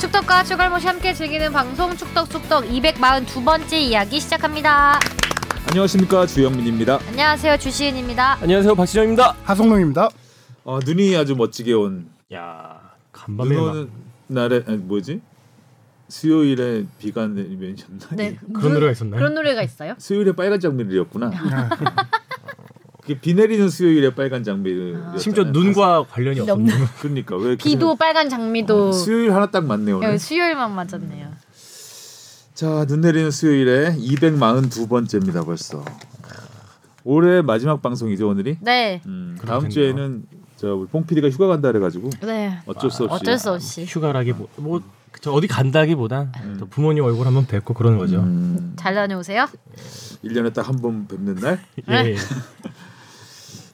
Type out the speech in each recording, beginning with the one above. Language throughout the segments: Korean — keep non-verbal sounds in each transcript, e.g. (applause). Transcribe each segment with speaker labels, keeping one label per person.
Speaker 1: 축덕과 축알모시 함께 즐기는 방송 축덕축덕 242번째 이야기 시작합니다.
Speaker 2: 안녕하십니까 주영민입니다.
Speaker 1: 안녕하세요 주시은입니다.
Speaker 3: 안녕하세요 박진영입니다.
Speaker 4: 하성룡입니다.
Speaker 2: 어, 눈이 아주 멋지게 온.
Speaker 3: 야 간밤에
Speaker 2: 눈 오는 날에 아니, 뭐지? 수요일에 비가 내리면이었나?
Speaker 3: 그런 노래가 있었나요?
Speaker 1: 네, 그런 노래가 있어요?
Speaker 2: 수요일에 빨간
Speaker 1: 네.
Speaker 2: 장미를이었구나.
Speaker 3: 아.
Speaker 2: (laughs) 그게 비 내리는 수요일에 빨간
Speaker 3: 막-
Speaker 2: 장미를.
Speaker 3: 심지어 눈과 관련이 없는
Speaker 2: 그러니까 왜 이렇게
Speaker 1: 비도 빨간 장미도
Speaker 2: 어, 수요일 하나 딱 맞네 오늘.
Speaker 1: 예, 수요일만 맞았네요.
Speaker 2: 자, 눈 내리는 수요일에 242번째입니다 벌써. 올해 마지막 방송이죠 오늘이.
Speaker 1: 네,
Speaker 2: 음,
Speaker 3: 그럴
Speaker 2: 다음
Speaker 3: 텐데요.
Speaker 2: 주에는 저 우리 뽕 PD가 휴가 간다 그래가지고
Speaker 1: 네.
Speaker 2: 어쩔 수 없이.
Speaker 1: 어쩔 수 없이
Speaker 3: 휴가라기 뭐저 어디 간다기보단 또 부모님 얼굴 한번 뵙고 그러는 거죠.
Speaker 2: 음,
Speaker 1: 잘 다녀오세요.
Speaker 2: 1년에 딱 한 번 뵙는
Speaker 3: (laughs)
Speaker 2: 날.
Speaker 3: 예.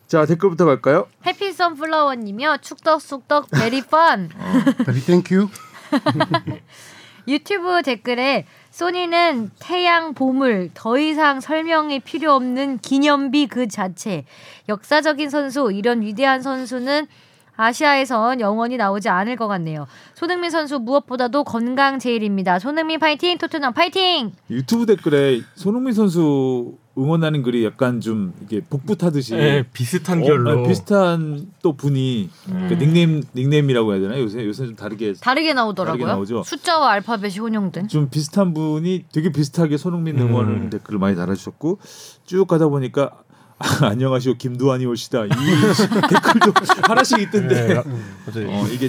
Speaker 2: 자 댓글부터 갈까요?
Speaker 1: 해피 선플라워님이요 축덕축덕 베리펀
Speaker 4: 베리 네, 땡큐.
Speaker 1: 유튜브 댓글에 소니는 태양 보물 더 이상 설명이 필요 없는 기념비 그 자체 역사적인 선수 이런 위대한 선수는 아시아에선 영원히 나오지 않을 것 같네요. 손흥민 선수 무엇보다도 건강 제일입니다. 손흥민 파이팅 토트넘 파이팅.
Speaker 2: 유튜브 댓글에 손흥민 선수 응원하는 글이 약간 좀 이게 복붙 하듯이
Speaker 3: 예, 비슷한
Speaker 2: 어,
Speaker 3: 결로 음.
Speaker 2: 아니, 비슷한 또 분이 그 닉네임 닉네임이라고 해야 되나 요새 요새 좀 다르게
Speaker 1: 다르게
Speaker 2: 다르게 나오죠.
Speaker 1: 나오더라고요. 숫자와 알파벳이 혼용된.
Speaker 2: 좀 비슷한 분이 되게 비슷하게 손흥민 응원
Speaker 3: 음.
Speaker 2: 댓글을 많이 달아주셨고 쭉 가다 보니까 아, 안녕하시오 김두한이 올시다 이 (laughs) 댓글도 하나씩 있던데
Speaker 3: 예,
Speaker 2: 어, 이게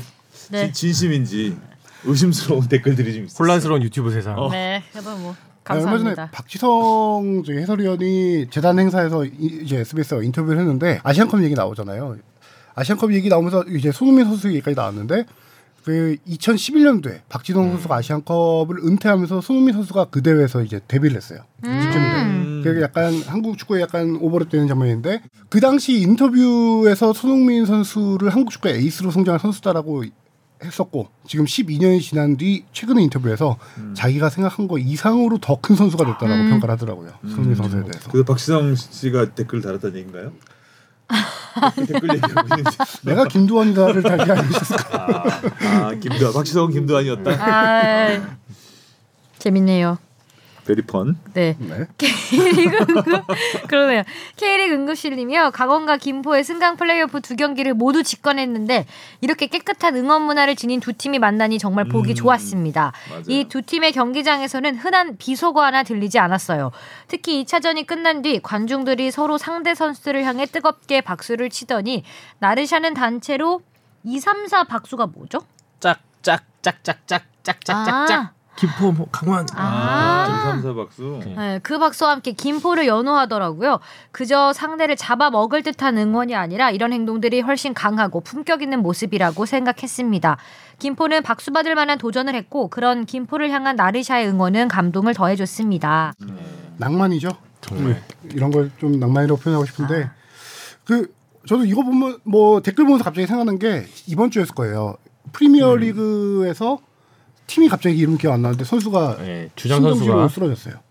Speaker 1: 네.
Speaker 2: 진, 심인지 의심스러운 댓글들이 좀 있어요.
Speaker 3: 혼란스러운 유튜브 세상.
Speaker 2: 어.
Speaker 1: 네, 여러분 뭐
Speaker 4: 얼마 전에 박지성 저희 해설위원이 재단 행사에서 이- 이제 SBS와 인터뷰를 했는데 아시안컵 얘기 나오잖아요. 아시안컵 얘기 나오면서 이제 손흥민 선수 얘기까지 나왔는데 그 2011년도에 박지성 선수가 아시안컵을 은퇴하면서 손흥민 선수가 그 대회에서 이제 데뷔를 했어요.
Speaker 2: 음.
Speaker 4: 그게 약간 한국 축구에 약간 오버랩되는 장면인데 그 당시 인터뷰에서 손흥민 선수를 한국 축구의 에이스로 성장한 선수다라고 했었고 지금 12년이 지난 뒤 최근의 인터뷰에서
Speaker 2: 음.
Speaker 4: 자기가 생각한 거 이상으로 더 큰 선수가 됐다라고 평가를 하더라고요. 손흥민 선수에 대해서.
Speaker 2: 음. 그래서 박시성 씨가 댓글
Speaker 1: (laughs)
Speaker 2: 달았다는 얘기인가요? 댓글 얘기하고 있는지.
Speaker 4: 내가 김두원이다를 다시 (laughs) 알려주셨을까?
Speaker 2: 아, 아 김두한 박시성 김두한이었다. (laughs)
Speaker 1: 아, 재밌네요.
Speaker 2: 베리펀.
Speaker 1: 네.
Speaker 4: 네.
Speaker 1: K리그 응급 그러네요. K리그 응급실님이요. 강원과 김포의 승강 플레이오프 두 경기를 모두 직관했는데 이렇게 깨끗한 응원 문화를 지닌 두 팀이 만나니 정말 보기 좋았습니다.
Speaker 2: 음, 맞아요.
Speaker 1: 이 두 팀의 경기장에서는 흔한 비소가 하나 들리지 않았어요. 특히 2차전이 끝난 뒤 관중들이 서로 상대 선수를 향해 뜨겁게 박수를 치더니 나르샤는 단체로 2, 3, 4 박수가 뭐죠? 아.
Speaker 3: 짝짝짝짝짝짝짝짝짝. 김포 뭐 강원.
Speaker 1: 아.
Speaker 2: 아, 2, 3, 4 박수.
Speaker 1: 네, 그 박수와 함께 김포를 연호하더라고요. 그저 상대를 잡아먹을 듯한 응원이 아니라 이런 행동들이 훨씬 강하고 품격 있는 모습이라고 생각했습니다. 김포는 박수 받을 만한 도전을 했고 그런 김포를 향한 나르샤의 응원은 감동을 더해줬습니다.
Speaker 4: 낭만이죠.
Speaker 3: 정말.
Speaker 4: 이런 걸 좀 낭만이라고 표현하고 싶은데
Speaker 3: 아.
Speaker 4: 그 저도 이거 보면 뭐 댓글 보면서 갑자기 생각나는 게 이번 주였을 거예요.
Speaker 3: 음.
Speaker 4: 프리미어리그에서 팀이 갑자기 이름 기억 안 나는데 선수가
Speaker 3: 예, 주장
Speaker 4: 심정지로
Speaker 3: 선수가
Speaker 4: 네. 쓰러졌어요.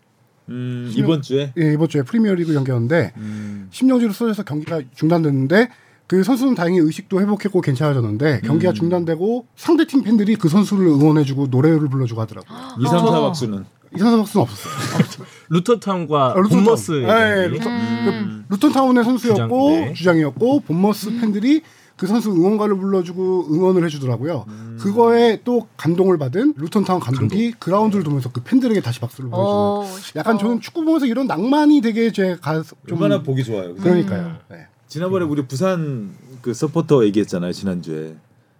Speaker 2: 음, 이번 주에
Speaker 4: 예, 이번 주에 프리미어리그 경기였는데
Speaker 3: 음.
Speaker 1: 음.
Speaker 4: 심정지로 쓰러져서 경기가 중단됐는데 그 선수는 다행히 의식도 회복했고
Speaker 3: 음.
Speaker 4: 괜찮아졌는데 경기가 중단되고 상대팀 팬들이 그 선수를 응원해주고 노래를 불러주고 하더라고요.
Speaker 2: 2, 3,
Speaker 1: 어.
Speaker 2: 4 박수는
Speaker 4: 이상한 박수는 없었어요.
Speaker 3: 루터타운과
Speaker 4: 아, 루턴타운.
Speaker 3: 본머스.
Speaker 4: 예, 예, 루턴,
Speaker 1: 음.
Speaker 4: 그 루턴타운의 선수였고
Speaker 3: 주장, 네.
Speaker 4: 주장, 이었고 본머스 팬들이 그 선수 응원가를 불러주고 응원을 해주더라고요. 그거에 또 감동을 받은 루턴타운 감독이 그라운드를 돌면서 그 팬들에게 다시 박수를 보내주는.
Speaker 1: 오,
Speaker 4: 약간
Speaker 1: 어.
Speaker 4: 저는 축구 보면서 이런 낭만이 되게 제가
Speaker 1: 음.
Speaker 4: 좀
Speaker 2: 얼마나 보기 좋아요. 그죠?
Speaker 4: 그러니까요. 네.
Speaker 2: 지난번에 우리 부산 그 서포터 얘기했잖아요. 지난주에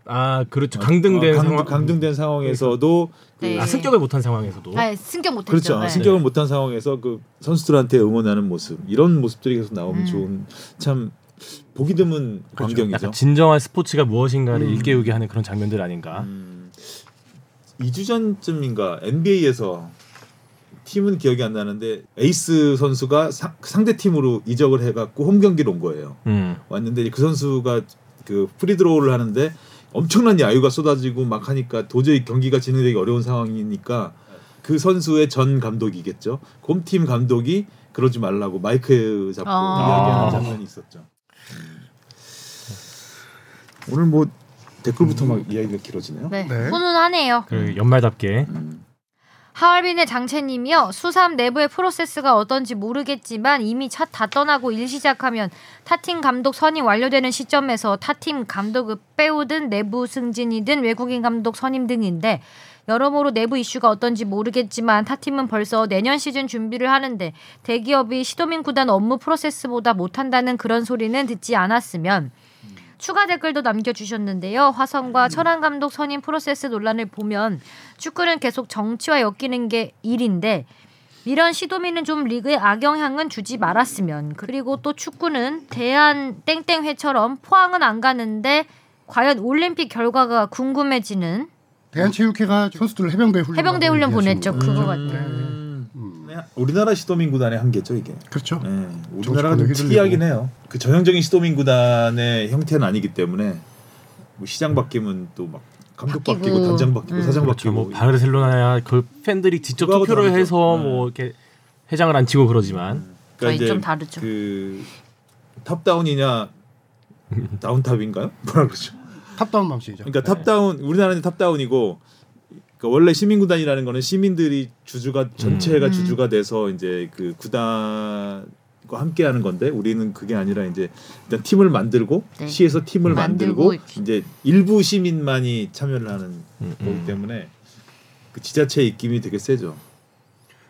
Speaker 3: 아 그렇죠. 강등된
Speaker 2: 어, 강,
Speaker 3: 상황.
Speaker 2: 강등된 상황에서도
Speaker 1: 네.
Speaker 3: 아 승격을 못한 상황에서도.
Speaker 1: 아, 승격 못했죠.
Speaker 2: 그렇죠.
Speaker 1: 네.
Speaker 2: 승격을 못한 상황에서 그 선수들한테 응원하는 모습 이런 모습들이 계속 나오면
Speaker 1: 음.
Speaker 2: 좋은 참 보기 드문 광경이죠.
Speaker 3: 그렇죠. 약간 진정한 스포츠가 무엇인가를 일깨우게 하는 그런 장면들 아닌가.
Speaker 2: 2주 전쯤인가 NBA에서 팀은 기억이 안 나는데 에이스 선수가 사- 상대 팀으로 이적을 해갖고 홈 경기로 온 거예요.
Speaker 3: 음.
Speaker 2: 왔는데 이제 그 선수가 그 프리드로우를 하는데 엄청난 야유가 쏟아지고 막 하니까 도저히 경기가 진행되기 어려운 상황이니까 그 선수의 전 감독이겠죠. 홈팀 감독이 그러지 말라고 마이크 잡고
Speaker 1: 아.
Speaker 2: 이야기하는 장면이 있었죠. 오늘 뭐 댓글부터 막 이야기가 길어지네요. 음.
Speaker 1: 네.
Speaker 4: 네.
Speaker 1: 훈훈하네요.
Speaker 3: 그 연말답게
Speaker 1: 하얼빈의 장채님이요. 수삼 내부의 프로세스가 어떤지 모르겠지만 이미 차 다 떠나고 일 시작하면 타팀 감독 선이 완료되는 시점에서 타팀 감독을 빼오든 내부 승진이든 외국인 감독 선임 등인데 여러모로 내부 이슈가 어떤지 모르겠지만 타팀은 벌써 내년 시즌 준비를 하는데 대기업이 시도민 구단 업무 프로세스보다 못한다는 그런 소리는 듣지 않았으면 추가 댓글도 남겨주셨는데요. 화성과 천안 감독 선임 프로세스 논란을 보면 축구는 계속 정치와 엮이는 게 일인데 이런 시도민은 좀 리그에 악영향은 주지 말았으면 그리고 또 축구는 대한 땡땡회처럼 포항은 안 가는데 과연 올림픽 결과가 궁금해지는
Speaker 4: 대한체육회가 선수들을 해병대 훈련
Speaker 1: 음. 해병대 훈련 보냈죠. 그거 같아요.
Speaker 2: 음. 네, 우리나라 시도민 구단의 한계죠 이게.
Speaker 4: 그렇죠.
Speaker 2: 네, 우리나라가 좀
Speaker 4: 정치권도
Speaker 2: 특이하긴
Speaker 4: 휘둘리고.
Speaker 2: 해요. 그 전형적인 시도민 구단의 형태는 아니기 때문에 뭐
Speaker 4: 음.
Speaker 2: 시장 바뀌면 또 막 감독 바뀌고,
Speaker 1: 바뀌고,
Speaker 2: 단장 바뀌고
Speaker 1: 음.
Speaker 2: 사장
Speaker 3: 그렇죠.
Speaker 2: 바뀌고 그러니까
Speaker 3: 뭐 바르셀로나야 그 팬들이 직접
Speaker 2: 그거하고
Speaker 3: 투표를
Speaker 2: 다르죠.
Speaker 3: 해서
Speaker 2: 네.
Speaker 3: 뭐 이렇게 회장을 안 치고 그러지만
Speaker 1: 저희
Speaker 2: 이제
Speaker 1: 좀 다르죠.
Speaker 2: 그
Speaker 4: (laughs)
Speaker 2: 탑다운이냐 다운탑인가요? 뭐라 그러죠?
Speaker 4: 탑다운 방식이죠.
Speaker 2: 그러니까 탑다운 우리나라는 탑다운이고 그러니까 원래 시민구단이라는 거는 시민들이 주주가 전체가
Speaker 1: 음.
Speaker 2: 주주가 돼서 이제 그 구단과 함께하는 건데 우리는 그게 아니라 이제 일단 팀을 만들고
Speaker 1: 네.
Speaker 2: 시에서 팀을
Speaker 1: 만들고
Speaker 2: 만들고,
Speaker 1: 이렇게.
Speaker 2: 이제 일부 시민만이 참여를 하는
Speaker 3: 음,
Speaker 2: 거기
Speaker 3: 음.
Speaker 2: 때문에 그 지자체의 입김이 되게 세죠.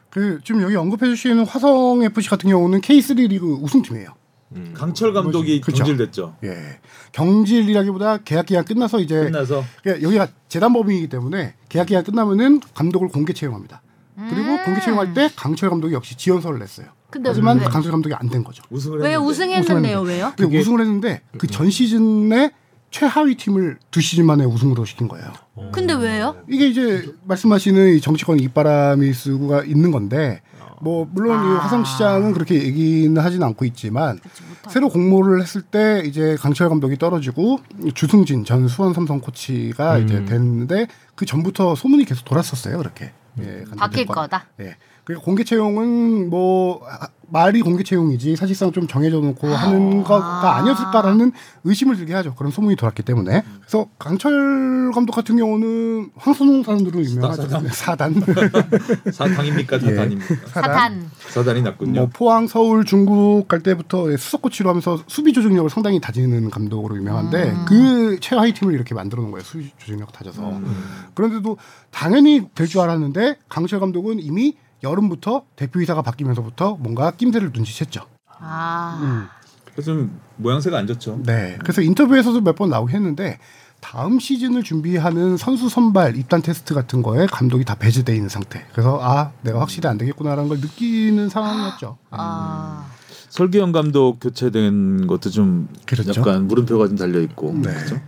Speaker 4: 그 지금 여기 언급해 주시는 화성 FC 같은 경우는 K3 리그 우승팀이에요.
Speaker 3: 음.
Speaker 2: 강철 감독이
Speaker 4: 그렇죠.
Speaker 2: 경질됐죠.
Speaker 4: 예. 경질이라기보다 계약 기간 끝나서 이제
Speaker 2: 끝나서
Speaker 4: 예, 여기가 재단 법인이기 때문에 계약 기간 끝나면은 감독을 공개 채용합니다. 그리고 공개 채용할 때 강철 감독이 역시 지원서를 냈어요.
Speaker 1: 근데
Speaker 4: 하지만
Speaker 1: 왜,
Speaker 4: 강철 감독이 안 된 거죠.
Speaker 2: 우승을
Speaker 1: 왜
Speaker 2: 했는데
Speaker 1: 음. 우승했는데요? 왜요?
Speaker 4: 근데 우승을 했는데
Speaker 2: 네,
Speaker 4: 그 전 시즌에 최하위 팀을 두 시즌 만에 우승으로 시킨 거예요.
Speaker 1: 근데 왜요?
Speaker 4: 이게 이제 말씀하시는 이 정치권 입바람이 쓰고가 있는 건데 뭐 물론 이
Speaker 1: 아.
Speaker 4: 화성 시장은 그렇게 얘기는 하진 않고 있지만
Speaker 1: 못하죠.
Speaker 4: 새로 공모를 했을 때 이제 강철 감독이 떨어지고 주승진 전 수원 삼성 코치가
Speaker 3: 음.
Speaker 4: 이제 됐는데 그 전부터 소문이 계속 돌았었어요 그렇게 예,
Speaker 1: 바뀔 거다.
Speaker 4: 예. 그리고 공개 채용은 뭐 아, 말이 공개 채용이지 사실상 좀 정해져 놓고
Speaker 1: 아.
Speaker 4: 하는 거가 아니었을까라는 의심을 들게 하죠. 그런 소문이 돌았기 때문에.
Speaker 1: 음.
Speaker 4: 그래서 강철 감독 같은 경우는 황선홍 사람들로 유명하죠. 사단.
Speaker 3: 예.
Speaker 2: 사당입니까 다단입니까?
Speaker 1: 사탄.
Speaker 2: 사단이 났군요.
Speaker 4: 뭐 포항, 서울, 중국 갈 때부터 수석 코치로 하면서 수비 조직력을 상당히 다지는 감독으로 유명한데 그 최하위 팀을 이렇게 만들어 놓은 거예요. 수비 조직력 다져서. 그런데도 당연히 될 줄 알았는데 강철 감독은 이미 여름부터 대표이사가 바뀌면서부터 뭔가 낌새를 눈치챘죠.
Speaker 1: 아.
Speaker 2: 그래서 좀 모양새가 안 좋죠.
Speaker 4: 네. 그래서 인터뷰에서도 몇 번 나오긴 했는데 다음 시즌을 준비하는 선수 선발 입단 테스트 같은 거에 감독이 다 배제돼 있는 상태. 그래서 아 내가 확실히 안 되겠구나라는 걸 느끼는 상황이었죠.
Speaker 1: 아.
Speaker 2: 설기현 감독 교체된 것도 좀
Speaker 4: 그렇죠.
Speaker 2: 약간 물음표가 좀 달려 있고 그렇죠?
Speaker 4: 네.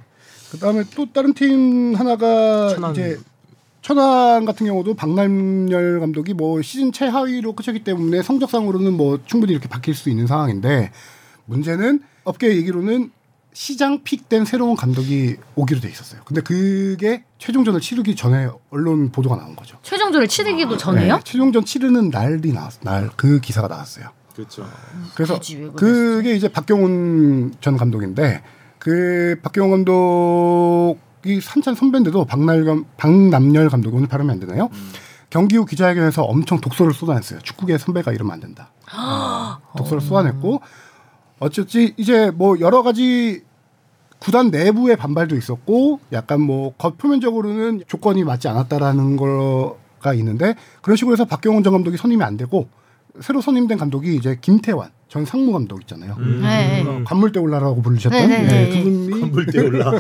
Speaker 4: 그다음에 또 다른 팀 하나가
Speaker 3: 천안.
Speaker 4: 이제 천안 같은 경우도 박남열 감독이 뭐 시즌 최하위로 끝쳤기 때문에 성적상으로는 뭐 충분히 이렇게 바뀔 수 있는 상황인데 문제는 업계 얘기로는 시장 픽된 새로운 감독이 오기로 돼 있었어요. 근데 그게 최종전을 치르기 전에 언론 보도가 나온 거죠.
Speaker 1: 최종전을 치르기도 전에요?
Speaker 4: 네, 최종전 치르는 날이 나왔 날그 기사가 나왔어요.
Speaker 2: 그렇죠.
Speaker 4: 그래서
Speaker 1: 굳이 왜 그랬을까?
Speaker 4: 그게 이제 박경훈 전 감독인데 그 박경훈 감독이 산찬 선배인데도 박날감 박남열 감독이 오늘 발음이 안 되나요? 경기 후 기자회견에서 엄청 독소를 쏟아냈어요. 축구계 선배가 이러면
Speaker 1: (gasps)
Speaker 4: 안 된다. 독소를 쏟아냈고 어쨌지 이제 뭐 여러 가지 구단 내부의 반발도 있었고 약간 뭐 겉표면적으로는 조건이 맞지 않았다라는 거가 있는데 그런 식으로 해서 박경훈 전 감독이 선임이 안 되고 새로 선임된 감독이 이제 김태환 전 상무 감독 있잖아요.
Speaker 1: 네.
Speaker 5: (laughs)
Speaker 4: 어, 관물대 올라라고
Speaker 1: 네,
Speaker 4: 부르셨던
Speaker 1: 네,
Speaker 4: 예,
Speaker 1: 네.
Speaker 4: 그분이
Speaker 2: 물때 올라.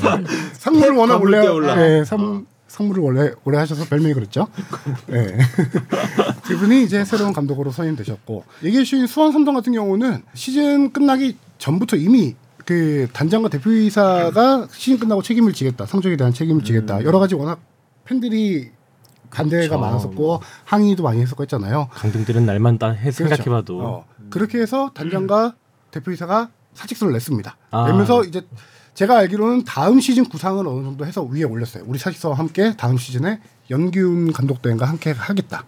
Speaker 4: (laughs) 상무를 워낙
Speaker 2: 관물대
Speaker 4: 오래
Speaker 2: 올라.
Speaker 4: 예, 상, 상무를 원래 오래 하셔서 별명이 그랬죠. 예. (laughs) 그분이 이제 새로운 감독으로 선임되셨고 얘기해 주신 수원 삼성 같은 경우는 시즌 끝나기 전부터 이미 그 단장과 대표이사가 시즌 끝나고 책임을 지겠다 성적에 대한 책임을 지겠다
Speaker 2: 음.
Speaker 4: 여러 가지 워낙 팬들이 반대가
Speaker 3: 그렇죠.
Speaker 4: 많았었고 항의도 많이 했었고 했잖아요.
Speaker 3: 강등들은 날만 딱 해-
Speaker 4: 그렇죠.
Speaker 3: 생각해봐도 음.
Speaker 4: 어, 그렇게 해서 단장과 대표이사가 사직서를 냈습니다.
Speaker 3: 아.
Speaker 4: 내면서 이제 제가 알기로는 다음 시즌 구상은 어느 정도 해서 위에 올렸어요. 우리 사직서와 함께 다음 시즌에 연기훈 감독 대행과 함께 하겠다.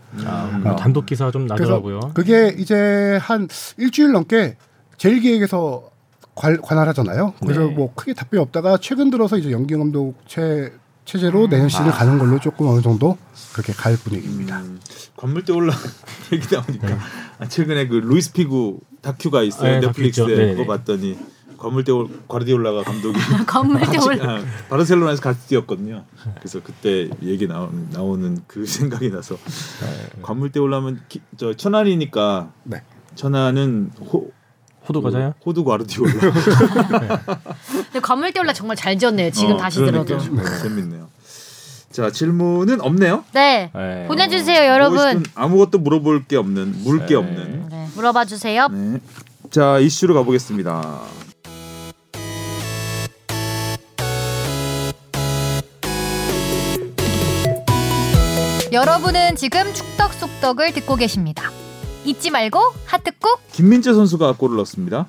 Speaker 3: 뭐 단독 기사가 좀
Speaker 4: 그래서
Speaker 3: 나더라고요.
Speaker 4: 그게 이제 한 일주일 넘게 제일 기획에서 관, 관할하잖아요. 그래서
Speaker 5: 네.
Speaker 4: 뭐 크게 답변이 없다가 최근 들어서 이제 연기 감독 체
Speaker 3: 음.
Speaker 4: 체제로 내년 시즌을
Speaker 3: 아.
Speaker 4: 가는 걸로 조금 어느 정도 그렇게 갈 분위기입니다.
Speaker 2: 음, 관물대 올라 (laughs) 얘기 나오니까 아, 최근에 그 루이스 피구 다큐가 있어요
Speaker 3: 네,
Speaker 2: 넷플릭스에
Speaker 3: 다큐 있죠. 네네.
Speaker 2: 그거 봤더니 관물대 올- 과르디올라가
Speaker 5: (laughs)
Speaker 2: 감독이
Speaker 5: 건물대
Speaker 2: 같이-
Speaker 5: 올라.
Speaker 2: 아, 바르셀로나에서 같이 뛰었거든요. 그래서 그때 얘기 나오, 나오는 그 (laughs) 생각이 나서
Speaker 3: 네.
Speaker 2: 관물대 올라면 기- 저 천안이니까
Speaker 4: 네.
Speaker 2: 천안은 호,
Speaker 3: 호두 과자요?
Speaker 2: 그 호두 과르디올라
Speaker 5: 근데 건물대 올라 정말 잘 지었네요. 지금
Speaker 2: 어,
Speaker 5: 다시
Speaker 2: 그러니까.
Speaker 5: 들어도.
Speaker 2: 네, 재밌네요. 자 질문은 없네요.
Speaker 5: 네.
Speaker 3: 네.
Speaker 5: 보내주세요,
Speaker 4: 어,
Speaker 5: 여러분.
Speaker 2: 무엇이든 아무것도 물어볼 게 없는 물 게
Speaker 3: 네.
Speaker 2: 없는.
Speaker 5: 네. 물어봐 주세요.
Speaker 2: 네. 자 이슈로 가보겠습니다.
Speaker 4: 네.
Speaker 6: 여러분은 지금 축덕 속덕을 듣고 계십니다. 잊지 말고 하트 꾹.
Speaker 2: 김민재 선수가 골을 넣었습니다.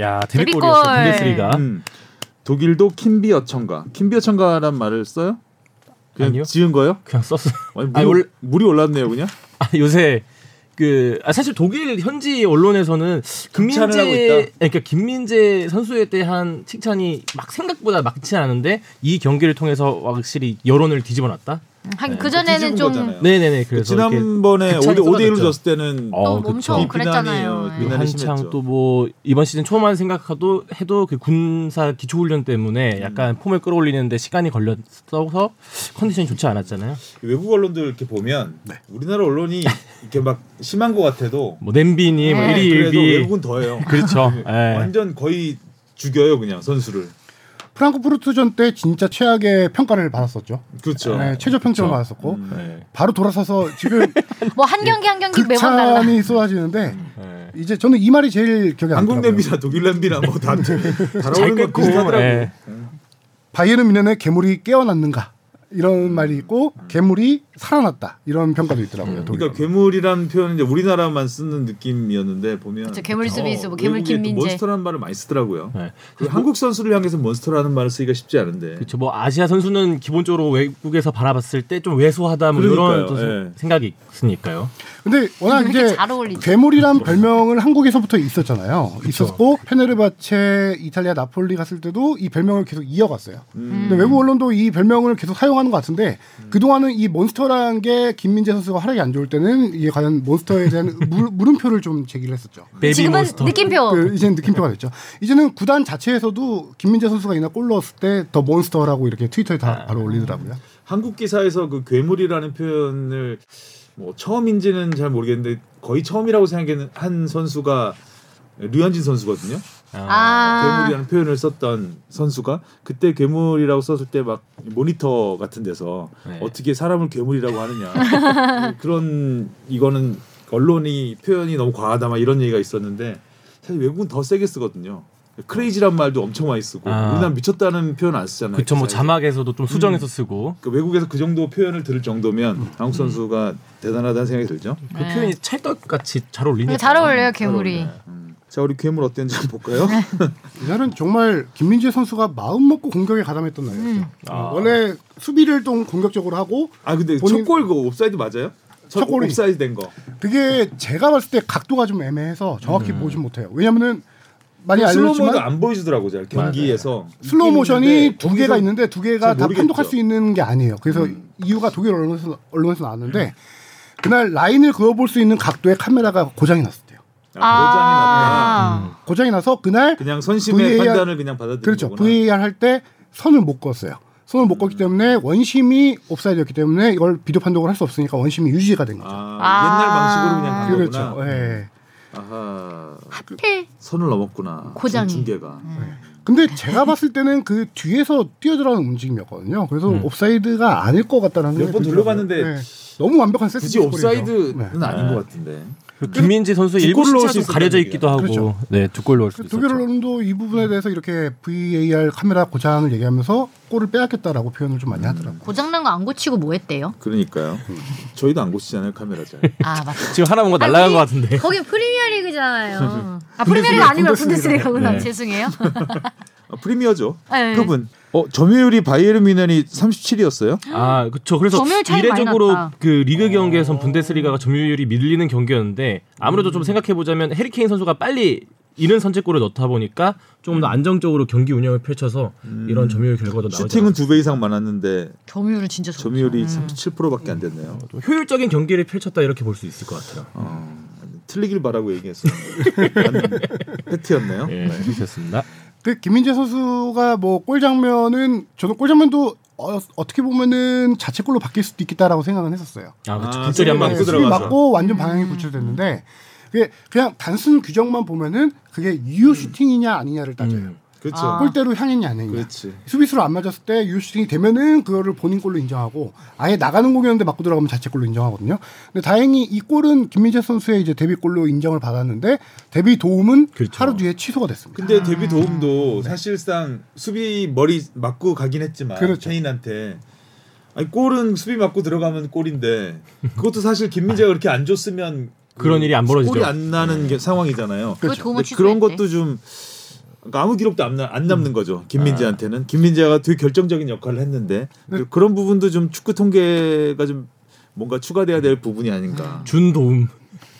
Speaker 3: 야
Speaker 5: 드립골.
Speaker 3: 드립골이었어 분데스리가
Speaker 2: 음, 독일도 킴비 어천가. 킴비 어천가란 말을 써요? 그냥
Speaker 3: 아니요.
Speaker 2: 지은 거요?
Speaker 3: 그냥 썼어. (laughs)
Speaker 2: 아니, 물이,
Speaker 3: 아니, 원래-
Speaker 2: 물이 올랐네요 그냥.
Speaker 3: 아, 요새 그 아, 사실 독일 현지 언론에서는
Speaker 2: 극찬을 하고
Speaker 3: 김민재
Speaker 2: 있다.
Speaker 3: 그러니까 김민재 선수에 대한 칭찬이 막 생각보다 많지 않은데 이 경기를 통해서 확실히 여론을 뒤집어놨다.
Speaker 5: 하긴
Speaker 3: 네,
Speaker 5: 그 전에는
Speaker 2: 뒤집은
Speaker 5: 좀
Speaker 2: 거잖아요.
Speaker 3: 네네네 그래서 이렇게
Speaker 2: 지난번에
Speaker 3: 극찬이
Speaker 2: 5대 5대 1로
Speaker 3: 쏟아졌죠.
Speaker 2: 졌을 때는
Speaker 3: 어,
Speaker 5: 너무
Speaker 3: 그쵸.
Speaker 5: 엄청
Speaker 2: 이 비난이에요.
Speaker 5: 그랬잖아요. 예.
Speaker 2: 비난. 비난이 심했죠.
Speaker 3: 한창 또 뭐 이번 시즌 초만 생각해도 해도 그 군사 기초훈련 때문에
Speaker 2: 음.
Speaker 3: 약간 폼을 끌어올리는데 시간이 걸렸어서 컨디션이 좋지 않았잖아요.
Speaker 2: 외국 언론들 이렇게 보면
Speaker 3: 네.
Speaker 2: 우리나라 언론이 이렇게 막 심한 것 같아도
Speaker 3: 뭐 냄비니 뭐
Speaker 5: 네.
Speaker 3: 이리
Speaker 2: 그래도
Speaker 3: 일비
Speaker 2: 외국은 더해요.
Speaker 3: (laughs)
Speaker 2: (laughs)
Speaker 3: 그렇죠. 예.
Speaker 2: 완전 거의 죽여요 그냥 선수를.
Speaker 4: 프랑크푸르트전 때 진짜 최악의 평가를 받았었죠.
Speaker 2: 그렇죠.
Speaker 4: 네, 최저 평점을
Speaker 3: 그쵸.
Speaker 4: 받았었고
Speaker 2: 음.
Speaker 3: 예.
Speaker 4: 바로 돌아서서
Speaker 5: (laughs)
Speaker 4: 지금
Speaker 5: 뭐 한 경기 한 경기 매번 달라.
Speaker 4: 극찬이 쏟아지는데
Speaker 3: 예.
Speaker 4: 이제 저는 이 말이 제일 기억에
Speaker 2: 한국
Speaker 4: 남더라고요.
Speaker 2: 냄비나 독일 냄비나 뭐다
Speaker 3: 잘
Speaker 2: 달아오르는 것
Speaker 3: 끓고
Speaker 2: 비슷하더라고.
Speaker 3: 예.
Speaker 4: 바이에른 미넨의 괴물이 깨어났는가 이런 말이 있고 괴물이 살아났다 이런 평가도 있더라고요.
Speaker 2: 음. 그러니까
Speaker 4: 독일어로.
Speaker 2: 괴물이란 표현은 이제 우리나라만 쓰는 느낌이었는데 보면
Speaker 5: 그쵸, 괴물 수비수, 뭐 괴물
Speaker 2: 외국에 또
Speaker 5: 김민재.
Speaker 2: 몬스터라는 말을 많이 쓰더라고요.
Speaker 3: 예.
Speaker 2: 그 한국 선수를 향해서 몬스터라는 말을 쓰기가 쉽지 않은데
Speaker 3: 그렇죠. 뭐 아시아 선수는 기본적으로 외국에서 바라봤을 때 좀 왜소하다 뭐
Speaker 2: 그러니까요.
Speaker 3: 이런 또 세-
Speaker 2: 예.
Speaker 3: 생각이 있으니까요.
Speaker 4: 근데 워낙
Speaker 5: 이렇게
Speaker 4: 이제
Speaker 5: 잘 어울리죠.
Speaker 4: 괴물이란 별명은 한국에서부터 있었잖아요. 있었고 페네르바체, 이탈리아 나폴리 갔을 때도 이 별명을 계속 이어갔어요. 근데 외국 언론도 이 별명을 계속 사용하는 것 같은데 그 동안은 이 몬스터라는 게 김민재 선수가 활약이 안 좋을 때는 이게 과연 몬스터에 대한 물, 물음표를 좀 제기를 했었죠.
Speaker 3: 베이비
Speaker 5: 지금은
Speaker 3: 몬스터.
Speaker 5: 느낌표.
Speaker 4: 그 이제는 느낌표가 됐죠. 이제는 구단 자체에서도 김민재 선수가 이날 골 넣었을 때 더 몬스터라고 이렇게 트위터에 다 바로 올리더라고요.
Speaker 2: 한국 기사에서 그 괴물이라는 표현을 뭐 처음인지는 잘 모르겠는데 거의 처음이라고 생각하는 한 선수가 류현진 선수거든요.
Speaker 5: 아.
Speaker 2: 괴물이라는 표현을 썼던 선수가 그때 괴물이라고 썼을 때 막 모니터 같은 데서
Speaker 3: 네.
Speaker 2: 어떻게 사람을 괴물이라고
Speaker 3: (laughs)
Speaker 2: 하느냐 그런 이거는 언론이 표현이 너무 과하다 막 이런 얘기가 있었는데 사실 외국은 더 세게 쓰거든요. 크레이지란 말도 엄청 많이 쓰고
Speaker 3: 아.
Speaker 2: 우리나라 미쳤다는 표현 안 쓰잖아요.
Speaker 3: 그렇죠. 뭐
Speaker 2: 기사에서.
Speaker 3: 자막에서도 좀 수정해서 쓰고
Speaker 2: 그 외국에서 그 정도 표현을 들을 정도면
Speaker 3: 음.
Speaker 2: 한국 선수가 대단하다는 생각이 들죠.
Speaker 3: 그 표현이 찰떡같이 잘 어울리니까.
Speaker 5: 근데 네. 잘 어울려요 괴물이.
Speaker 2: 음. 자 우리 괴물 어땠는지 한번 볼까요?
Speaker 3: 네.
Speaker 4: 이날은 정말 김민재 선수가 마음 먹고 공격에 가담했던 날이었죠.
Speaker 3: 아.
Speaker 4: 원래 수비를 좀 공격적으로 하고
Speaker 2: 아 근데
Speaker 4: 본인-
Speaker 2: 첫골 그 옵사이드 맞아요? 첫
Speaker 4: 첫 골이-
Speaker 2: 옵사이드 된 거.
Speaker 4: 그게 제가 봤을 때 각도가 좀 애매해서 정확히 보진 못해요. 왜냐면은 많이
Speaker 2: 음. 슬로모도
Speaker 4: 예, 알려졌지만
Speaker 2: 안 보여주더라고 잘 경기에서
Speaker 4: 슬로우 모션이
Speaker 2: 있는데
Speaker 4: 두 개가
Speaker 2: 거기서-
Speaker 4: 있는데 두
Speaker 2: 잘
Speaker 4: 개가 다
Speaker 2: 모르겠죠. 음.
Speaker 4: 판독할 수 있는 게 아니에요. 그래서 이유가 독일 언론에서 언론에서 나왔는데 그날 라인을 그어볼 수 있는 각도의 카메라가 고장이 났었대요.
Speaker 2: 아, 고장이 아, 났다.
Speaker 5: 아.
Speaker 4: 고장이 나서 그날
Speaker 2: 그냥 선심의
Speaker 4: VAR
Speaker 2: 판단을 그냥 받아들인
Speaker 4: 그렇죠.
Speaker 2: 거구나. 음.
Speaker 4: VAR 할 때 선을 못 그었어요. 선을 못 걷기 때문에 원심이 옵사이드였기 때문에 이걸 비디오 판독을 할 수 없으니까 원심이 유지가 된 거죠.
Speaker 2: 아,
Speaker 5: 아.
Speaker 2: 옛날 방식으로 그냥 간
Speaker 4: 그렇죠.
Speaker 2: 거구나. 음.
Speaker 4: 예.
Speaker 2: 아하. 그
Speaker 5: 필.
Speaker 2: 선을 넘었구나.
Speaker 5: 고장이. 네.
Speaker 2: 중- 중계가.
Speaker 4: 근데 제가 봤을 때는 그 뒤에서 뛰어들어가는 움직임이었거든요. 그래서 옵사이드가 아닐 것 같다는
Speaker 2: 음. 몇번 돌려봤는데
Speaker 4: 너무 완벽한 세트
Speaker 2: 굳이
Speaker 4: 디스플레이죠. 네.
Speaker 2: 옵사이드는 아닌 것 같은데.
Speaker 3: 그 김민재 선수 일곱
Speaker 2: 골로
Speaker 3: 골로
Speaker 2: 넣을
Speaker 3: 좀
Speaker 2: 수
Speaker 3: 가려져
Speaker 2: 있었다는
Speaker 3: 있기도 하고
Speaker 4: 그렇죠.
Speaker 3: 네, 두 골 넣을 수도 있었죠.
Speaker 4: 독일 언론도 이
Speaker 2: 음.
Speaker 4: 부분에 대해서 이렇게 VAR 카메라 고장을 얘기하면서 골을 빼앗겼다라고 표현을 좀
Speaker 2: 음.
Speaker 4: 많이 하더라고요.
Speaker 5: 고장난 거 안 고치고 뭐 했대요?
Speaker 2: 그러니까요. 저희도 안 고치잖아요 카메라 잘.
Speaker 5: 아 맞다.
Speaker 3: 지금 하나 뭔가 날아간 것 같은데.
Speaker 5: (laughs) 거기 프리미어리그잖아요. 아 프리미어리그 아니면 분데스리가구나.
Speaker 3: 네.
Speaker 5: 죄송해요.
Speaker 2: 아, 프리미어죠.
Speaker 5: 네.
Speaker 2: 그분. 어 점유율이 바이에른 미넨이 37이었어요.
Speaker 3: 아, 그렇죠. 그래서
Speaker 5: 점유율 차이 많이
Speaker 3: 이례적으로
Speaker 5: 났다.
Speaker 3: 그 리그 경기에선 분데스리가가 점유율이 밀리는 경기였는데 아무래도 좀 생각해 보자면 해리케인 선수가 빨리 이른 선제골을 넣다 보니까 조금 더 안정적으로 경기 운영을 펼쳐서 이런 점유율 결과도 나오지
Speaker 2: 슈팅은 두 배 이상 많았는데
Speaker 5: 점유율은 진짜 좋죠.
Speaker 2: 점유율이 37%밖에 안 됐네요.
Speaker 3: 않았나. 효율적인 경기를 펼쳤다 이렇게 볼 수 있을 것 같아요.
Speaker 2: 어, 틀리길 바라고 얘기했어요. 팩트였네요.
Speaker 3: 예, 그렇습니다.
Speaker 4: 그 김민재 선수가 뭐 골 장면은 저는 골 장면도 어, 떻게 보면은 자책골로 바뀔 수도 있겠다라고 생각은 했었어요.
Speaker 3: 아, 그쵸.
Speaker 2: 아,
Speaker 3: 뒷자리 음. 한방
Speaker 2: 네,
Speaker 3: 있어
Speaker 2: 수비
Speaker 4: 수비
Speaker 3: 들어가서.
Speaker 4: 맞고 완전 방향이 구출됐는데 그게 그냥 단순 규정만 보면은 그게 유효 슈팅이냐 아니냐를 따져요.
Speaker 3: 음.
Speaker 2: 그렇죠.
Speaker 5: 아.
Speaker 4: 골대로 향했냐 안 했냐.
Speaker 2: 그렇지.
Speaker 4: 수비수로 안 맞았을 때 유슈팅이 되면은 그거를 본인 골로 인정하고 아예 나가는 공이었는데 맞고 들어가면 자책골로 인정하거든요. 근데 다행히 이 골은 김민재 선수의 이제 데뷔골로 인정을 받았는데 데뷔 도움은
Speaker 3: 그렇죠.
Speaker 4: 하루 뒤에 취소가 됐습니다.
Speaker 2: 근데 데뷔 도움도 사실상 수비 머리 맞고 가긴 했지만
Speaker 4: 그렇죠.
Speaker 2: 케인한테 아니 골은 수비 맞고 들어가면 골인데 그것도 사실 김민재가 그렇게 안 줬으면 그
Speaker 3: 그런 일이 안 벌어지죠. 네.
Speaker 2: 골이 안 나는 게
Speaker 4: 그렇죠.
Speaker 2: 상황이잖아요.
Speaker 6: 그 도움을
Speaker 2: 근데
Speaker 6: 취소했대.
Speaker 2: 그런 것도 좀 그러니까 아무 기록도 안, 나- 안
Speaker 3: 음.
Speaker 2: 남는 거죠. 김민재한테는 김민재가 되게 결정적인 역할을
Speaker 4: 네.
Speaker 2: 했는데 그런 부분도 좀 축구 통계가 좀 뭔가 추가돼야 될 부분이
Speaker 4: 음.
Speaker 2: 아닌가.
Speaker 3: 준 도움.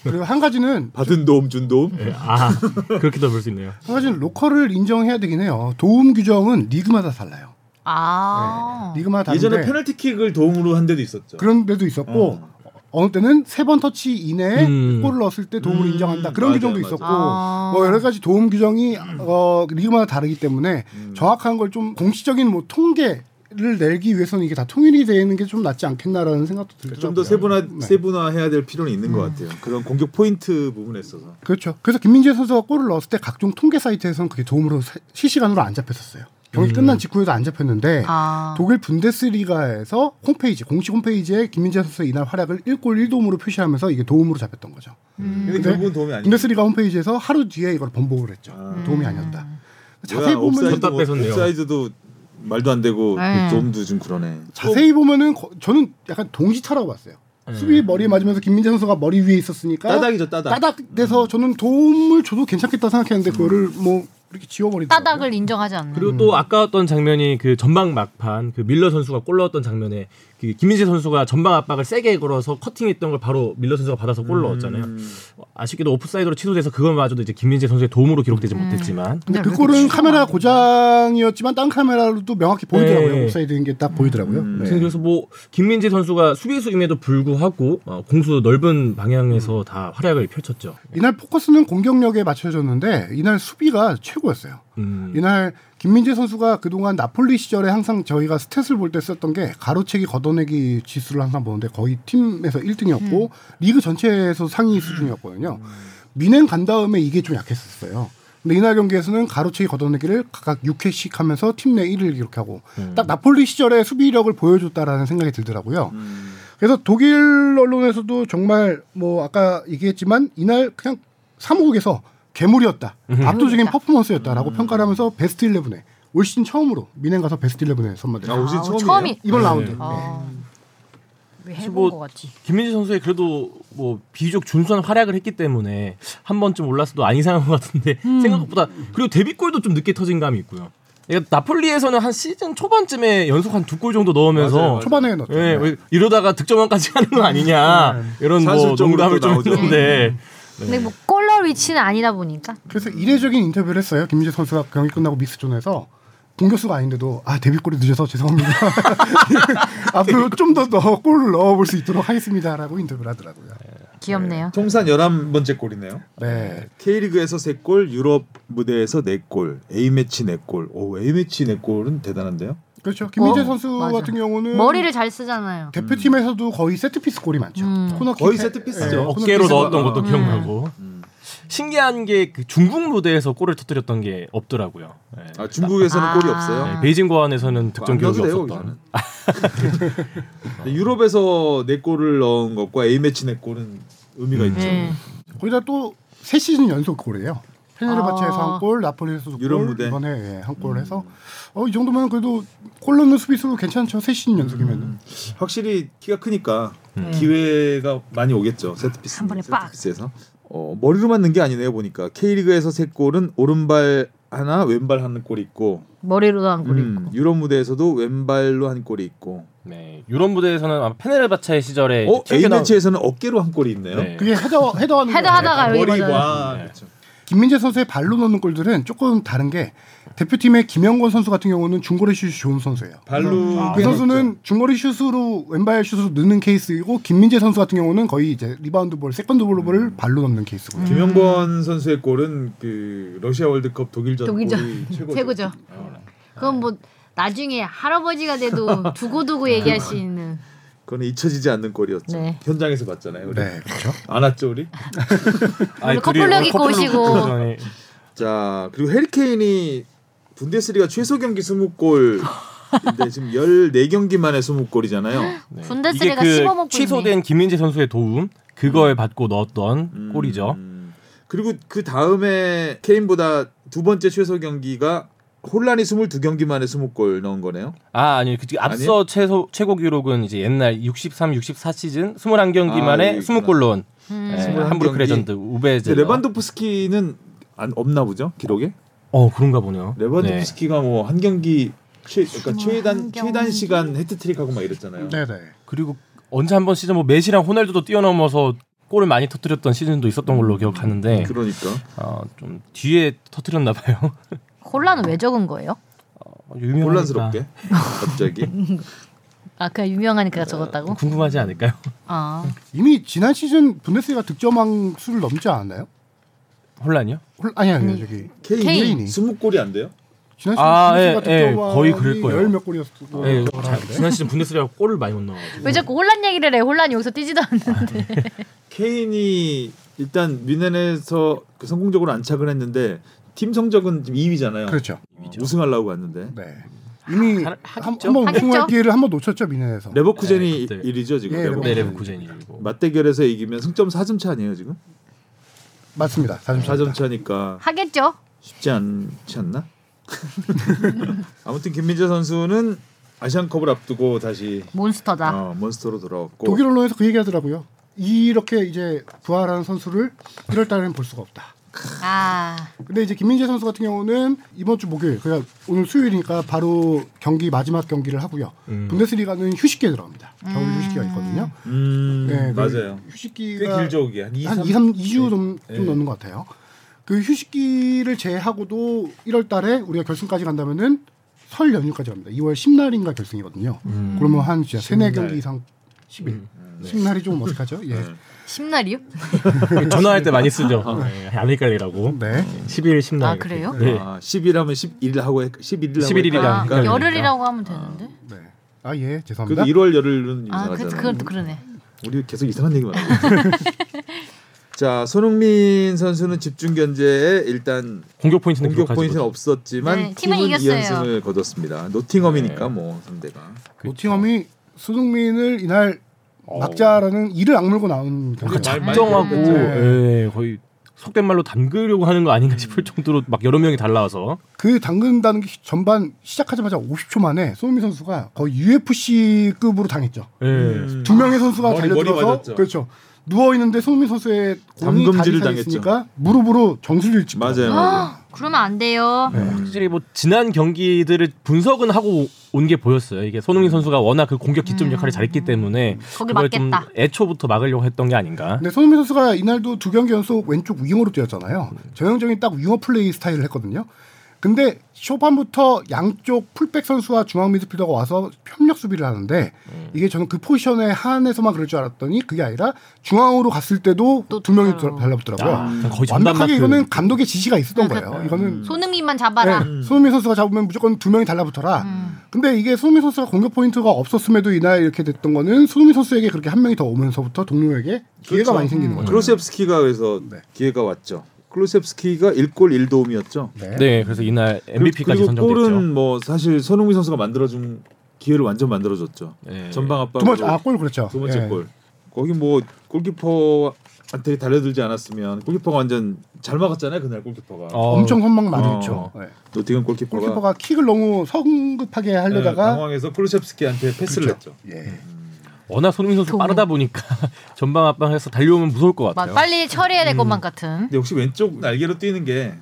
Speaker 4: 그리고 한 가지는
Speaker 2: 받은 도움 준 도움.
Speaker 4: 네.
Speaker 3: 예, 아 그렇게도 볼 수 있네요.
Speaker 4: 한 가지는 로컬을 인정해야 되긴 해요. 도움 규정은 리그마다 달라요.
Speaker 6: 아.
Speaker 4: 리그마다 다른데
Speaker 2: 예전에 페널티킥을 도움으로 한 데도 있었죠.
Speaker 4: 그런 데도 있었고 어. 느 때는 세 번 터치 이내에
Speaker 3: 음.
Speaker 4: 골을 넣었을 때 도움을
Speaker 2: 음,
Speaker 4: 인정한다 그런
Speaker 2: 맞아요,
Speaker 4: 규정도
Speaker 2: 맞아요.
Speaker 4: 있었고
Speaker 6: 아.
Speaker 4: 뭐 여러 가지 도움 규정이 어, 리그마다 다르기 때문에
Speaker 2: 음.
Speaker 4: 정확한 걸 좀 공식적인 뭐 통계를 내기 위해서는 이게 다 통일이 되는 게 좀 낫지 않겠나라는 생각도 들더라고요.
Speaker 2: 좀 더 세분화
Speaker 4: 네. 음.
Speaker 2: 세분화해야 될 필요는 있는 것 같아요. 그런 공격 포인트 부분에 있어서.
Speaker 4: 그렇죠. 그래서 김민재 선수가 골을 넣었을 때 각종 통계 사이트에서는 그게 도움으로 세- 실시간으로 안 잡혔었어요. 경기
Speaker 2: 음.
Speaker 4: 끝난 직후에도 안 잡혔는데
Speaker 6: 아.
Speaker 4: 독일 분데스리가에서 홈페이지 공식 홈페이지에 김민재 선수의 이날 활약을 1골 1도움으로 표시하면서 이게 도움으로 잡혔던 거죠.
Speaker 5: 음.
Speaker 2: 근데
Speaker 4: 네.
Speaker 2: 결국은 도움이 아니죠.
Speaker 4: 분데스리가 홈페이지에서 하루 뒤에 이걸 번복을 했죠.
Speaker 2: 아.
Speaker 4: 도움이 아니었다.
Speaker 5: 음.
Speaker 2: 뭐야,
Speaker 4: 자세히 보면
Speaker 2: 옵사이드도, 뭐
Speaker 3: 덥다 뺏었네요.
Speaker 2: 옵사이드도 말도 안 되고
Speaker 6: 네.
Speaker 2: 도움도 좀 그러네.
Speaker 4: 자세히 보면은 거- 저는 약간 동시타라고 봤어요.
Speaker 5: 네.
Speaker 4: 수비 머리에 맞으면서 김민재 선수가 머리 위에 있었으니까
Speaker 2: 따닥이죠, 따닥. 음.
Speaker 4: 돼서 저는 도움을 줘도 괜찮겠다 생각했는데 그거를 뭐 이렇게 지워버리더라고요.
Speaker 5: 따닥을 인정하지 않는.
Speaker 3: 그리고 또 아까 어떤 장면이 그 전방 막판 그 밀러 선수가 골 넣었던 장면에 그 김민재 선수가 전방 압박을 세게 걸어서 커팅했던 걸 바로 밀러 선수가 받아서 골 넣었잖아요. 아쉽게도 오프사이드로 취소돼서 그것마저도 이제 김민재 선수의 도움으로 기록되지 못했지만
Speaker 4: 근데
Speaker 5: 네,
Speaker 4: 그
Speaker 5: 왜
Speaker 4: 골은
Speaker 5: 그렇지?
Speaker 4: 카메라 고장이었지만 딴 카메라로도 명확히 보이더라고요.
Speaker 3: 네.
Speaker 4: 옵사이드인 게 딱 보이더라고요.
Speaker 2: 음.
Speaker 4: 네.
Speaker 3: 아무튼 그래서 뭐 김민재 선수가 수비수임에도 불구하고 어, 공수 넓은 방향에서 다 활약을 펼쳤죠.
Speaker 4: 이날 포커스는 공격력에 맞춰졌는데 이날 수비가 최고였어요.
Speaker 3: 음.
Speaker 4: 이날 김민재 선수가 그동안 나폴리 시절에 항상 저희가 스탯을 볼 때 썼던 게 가로채기 걷어내기 지수를 항상 보는데 거의 팀에서 1등이었고 리그 전체에서 상위 수준이었거든요. 미넨 간 다음에 이게 좀 약했었어요. 근데 이날 경기에서는 가로채기 걷어내기를 각각 6회씩 하면서 팀 내 1위를 기록하고 딱 나폴리 시절의 수비력을 보여줬다라는 생각이 들더라고요.
Speaker 2: 음.
Speaker 4: 그래서 독일 언론에서도 정말 뭐 아까 얘기했지만 이날 그냥 사무국에서 괴물이었다. 압도적인 퍼포먼스였다라고 평가를 하면서 베스트 11에 올 시즌 처음으로 미넨 가서 베스트 11에
Speaker 2: 아,
Speaker 4: 선발됐다.
Speaker 2: 오시
Speaker 5: 아,
Speaker 2: 처음이에요.
Speaker 5: 처음이-
Speaker 4: 이번 라운드.
Speaker 3: 네.
Speaker 4: 네.
Speaker 5: 아. 왜 해본
Speaker 3: 뭐-
Speaker 5: 것 같지?
Speaker 3: 김민재 선수의 그래도 뭐 비교적 준수한 활약을 했기 때문에 한 번쯤 올랐어도 안 이상한 것 같은데 생각보다 그리고 데뷔골도 좀 늦게 터진 감이 있고요. 그러니까 나폴리에서는 한 시즌 초반쯤에 연속 한 두 골 정도 넣으면서
Speaker 2: 맞아요, 맞아요.
Speaker 4: 어, 초반에 넣었죠.
Speaker 3: 예, 왜 이러다가 득점왕까지 가는 건 아니냐 이런 뭐
Speaker 2: 음. 사실적으로
Speaker 3: 농담을
Speaker 2: 또
Speaker 3: 좀
Speaker 2: 나오죠. 음.
Speaker 3: 했는데
Speaker 5: 근데 뭐 골럴 위치는 아니다 보니까
Speaker 4: 그래서 이례적인 인터뷰를 했어요. 김민재 선수가 경기 끝나고 믹스존에서 공격수가 아닌데도 아 데뷔골이 늦어서 죄송합니다. (laughs) 앞으로 좀 더 골을 넣어볼 수 있도록 하겠습니다라고 인터뷰를 하더라고요.
Speaker 5: 귀엽네요.
Speaker 2: 통산 11번째 골이네요.
Speaker 4: 네.
Speaker 2: K리그에서 세골 유럽 무대에서 네골 A매치 네골오 A매치 네골은 대단한데요.
Speaker 4: 그렇죠. 김민재
Speaker 5: 어,
Speaker 4: 선수
Speaker 5: 맞아.
Speaker 4: 같은 경우는
Speaker 5: 머리를 잘 쓰잖아요.
Speaker 4: 대표팀에서도 거의 세트피스 골이 많죠. 코너킥
Speaker 2: 거의
Speaker 4: 세-
Speaker 2: 세트피스죠.
Speaker 4: 예,
Speaker 3: 어깨로
Speaker 4: 코너킥에서
Speaker 3: 넣었던 것도
Speaker 2: 네. 음.
Speaker 3: 기억나고 신기한 게 그 중국 무대에서 골을 터뜨렸던 게 없더라고요. 예.
Speaker 2: 아, 중국에서는
Speaker 5: 아.
Speaker 2: 골이 없어요.
Speaker 3: 예, 베이징 고안에서는 득점
Speaker 2: 뭐 안
Speaker 3: 기록이
Speaker 2: 넣어도 돼요,
Speaker 3: 없었던.
Speaker 2: 거기서는. (laughs) 근데 유럽에서 네 골을 넣은 것과 A 매치 네 골은
Speaker 3: 음.
Speaker 2: 의미가 있죠.
Speaker 5: 네.
Speaker 4: 거기다 또 세 시즌 연속 골이에요. 페네르바체에서
Speaker 5: 아.
Speaker 4: 한 골, 나폴리에서도
Speaker 2: 유럽
Speaker 4: 골,
Speaker 2: 무대.
Speaker 4: 이번에 예, 한 골 해서 어, 이 정도면 그래도 골 넣는 수비수로 괜찮죠. 세 시즌 연속이면.
Speaker 2: 음.
Speaker 3: 음.
Speaker 2: 확실히 키가 크니까 기회가 많이
Speaker 3: 음.
Speaker 2: 오겠죠. 세트피스.
Speaker 5: 네. 한 번에 빡!
Speaker 2: 세트피스에서. 어, 머리로 맞는 게 아니네요, 보니까. K리그에서 세 골은 오른발 하나, 왼발 한 골이 있고
Speaker 5: 머리로도 한 골이
Speaker 2: 음,
Speaker 5: 있고.
Speaker 2: 유럽 무대에서도 왼발로 한 골이 있고
Speaker 3: 네, 유럽 무대에서는 아마 페네르바체 시절에
Speaker 2: 어,
Speaker 3: 이제
Speaker 2: A
Speaker 3: 튀어나온-
Speaker 2: 매치에서는 어깨로 한 골이 있네요.
Speaker 3: 네.
Speaker 4: 그게 헤더 헤더하는
Speaker 5: 헤드하다가 여기 뭐
Speaker 2: 머리
Speaker 5: 맞아요.
Speaker 2: 와.
Speaker 3: 네.
Speaker 2: 그렇죠.
Speaker 4: 김민재 선수의 발로 넣는 골들은 조금 다른 게 대표팀의 김영권 선수 같은 경우는 중거리 슛이 좋은 선수예요.
Speaker 2: 발로
Speaker 5: 아,
Speaker 4: 그
Speaker 2: 네.
Speaker 4: 선수는 중거리 슛으로 왼발 슛으로 넣는 케이스이고 김민재 선수 같은 경우는 거의 이제 리바운드 볼, 세컨드 볼
Speaker 2: 음.
Speaker 4: 볼을 발로 넣는
Speaker 5: 음.
Speaker 4: 케이스고요.
Speaker 2: 김영권 선수의 골은 그 러시아 월드컵 독일전
Speaker 1: 독일전.
Speaker 2: 골이
Speaker 5: (laughs)
Speaker 2: 최고죠.
Speaker 1: 최고죠. 그건 뭐 나중에 할아버지가 돼도 두고두고 얘기할 수 있는.
Speaker 2: 그건 잊혀지지 않는 골이었죠.
Speaker 1: 네.
Speaker 2: 현장에서 봤잖아요. 우리.
Speaker 4: 네, 그렇죠.
Speaker 2: 안 왔죠 우리?
Speaker 3: 아니,
Speaker 1: 오늘 커플룩 입고 오시고
Speaker 3: 전에
Speaker 2: 자 그리고 해리케인이 분데스리가 최소 경기 20골인데 지금 14경기 만에 20골이잖아요.
Speaker 3: 이게
Speaker 1: 분데스리가
Speaker 3: 그
Speaker 1: 씹어먹고 있네.
Speaker 3: 취소된 김민재 선수의 도움 그걸 받고 넣었던 골이죠.
Speaker 2: 음. 그리고 그 다음에 케인보다 두 번째 최소 경기가 혼란이 22경기 만에 20골 넣은 거네요.
Speaker 3: 아 아니 그 앞서 최소 최고 기록은 이제 옛날 63, 64 시즌 21경기
Speaker 2: 아,
Speaker 3: 만에
Speaker 2: 여기
Speaker 3: 20골 넣은
Speaker 1: 음.
Speaker 3: 예,
Speaker 5: 음.
Speaker 2: 21
Speaker 3: 함부르크
Speaker 2: 경기.
Speaker 3: 레전드 우베제.
Speaker 2: 근데 레반도프스키는 안 없나 보죠 기록에?
Speaker 3: 어 그런가 보네요.
Speaker 2: 레반도프스키가 뭐 한 경기 최 그러니까 최단
Speaker 1: 경기?
Speaker 2: 최단 시간 헤트트릭하고 막 이랬잖아요.
Speaker 4: 네, 네.
Speaker 3: 그리고 언제 한 번 시즌 뭐 메시랑 호날두도 뛰어넘어서 골을 많이 터뜨렸던 시즌도 있었던 걸로 기억하는데
Speaker 2: 음. 그러니까
Speaker 3: 어, 좀 뒤에 터뜨렸나 봐요.
Speaker 1: 혼란은 왜 적은 거예요?
Speaker 3: 어, 유명하니까.
Speaker 2: 혼란스럽게
Speaker 3: (laughs)
Speaker 2: 갑자기
Speaker 1: 아 그냥 유명하니까 적었다고?
Speaker 3: 궁금하지 않을까요? (laughs)
Speaker 1: 아
Speaker 4: 이미 지난 시즌 분데스리가 득점왕 수를 넘지 않았나요?
Speaker 3: 혼란이요?
Speaker 4: 홀- 아니 아니요 저기
Speaker 2: 케인이
Speaker 4: 케인이.
Speaker 2: 20골이 안 돼요?
Speaker 4: 지난 시즌
Speaker 3: 아,
Speaker 4: 분데스리가
Speaker 3: 예, 예,
Speaker 4: 득점왕이
Speaker 3: 거의 그럴 거예요.
Speaker 4: 열몇
Speaker 2: 어,
Speaker 4: 골이었고
Speaker 3: 예,
Speaker 4: 그걸
Speaker 3: 자,
Speaker 4: 하는데.
Speaker 3: 지난 시즌 분데스리가 골을 많이 못 넣어가지고.
Speaker 1: 왜 자꾸 혼란 얘기를 해? 혼란 여기서 뛰지도 않는데.
Speaker 2: 케인이 일단 미넨에서 그 성공적으로 안착을 했는데 팀 성적은 지금 2위잖아요.
Speaker 4: 그렇죠.
Speaker 2: 우승하려고 갔는데
Speaker 4: 네. 이미
Speaker 3: 하-
Speaker 4: 한-
Speaker 3: 하겠죠.
Speaker 4: 한번
Speaker 1: 하겠죠.
Speaker 4: 우승할 기회를 한번 놓쳤죠 미네에서.
Speaker 2: 레버쿠젠이
Speaker 3: 네, 그때.
Speaker 2: 1위죠 지금.
Speaker 4: 예,
Speaker 2: 레버쿠젠.
Speaker 3: 네, 레브쿠젠이고.
Speaker 2: 맞대결에서 이기면 승점 4점 차 아니에요 지금?
Speaker 4: 맞습니다.
Speaker 2: 4점
Speaker 4: 4점
Speaker 2: 차니까
Speaker 1: 하겠죠?
Speaker 2: 쉽지 않지
Speaker 4: (laughs)
Speaker 2: 않나? 아무튼 김민재 선수는 아시안컵을 앞두고 다시
Speaker 4: 아.
Speaker 1: 몬스터다.
Speaker 2: 어, 몬스터로 돌아왔고
Speaker 4: 독일 언론에서 그 얘기하더라고요. 이렇게 이제 부활하는 선수를 1월 달에는 볼 수가 없다.
Speaker 1: 아
Speaker 4: 근데 이제 김민재 선수 같은 경우는 이번 주 목요일, 그러니까 오늘 수요일이니까 바로 경기 마지막 경기를 하고요.
Speaker 3: 음.
Speaker 4: 분데스리가는 휴식기에 들어갑니다. 겨울 휴식기가 있거든요.
Speaker 2: 음,
Speaker 4: 네, 그
Speaker 2: 맞아요. 꽤
Speaker 4: 휴식기가
Speaker 2: 길죠 그게 한 네. 2,
Speaker 4: 한
Speaker 2: 3,
Speaker 4: 2, 3, 2주 좀, 좀 넘는 것 같아요. 그 휴식기를 제외하고도 1월 달에 우리가 결승까지 간다면은 설 연휴까지 갑니다. 2월 10날인가 결승이거든요.
Speaker 2: 음.
Speaker 4: 그러면 한 진짜 3, 4경기 이상 10일.
Speaker 2: 네.
Speaker 4: 10날이 좀 어색하죠? 예.
Speaker 1: 심날이요?
Speaker 3: 전화할 때 많이 쓰죠. 네, 안 헷갈리라고.
Speaker 4: 네.
Speaker 3: 11, 10날.
Speaker 1: 아, 그래요?
Speaker 3: 네.
Speaker 2: 아, 10일 하면 11일 하고 11일 하고
Speaker 3: 11일 이랑
Speaker 1: 아,
Speaker 2: 아,
Speaker 3: 그러니까.
Speaker 1: 열흘이라고 하면 되는데.
Speaker 4: 네. 아, 예.
Speaker 2: 그래도
Speaker 4: 죄송합니다.
Speaker 2: 1월 열흘은
Speaker 1: 아, 그,
Speaker 2: 이상하잖아요. 음,
Speaker 1: 그건 또 그러네.
Speaker 2: 우리 계속 이상한 얘기만 하고.
Speaker 1: (laughs)
Speaker 2: 있어요. 자, 손흥민 선수는 집중 견제에 일단
Speaker 3: 공격 포인트는
Speaker 2: 공격
Speaker 3: 기록하지
Speaker 2: 포인트는
Speaker 3: 못했고.
Speaker 2: 없었지만
Speaker 1: 네, 팀은
Speaker 2: 팀은
Speaker 1: 이겼어요.
Speaker 2: 2연승을 거뒀습니다. 노팅엄이니까
Speaker 3: 네.
Speaker 2: 뭐 상대가.
Speaker 4: 노팅엄이 수능민을 이날 막자라는 이를 악물고 나온 경기.
Speaker 2: 어. 그렇죠. 말 많이
Speaker 3: 작정하고
Speaker 2: 들었겠죠.
Speaker 3: 예, 거의 속된 말로 담그려고 하는 거 아닌가
Speaker 2: 음.
Speaker 3: 싶을 정도로 막 여러 명이 달라와서
Speaker 4: 그 당근다는 게 전반 시작하자마자 50초 만에 손흥민 선수가 거의 UFC급으로 당했죠.
Speaker 3: 예.
Speaker 2: 음.
Speaker 4: 두 명의 선수가
Speaker 2: 머리, 머리 맞았죠.
Speaker 4: 달려들어서 그렇죠. 누워 있는데 손흥민 선수의 공이
Speaker 2: 담금질을
Speaker 4: 다리 사이
Speaker 2: 당했죠.
Speaker 4: 있으니까 무릎으로 정수리를 찍고
Speaker 2: 맞아요. 맞아요.
Speaker 1: 아, 그러면 안 돼요.
Speaker 3: 확실히 뭐 지난 경기들을 분석은 하고 온 게 보였어요. 이게 손흥민 선수가 워낙 그 공격 기점
Speaker 1: 음.
Speaker 3: 역할을 잘했기 때문에
Speaker 1: 거기
Speaker 3: 그걸 좀
Speaker 1: 맞겠다.
Speaker 3: 애초부터 막으려고 했던 게 아닌가.
Speaker 4: 근데 손흥민 선수가 이날도 두 경기 연속 왼쪽 윙어로 뛰었잖아요. 전형적인 딱 윙어 플레이 스타일을 했거든요. 근데 초반부터 양쪽 풀백 선수와 중앙 미드필더가 와서 협력 수비를 하는데
Speaker 2: 음.
Speaker 4: 이게 저는 그 포지션에 한해서만 그럴 줄 알았더니 그게 아니라 중앙으로 갔을 때도
Speaker 1: 또
Speaker 4: 두 명이
Speaker 1: 똑바로.
Speaker 4: 달라붙더라고요.
Speaker 3: 아, 거의 전반
Speaker 4: 완벽하게
Speaker 3: 만큼
Speaker 4: 이거는 감독의 지시가
Speaker 2: 음.
Speaker 4: 있었던 거예요. 이거는
Speaker 1: 손흥민만 잡아라.
Speaker 4: 음.
Speaker 1: 음.
Speaker 4: 네, 음. 손흥민 선수가 잡으면 무조건 두 명이 달라붙어라.
Speaker 2: 음.
Speaker 4: 근데 이게 손흥민 선수가 공격 포인트가 없었음에도 이날 이렇게 됐던 거는 손흥민 선수에게 그렇게 한 명이 더 오면서부터 동료에게 기회가
Speaker 2: 그렇죠.
Speaker 4: 많이
Speaker 3: 네.
Speaker 4: 생기는 거죠.
Speaker 2: 클로셉스키가 그래서
Speaker 4: 네.
Speaker 2: 기회가 왔죠. 클로셉스키가 1골 1도움이었죠.
Speaker 4: 네.
Speaker 3: 네, 그래서 이날 MVP까지
Speaker 2: 그리고
Speaker 3: 선정됐죠.
Speaker 2: 골은 뭐 사실 손흥민 선수가 만들어준 기회를 완전 만들어줬죠.
Speaker 3: 네.
Speaker 2: 전방
Speaker 4: 두 번째
Speaker 2: 압박으로
Speaker 4: 아 골 그렇죠.
Speaker 2: 두 번째
Speaker 4: 예.
Speaker 2: 골. 거기 뭐 골키퍼한테 달려들지 않았으면 골키퍼가 완전 잘 막았잖아요 그날 골키퍼가.
Speaker 3: 어,
Speaker 4: 엄청 선방 많이
Speaker 2: 어.
Speaker 4: 했죠. 예.
Speaker 2: 노팅엄 골키퍼가, 예,
Speaker 4: 골키퍼가 킥을 너무 성급하게 하려다가
Speaker 2: 당황해서 클로셉스키한테 패스를 했죠.
Speaker 4: 예.
Speaker 2: 음.
Speaker 3: 워낙 손흥민 선수 빠르다 보니까 (laughs) 전방 압박해서 달려오면 무서울 것
Speaker 1: 막
Speaker 3: 같아요.
Speaker 1: 빨리 처리해야 될 것만 같은. (laughs)
Speaker 2: 근데 역시 왼쪽 날개로 뛰는 게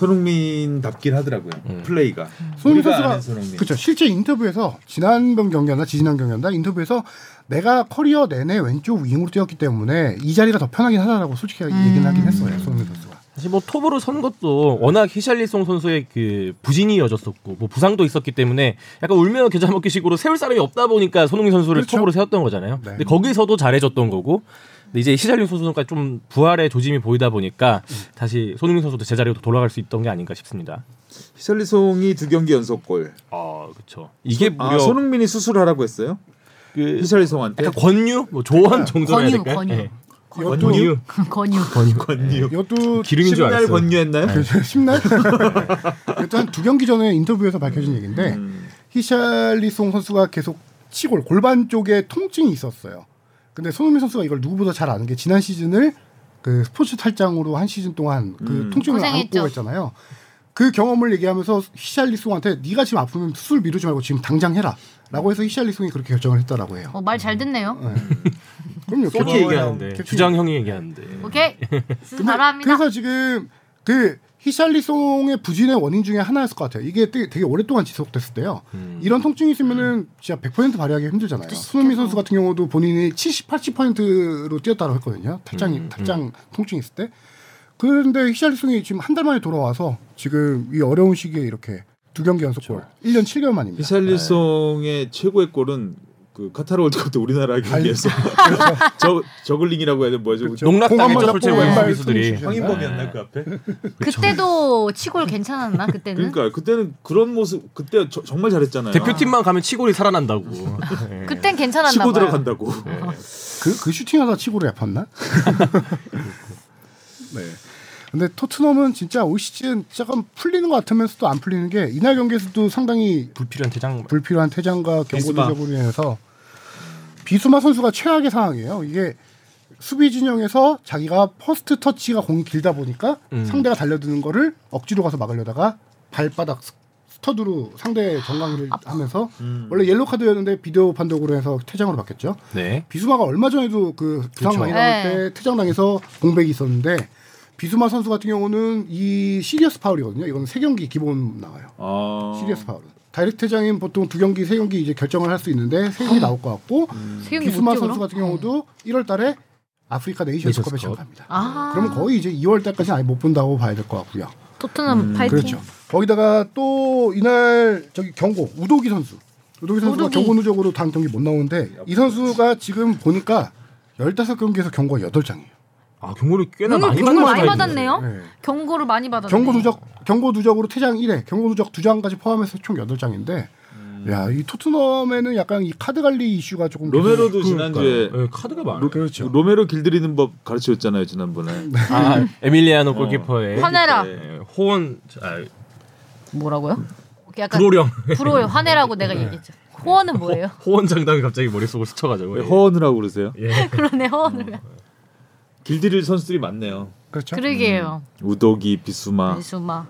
Speaker 2: 손흥민답긴 하더라고요 플레이가.
Speaker 4: 손흥민
Speaker 2: 우리가 아는
Speaker 4: 선수가
Speaker 2: 손흥민.
Speaker 4: 그렇죠. 실제 인터뷰에서 지난번 경기였나 지지난 경기였나 인터뷰에서 내가
Speaker 2: 음.
Speaker 4: 커리어 내내 왼쪽 윙으로 뛰었기 때문에 이 자리가 더 편하긴 하다라고 솔직히 얘기는 하긴 했어요. 손흥민 선수가.
Speaker 3: 사실 뭐 톱으로 선 것도 워낙 히샬리송 선수의 그 부진이어졌었고 뭐 부상도 있었기 때문에 약간 울며 겨자 먹기식으로 세울 사람이 없다 보니까 손흥민 선수를
Speaker 4: 그렇죠.
Speaker 3: 톱으로 세웠던 거잖아요.
Speaker 4: 네.
Speaker 3: 근데 거기서도 잘해줬던 거고 근데 이제 히샬리송 선수가 좀 부활의 조짐이 보이다 보니까 다시 손흥민 선수도 제자리로 돌아갈 수 있던 게 아닌가 싶습니다.
Speaker 2: 히샬리송이 두 경기 연속골.
Speaker 3: 아 그렇죠. 이게 무려
Speaker 2: 아, 손흥민이 수술하라고 했어요?
Speaker 3: 그
Speaker 2: 히샬리송한테.
Speaker 3: 약간 권유, 뭐
Speaker 4: 네.
Speaker 3: 조언 정도로 해야
Speaker 1: 권유,
Speaker 3: 될까요?
Speaker 1: 권유.
Speaker 3: 예.
Speaker 2: 권유?
Speaker 1: 권유.
Speaker 3: 권유.
Speaker 4: 예.
Speaker 2: 권유.
Speaker 4: 이것도
Speaker 3: 기름인 줄
Speaker 2: 신날
Speaker 3: 알았어요.
Speaker 2: 권유했나요?
Speaker 4: (laughs) 심나 일단 두 경기 전에 인터뷰에서 밝혀진 얘기인데
Speaker 2: 음.
Speaker 4: 히샬리송 선수가 계속 치골 골반 쪽에 통증이 있었어요. 근데 손흥민 선수가 이걸 누구보다 잘 아는 게 지난 시즌을 그 스포츠 탈장으로 한 시즌 동안 그
Speaker 2: 음.
Speaker 4: 통증을
Speaker 1: 고생했죠.
Speaker 4: 안고 했잖아요. 그 경험을 얘기하면서 히샬리송한테 네가 지금 아프면 수술 미루지 말고 지금 당장 해라라고 해서 히샬리송이 그렇게 결정을 했다라고 해요.
Speaker 1: 어, 말 잘
Speaker 4: 음.
Speaker 1: 듣네요.
Speaker 2: (laughs)
Speaker 4: 그럼요.
Speaker 3: 소니
Speaker 4: 캡틴-
Speaker 3: 얘기하는데
Speaker 4: 캡틴-
Speaker 3: 주장 형이 얘기하는데
Speaker 1: 오케이.
Speaker 4: 근데
Speaker 1: 잘합니다.
Speaker 4: 그래서 지금 그 히샬리송의 부진의 원인 중에 하나였을 것 같아요. 이게 되게, 되게 오랫동안 지속됐을 때요. 이런
Speaker 1: 음.
Speaker 4: 통증이 있으면은 진짜 100% 발휘하기 힘들잖아요. 손흥민 선수 같은 경우도 본인이 70, 80%로 뛰었다고 했거든요. 탈장 탈장 통증이 있을 때. 그런데 히샬리송이 지금 한 달 만에 돌아와서 지금 이 어려운 시기에 이렇게 두 경기 연속골, 1년 7개월 만입니다.
Speaker 2: 히샬리송의 최고의 골은 그 카타르 월드컵 때 우리나라 경기에서 저 저글링이라고 해야 되나 뭐죠?
Speaker 4: 그렇죠. 공만
Speaker 3: 음. 농락당했죠
Speaker 4: 맞았고
Speaker 3: 솔직히 우리
Speaker 4: 왼발
Speaker 3: 선수들이 네.
Speaker 4: 손이
Speaker 2: 황인범이었나 그 앞에?
Speaker 1: 그때도 치골 괜찮았나 그때는?
Speaker 2: 그러니까 그때는 그런 모습 그때 저- 정말 잘했잖아요.
Speaker 3: 대표팀만 가면
Speaker 2: (laughs)
Speaker 3: 치골이 살아난다고. 예.
Speaker 1: 그땐 괜찮았나
Speaker 2: 아, 치고
Speaker 1: 봐요.
Speaker 2: 들어간다고.
Speaker 4: 그, 그 슈팅하다 치고로 약팠나? (laughs) 네. 근데 토트넘은 진짜 올 시즌 조금 풀리는 것 같으면서도 안 풀리는 게 이날 경기에서도 상당히
Speaker 3: 불필요한 퇴장.
Speaker 4: 불필요한 퇴장과 경고
Speaker 2: 비수마.
Speaker 4: 누적으로 인해서 비수마 선수가 최악의 상황이에요. 이게 수비 진영에서 자기가 퍼스트 터치가 공이 길다 보니까
Speaker 2: 음.
Speaker 4: 상대가 달려드는 거를 억지로 가서 막으려다가 발바닥 스- 스터드로 상대 정강이를 하면서
Speaker 2: 음.
Speaker 4: 원래 옐로 카드였는데 비디오 판독으로 해서 퇴장으로 바뀌었죠.
Speaker 3: 네.
Speaker 4: 비수마가 얼마 전에도 그 부상 많이 나올
Speaker 1: 네.
Speaker 4: 때 퇴장당해서 공백이 있었는데 비수마 선수 같은 경우는 이 시리어스 파울이거든요. 이건 세 경기 기본 나와요.
Speaker 2: 아.
Speaker 4: 시리어스 파울. 다이렉트 퇴장인 보통 두 경기 세 경기 이제 결정을 할 수 있는데 세 경기 나올 것 같고
Speaker 1: 세 경기 못
Speaker 4: 비수마
Speaker 1: 뛰어,
Speaker 4: 선수 같은 경우도 1월달에 아프리카
Speaker 3: 네이션스컵.
Speaker 4: 네이션스컵에 참가합니다.
Speaker 1: 아,
Speaker 4: 그러면 거의 이제 2월달까지는 아예 못 본다고 봐야 될 것 같고요.
Speaker 5: 토트넘 파이팅.
Speaker 4: 그렇죠. 거기다가 또 이날 저기 경고 우도기 선수. 우도기 선수가
Speaker 1: 우도기.
Speaker 4: 경고 누적으로 다음 경기 못 나오는데 이 선수가 지금 보니까 15경기에서 경고가 8장이에요.
Speaker 3: 아 경고를 꽤나
Speaker 1: 오늘
Speaker 3: 많이
Speaker 1: 경고 많이
Speaker 3: 받았네.
Speaker 1: 받았네요. 경고를 많이 아, 받았네.
Speaker 4: 경고 누적 경고 누적으로 퇴장 1회, 경고 누적 2장까지 포함해서 총 8장인데 야, 이 토트넘에는 약간 이 카드 관리 이슈가 조금
Speaker 2: 음. 로메로도 지난주에
Speaker 3: 네,
Speaker 2: 그
Speaker 3: 카드가 많아. 요
Speaker 4: 그렇죠.
Speaker 2: 로메로 길들이는 법 가르쳐줬잖아요 지난번에.
Speaker 3: 아,
Speaker 2: 어.
Speaker 3: 에밀리아노 골키퍼의
Speaker 1: 화내라.
Speaker 3: 예, 호언 아,
Speaker 1: 뭐라고요?
Speaker 4: 그
Speaker 1: 약간
Speaker 3: 불호령.
Speaker 1: 불호요 화내라고 내가 얘기했죠. 호언은 뭐예요? (laughs)
Speaker 3: 호언 장담이 갑자기 머릿속으로 스쳐가지고.
Speaker 2: 왜
Speaker 3: 예.
Speaker 2: 허언을 하고 그러세요?
Speaker 1: 그러네 호언을.
Speaker 2: 길들일 선수들이 많네요.
Speaker 4: 그렇죠.
Speaker 1: 그러게요.
Speaker 2: 우도기 비수마.
Speaker 1: 비수마.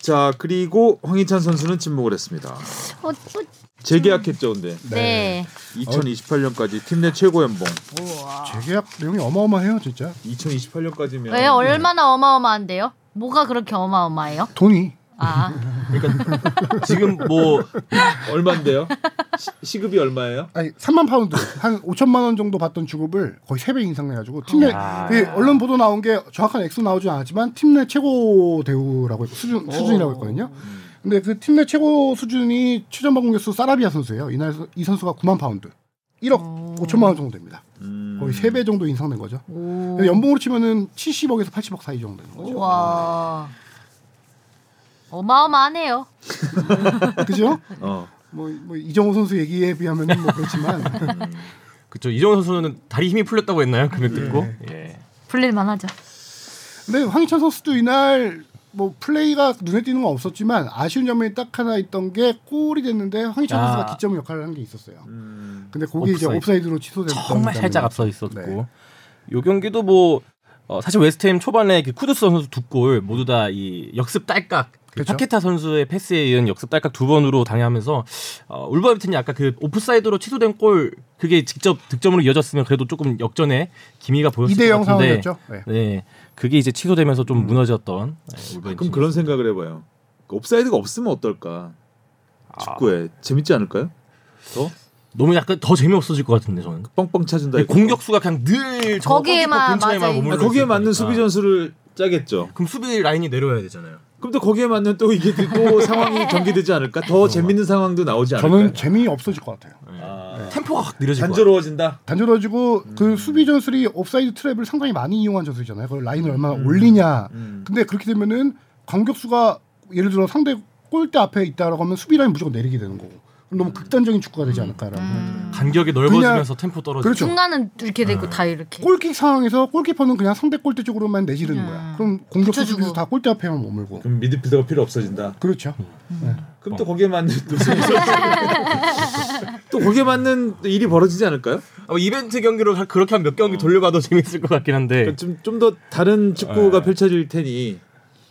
Speaker 2: 자 그리고 황희찬 선수는 침묵을 했습니다.
Speaker 1: 어, 어,
Speaker 2: 재계약했죠 근데
Speaker 1: 네.
Speaker 2: 2028년까지 팀 내 최고 연봉.
Speaker 4: 재계약 내용이 어마어마해요, 진짜.
Speaker 2: 2028년까지면
Speaker 1: 왜 얼마나 어마어마한데요? 뭐가 그렇게 어마어마해요?
Speaker 4: 돈이
Speaker 1: 아,
Speaker 3: 지금 뭐
Speaker 1: (laughs)
Speaker 2: 얼마인데요? 시- 시급이 얼마예요?
Speaker 4: 아니 3만 파운드 한 (laughs) 5천만 원 정도 받던 주급을 거의 3배 인상해가지고 팀내 그 언론 보도 나온 게 정확한 액수 나오진 않았지만 팀 내 최고 대우라고 했- 수준 수준이라고 했거든요. 근데 그 팀 내 최고 수준이 최전방 공격수 사라비아 선수예요. 이날 선- 이 선수가 9만 파운드 1억 5천만 원 정도 됩니다.
Speaker 2: 음,
Speaker 4: 거의 3배 정도 인상된 거죠.
Speaker 1: 오,
Speaker 4: 연봉으로 치면은 70억에서 80억 사이 정도 되는 거죠.
Speaker 1: 와, 어마어마하네요.
Speaker 4: 그죠?
Speaker 2: 어.
Speaker 4: 뭐, 뭐 이정호 선수 얘기에 비하면 뭐 그렇지만
Speaker 3: 그쵸 이정현 선수는 다리 힘이 풀렸다고 했나요?
Speaker 4: 네.
Speaker 3: 금액 듣고. 예.
Speaker 2: 아,
Speaker 1: 풀릴만 하죠.
Speaker 4: 근데 황희찬 선수도 이날 뭐 플레이가 눈에 띄는 건 없었지만 아쉬운 점이 딱 하나 있던 게 골이 됐는데 황희찬
Speaker 3: 아.
Speaker 4: 선수가 득점 역할을 한 게 있었어요.
Speaker 2: 음,
Speaker 4: 근데 그게 이제
Speaker 3: 옵사이드.
Speaker 4: 옵사이드로 취소됐던
Speaker 3: 정말 살짝
Speaker 4: 장면이었죠.
Speaker 3: 앞서 있었고
Speaker 4: 네.
Speaker 3: 요 경기도 뭐 어, 사실 웨스트햄 초반에 그 쿠드스 선수 두 골 모두 다 이 역습 딸깍 그
Speaker 4: 그쵸?
Speaker 3: 파케타 선수의 패스에 의한 역습 딸깍 두 번으로 당하면서 어, 울버햄튼이 아까 그 오프사이드로 취소된 골 그게 직접 득점으로 이어졌으면 그래도 조금 역전에 기미가 보였을
Speaker 4: 2대0
Speaker 3: 것 같은데
Speaker 4: 상황이었죠. 네. 음. 아,
Speaker 3: 네 그게 이제 취소되면서 좀 무너졌던 네, 울버햄튼
Speaker 2: 가끔 그런 생각을 해봐요. 그 옵사이드가 없으면 어떨까?
Speaker 3: 아,
Speaker 2: 축구에 재밌지 않을까요? 더
Speaker 3: 너무 약간 더 재미없어질 것 같은데 저는.
Speaker 2: 뻥뻥 차준다. 이거.
Speaker 3: 공격수가 그냥 늘 저
Speaker 6: 거기에만,
Speaker 3: 골키퍼 근처에만
Speaker 6: 맞아요.
Speaker 2: 네, 아,
Speaker 3: 머물러
Speaker 2: 거기에
Speaker 3: 있을
Speaker 2: 맞는
Speaker 3: 거니까.
Speaker 2: 수비 전술을 짜겠죠.
Speaker 3: 그럼 수비 라인이 내려와야 되잖아요.
Speaker 2: 그럼 또 거기에 맞는 또 이게 그
Speaker 3: (laughs)
Speaker 2: 또 상황이 전개되지 않을까? 더 재밌는 상황도
Speaker 3: 네.
Speaker 2: 나오지 않을까?
Speaker 4: 저는 재미 없어질 것 같아요.
Speaker 2: 아,
Speaker 3: 템포가 확 느려질 것 같아요.
Speaker 2: 단조로워진다.
Speaker 4: 단조로워지고
Speaker 2: 음.
Speaker 4: 그 수비 전술이 옵사이드 트랩을 상당히 많이 이용한 전술이잖아요. 그걸 라인을 얼마나 올리냐.
Speaker 2: 음.
Speaker 4: 근데 그렇게 되면은 공격수가 예를 들어 상대 골대 앞에 있다라고 하면 수비 라인 무조건 내리게 되는 거고. 그럼 너무 극단적인 축구가
Speaker 2: 음.
Speaker 4: 되지 않을까라는.
Speaker 3: 음. 간격이 넓어지면서 템포 떨어지고
Speaker 4: 그렇죠.
Speaker 1: 중간은 이렇게 되고 다 이렇게.
Speaker 4: 네. 골킥 상황에서 골키퍼는 그냥 상대 골대 쪽으로만 내지르는 거야. 그럼 공격수
Speaker 1: 음. 붙여주고.
Speaker 4: 수비도 다 골대 앞에만 머물고.
Speaker 2: 그럼 미드필더가 필요 없어진다.
Speaker 4: 그렇죠.
Speaker 2: 그럼
Speaker 3: 어.
Speaker 2: 또 거기에 맞는
Speaker 3: (laughs)
Speaker 2: 또 수비 전술. (laughs) 또 거기에 맞는 또 일이 벌어지지 않을까요?
Speaker 3: 아마 이벤트 경기로 가- 그렇게 한 몇
Speaker 1: 어.
Speaker 3: 경기 돌려봐도 (laughs) 재밌을 것 같긴 한데
Speaker 2: 그러니까 좀좀 더 다른 축구가 펼쳐질 테니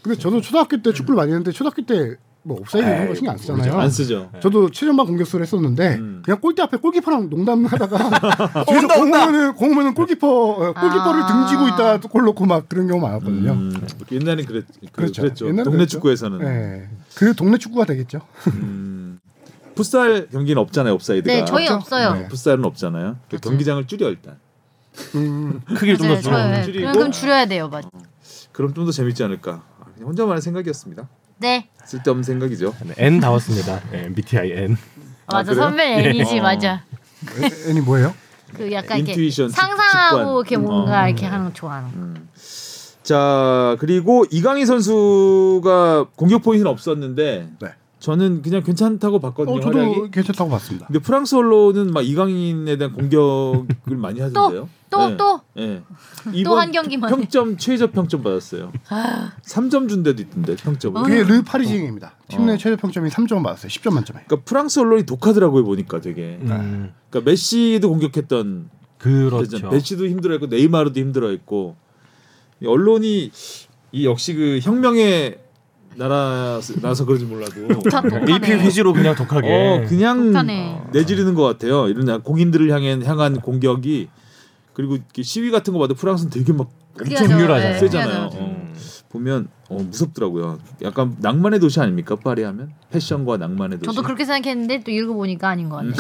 Speaker 4: 근데 저도 초등학교 때 축구를 많이 했는데 초등학교 때 뭐 옵사이드 이런 거 신경 안 쓰잖아요. 네.
Speaker 2: 안 쓰죠.
Speaker 4: 저도 7년반 공격수를 했었는데 그냥 골대 앞에 골키퍼랑 음. (laughs) 어, 농담하다가 뒤에서
Speaker 3: 온다,
Speaker 4: 공
Speaker 3: 온다.
Speaker 4: 오면은 공 오면은 골키퍼 어, 골키퍼를
Speaker 1: 아.
Speaker 4: 등지고 있다 골 넣고 막 그런 경우 많았거든요.
Speaker 2: 음, 옛날엔 그랬, 그, 랬죠
Speaker 4: 그렇죠.
Speaker 2: 동네
Speaker 4: 옛날엔 그랬죠.
Speaker 2: 축구에서는
Speaker 4: 네. 그 동네 축구가 되겠죠.
Speaker 2: 풋살 경기는 없잖아요. 옵사이드가.
Speaker 1: 네, 저희
Speaker 4: 맞죠?
Speaker 1: 없어요.
Speaker 4: 네.
Speaker 2: 풋살은 없잖아요. 그 경기장을 줄여 일단.
Speaker 4: 음,
Speaker 3: 크기를 좀 더
Speaker 1: 맞아요.
Speaker 3: 줄여.
Speaker 1: 네, 저요.
Speaker 2: 줄이고.
Speaker 1: 그럼, 그럼 줄여야 돼요, 맞.
Speaker 2: 그럼 좀 더 재밌지 않을까. 아, 그냥 혼자만의 생각이었습니다.
Speaker 1: 네.
Speaker 2: 쓸데없는 생각이죠.
Speaker 3: 네, N 다 왔습니다. (laughs) 네, MBTI N.
Speaker 1: 아, 맞아
Speaker 2: 그래요? 예. 어.
Speaker 1: 선배 애니지 맞아.
Speaker 4: 애- 애니 뭐예요?
Speaker 1: 그 약간 이렇게
Speaker 2: 인투이션, 직- 직관.
Speaker 1: 상상하고 이렇게 뭔가
Speaker 2: 음.
Speaker 1: 이렇게 하는 거 좋아하는. 거.
Speaker 2: 자 그리고 이강인 선수가 공격 포인트는 없었는데
Speaker 4: 네.
Speaker 2: 저는 그냥 괜찮다고 봤거든요.
Speaker 4: 어, 저도
Speaker 2: 활약이.
Speaker 4: 괜찮다고 봤습니다.
Speaker 1: 네.
Speaker 2: 근데 프랑스 언론은 막 이강인에 대한 공격을 많이 하던데요.
Speaker 1: 또,
Speaker 2: 네.
Speaker 1: 또?
Speaker 2: 예.
Speaker 1: 또
Speaker 2: 이번
Speaker 1: 한 아. 경기만. 해.
Speaker 2: 평점 최저 평점 받았어요. 3점 준 데도 있던데 그러니까 평점을.
Speaker 1: 어.
Speaker 4: 그게 르 파리징입니다. 팀
Speaker 2: 어.
Speaker 4: 내 최저 평점이 3점 받았어요. 10점 만점에.
Speaker 2: 그러니까 프랑스 언론이 독하더라고요 보니까 되게.
Speaker 3: 음,
Speaker 2: 그러니까 메시도 공격했던
Speaker 3: 그렇죠.
Speaker 2: 메시도 힘들어했고 네이마르도 힘들어했고 이 언론이 이 역시 그 혁명의 나라라서 그런지 몰라도 (laughs)
Speaker 1: 다 똑같네.
Speaker 3: AP 휘지로 그냥 독하게.
Speaker 2: 어 그냥
Speaker 1: 독하네.
Speaker 2: 내지르는 것 같아요. 이런 공인들을 향한 향한 공격이 그리고 이렇게 시위 같은 거 봐도 프랑스는 되게 막
Speaker 1: 그래야죠.
Speaker 3: 정렬하잖아요.
Speaker 1: 네,
Speaker 2: 세잖아요.
Speaker 1: 그래야죠.
Speaker 2: 어.
Speaker 3: 음.
Speaker 2: 보면 어, 무섭더라고요. 약간 낭만의 도시 아닙니까 파리 하면 패션과 낭만의 도시. 음.
Speaker 1: 저도 그렇게 생각했는데 또 읽어보니까 아닌 것 같네요.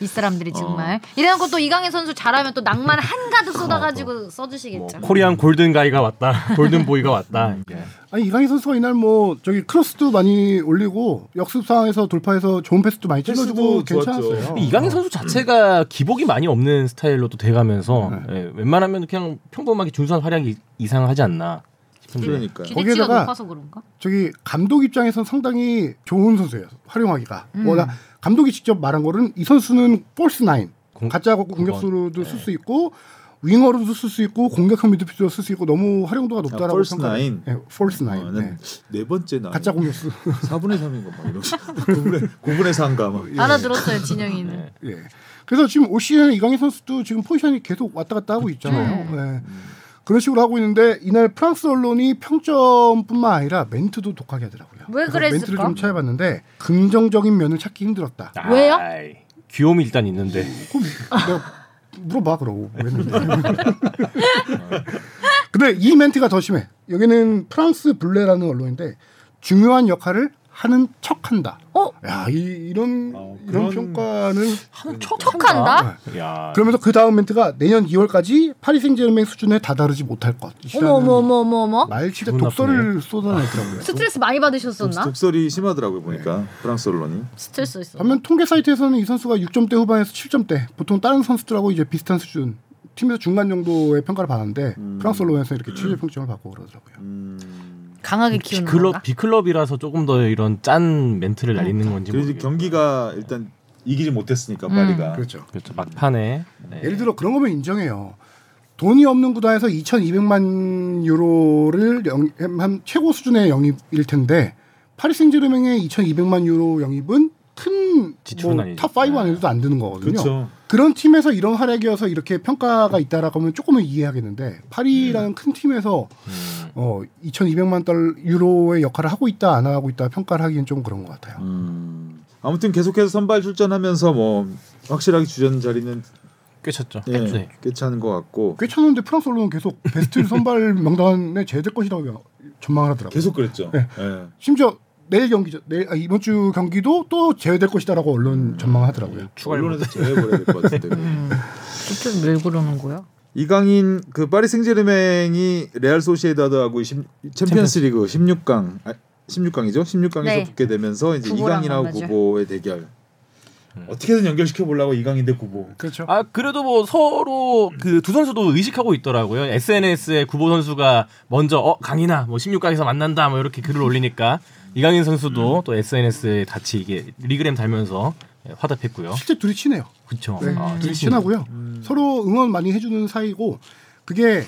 Speaker 1: 이 사람들이
Speaker 2: 어.
Speaker 1: 정말 이래놓고 또 이강인 선수 잘하면 또 낭만 한가득
Speaker 2: 어.
Speaker 1: 쏟아가지고 써주시겠죠.
Speaker 2: 뭐,
Speaker 3: 코리안 골든 가이가 왔다. (laughs) 골든 보이가 왔다. 이게.
Speaker 4: 아니 이강인 선수가 이날 뭐 저기 크로스도 많이 올리고 역습 상황에서 돌파해서 좋은 패스도 많이
Speaker 2: 패스도
Speaker 4: 찔러주고
Speaker 2: 좋았죠.
Speaker 4: 괜찮았어요.
Speaker 3: 근데 이강인 선수 자체가 기복이 많이 없는 스타일로 또 돼가면서 예, 웬만하면 그냥 평범하게 준수한 활약이 이상하지 않나.
Speaker 1: 네.
Speaker 2: 그러니까.
Speaker 4: 예.
Speaker 1: 기대치가
Speaker 4: 거기에다가-
Speaker 1: 높아서 그런가?
Speaker 4: 저기 감독 입장에선 상당히 좋은 선수예요. 활용하기가.
Speaker 2: 음.
Speaker 4: 워낙 감독이 직접 말한 거는 이 선수는 볼스 나인
Speaker 3: 공- 네.
Speaker 4: 가짜 공-
Speaker 3: 공격.
Speaker 4: 공격수로도 쓸 수 있고 윙어로도 쓸 수 있고 공격형 미드필더로 쓸 수 있고 너무 활용도가 높다라고
Speaker 2: 볼스
Speaker 4: 평가해요.
Speaker 2: 나인.
Speaker 4: 네, 폴스 나인.
Speaker 2: 어,
Speaker 4: 네.
Speaker 2: 난네 번째 나
Speaker 4: 가짜 공격수.
Speaker 2: 4분의 3인가 막 (laughs) 이런 9분의 9분의 3가 막
Speaker 1: 알아들었어요 진영이는.
Speaker 2: 네.
Speaker 4: 예. 그래서 지금 올 시즌 이강인 선수도 지금 포지션이 계속 왔다 갔다 하고 있잖아요.
Speaker 1: 네.
Speaker 4: 예.
Speaker 1: 음.
Speaker 4: 그런 식으로 하고 있는데 이날 프랑스 언론이 평점뿐만 아니라 멘트도 독하게 하더라고요.
Speaker 1: 왜
Speaker 4: 그래서
Speaker 1: 그랬을까?
Speaker 4: 멘트를 좀 찾아봤는데 긍정적인 면을 찾기 힘들었다.
Speaker 1: 왜요?
Speaker 3: 아이, 귀여움이 일단 있는데.
Speaker 4: 그럼 내가 물어봐 그러고
Speaker 1: (laughs)
Speaker 4: 그랬는데. 근데 이 멘트가 더 심해. 여기는 프랑스 블레라는 언론인데 중요한 역할을 하는 척한다.
Speaker 1: 어?
Speaker 4: 야, 이, 이런
Speaker 2: 어,
Speaker 4: 이런
Speaker 2: 그런-
Speaker 4: 평가는
Speaker 2: 음,
Speaker 1: 척한다?
Speaker 3: 야,
Speaker 4: 그러면서 그 다음 멘트가 내년 2월까지 파리 생제르맹 수준에 다다르지 못할 것. 이 시간은
Speaker 1: 어머 어머 어머 어머 어머.
Speaker 4: 말 진짜
Speaker 3: 기분
Speaker 4: 독설을 쏟아내더라고요.
Speaker 1: 스트레스 많이 받으셨었나?
Speaker 2: 독설이 심하더라고요 보니까
Speaker 4: 네.
Speaker 2: 프랑스 언론이.
Speaker 1: 스트레스 있어.
Speaker 4: 반면 통계 사이트에서는 이 선수가 6점대 후반에서 7점대, 보통 다른 선수들하고 이제 비슷한 수준, 팀에서 중간 정도의 평가를 받았는데 프랑스 언론에서 이렇게 취재 평점을 받고 그러더라고요.
Speaker 2: 음.
Speaker 1: 강하게 키우는 건가?
Speaker 3: 음, 비클럽 비클럽이라서 조금 더 이런 짠 멘트를 날리는 건지
Speaker 2: 그래서
Speaker 3: 모르겠고.
Speaker 2: 경기가 일단 이기지 못했으니까 파리가.
Speaker 4: 그렇죠.
Speaker 3: 그렇죠. 막판에 네.
Speaker 4: 예를 들어 그런 거면 인정해요. 돈이 없는 구단에서 2,200만 유로를 영입한 최고 수준의 영입일 텐데 파리 생제르맹의 2,200만 유로 영입은 큰
Speaker 3: 지출은 네.
Speaker 4: 뭐,
Speaker 3: 아니죠.
Speaker 4: 탑 5 안에도 안 드는 거거든요.
Speaker 2: 그렇죠.
Speaker 4: 그런 팀에서 이런 활약이어서 이렇게 평가가 있다라고 하면 조금은 이해하겠는데
Speaker 3: 음.
Speaker 4: 파리라는 큰 팀에서 어 2,200만 달러 유로의 역할을 하고 있다 안 하고 있다 평가를 하기엔 좀 그런 것 같아요.
Speaker 2: 음. 아무튼 계속해서 선발 출전하면서 뭐 확실하게 주전 자리는
Speaker 3: 꽤 쳤죠.
Speaker 4: 네.
Speaker 3: 네.
Speaker 2: 예, 괜찮은 것 같고
Speaker 4: 괜찮은데 프랑스 언론은 계속 (laughs) 베스트 선발 명단에 제외될 것이라고 전망을 하더라고요.
Speaker 2: 계속 그랬죠. 예.
Speaker 4: 심지어 내일 경기죠. 내일 아, 이번 주 경기도 또 제외될 것이다라고 언론 전망하더라고요.
Speaker 2: 언론에서 제외해버려야 될 것 같은데.
Speaker 4: (laughs)
Speaker 1: 쭉쭉 밀 그러는 거야?
Speaker 2: 이강인 그 파리 생제르맹이 레알 소시에다드하고 십- 챔피언스리그 16강 아, 16강이죠. 16강에서
Speaker 1: 네.
Speaker 2: 붙게 되면서 이제
Speaker 1: 구보랑
Speaker 2: 이강인하고
Speaker 1: 만나죠.
Speaker 2: 구보의 대결. 어떻게든 연결시켜 보려고 이강인 대 구보. (laughs)
Speaker 4: 그렇죠.
Speaker 3: 아 그래도 뭐 서로 그 두 선수도 의식하고 있더라고요. SNS에 구보 선수가 먼저 어 강인아 뭐 16강에서 만난다 뭐 이렇게 글을 올리니까 이강인 선수도 또 SNS에 같이 이게 리그램 달면서 네, 화답했고요.
Speaker 4: 실제 둘이 친해요.
Speaker 3: 그렇죠.
Speaker 4: 네, 둘이 친하고요. 음. 서로 응원 많이 해주는 사이고 그게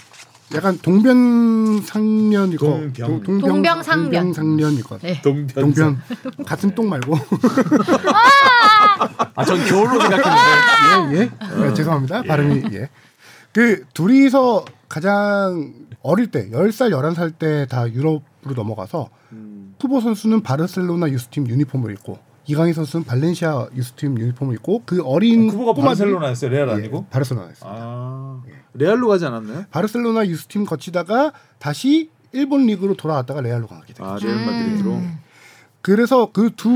Speaker 4: 약간 동변상련일 거,
Speaker 2: 동병. 네.
Speaker 4: 동- 동병
Speaker 1: 동병상련.
Speaker 4: 동병상련일 거.
Speaker 2: 동변.
Speaker 4: (laughs) 동변 같은 똥 말고
Speaker 3: 아전 겨울로 생각했는데.
Speaker 4: 예, 예. 아, 죄송합니다. 발음이 예. 그 둘이서 가장 어릴 때 10살, 11살 때 다 유럽으로 넘어가서
Speaker 2: 음.
Speaker 4: 쿠보 선수는 바르셀로나 유스팀 유니폼을 입고 이강인 선수는 발렌시아 유스팀 유니폼을 입고 그 어린
Speaker 2: 아, 구보가
Speaker 4: 꼬마들이-
Speaker 2: 바르셀로나였어요. 레알
Speaker 4: 예,
Speaker 2: 아니고?
Speaker 4: 바르셀로나였어요.
Speaker 2: 아. 레알로 가지 않았나요?
Speaker 4: 바르셀로나 유스팀 거치다가 다시 일본 리그로 돌아왔다가 레알로 가게 돼요.
Speaker 2: 아, 레알 마드리드로.
Speaker 4: 그래서 그 두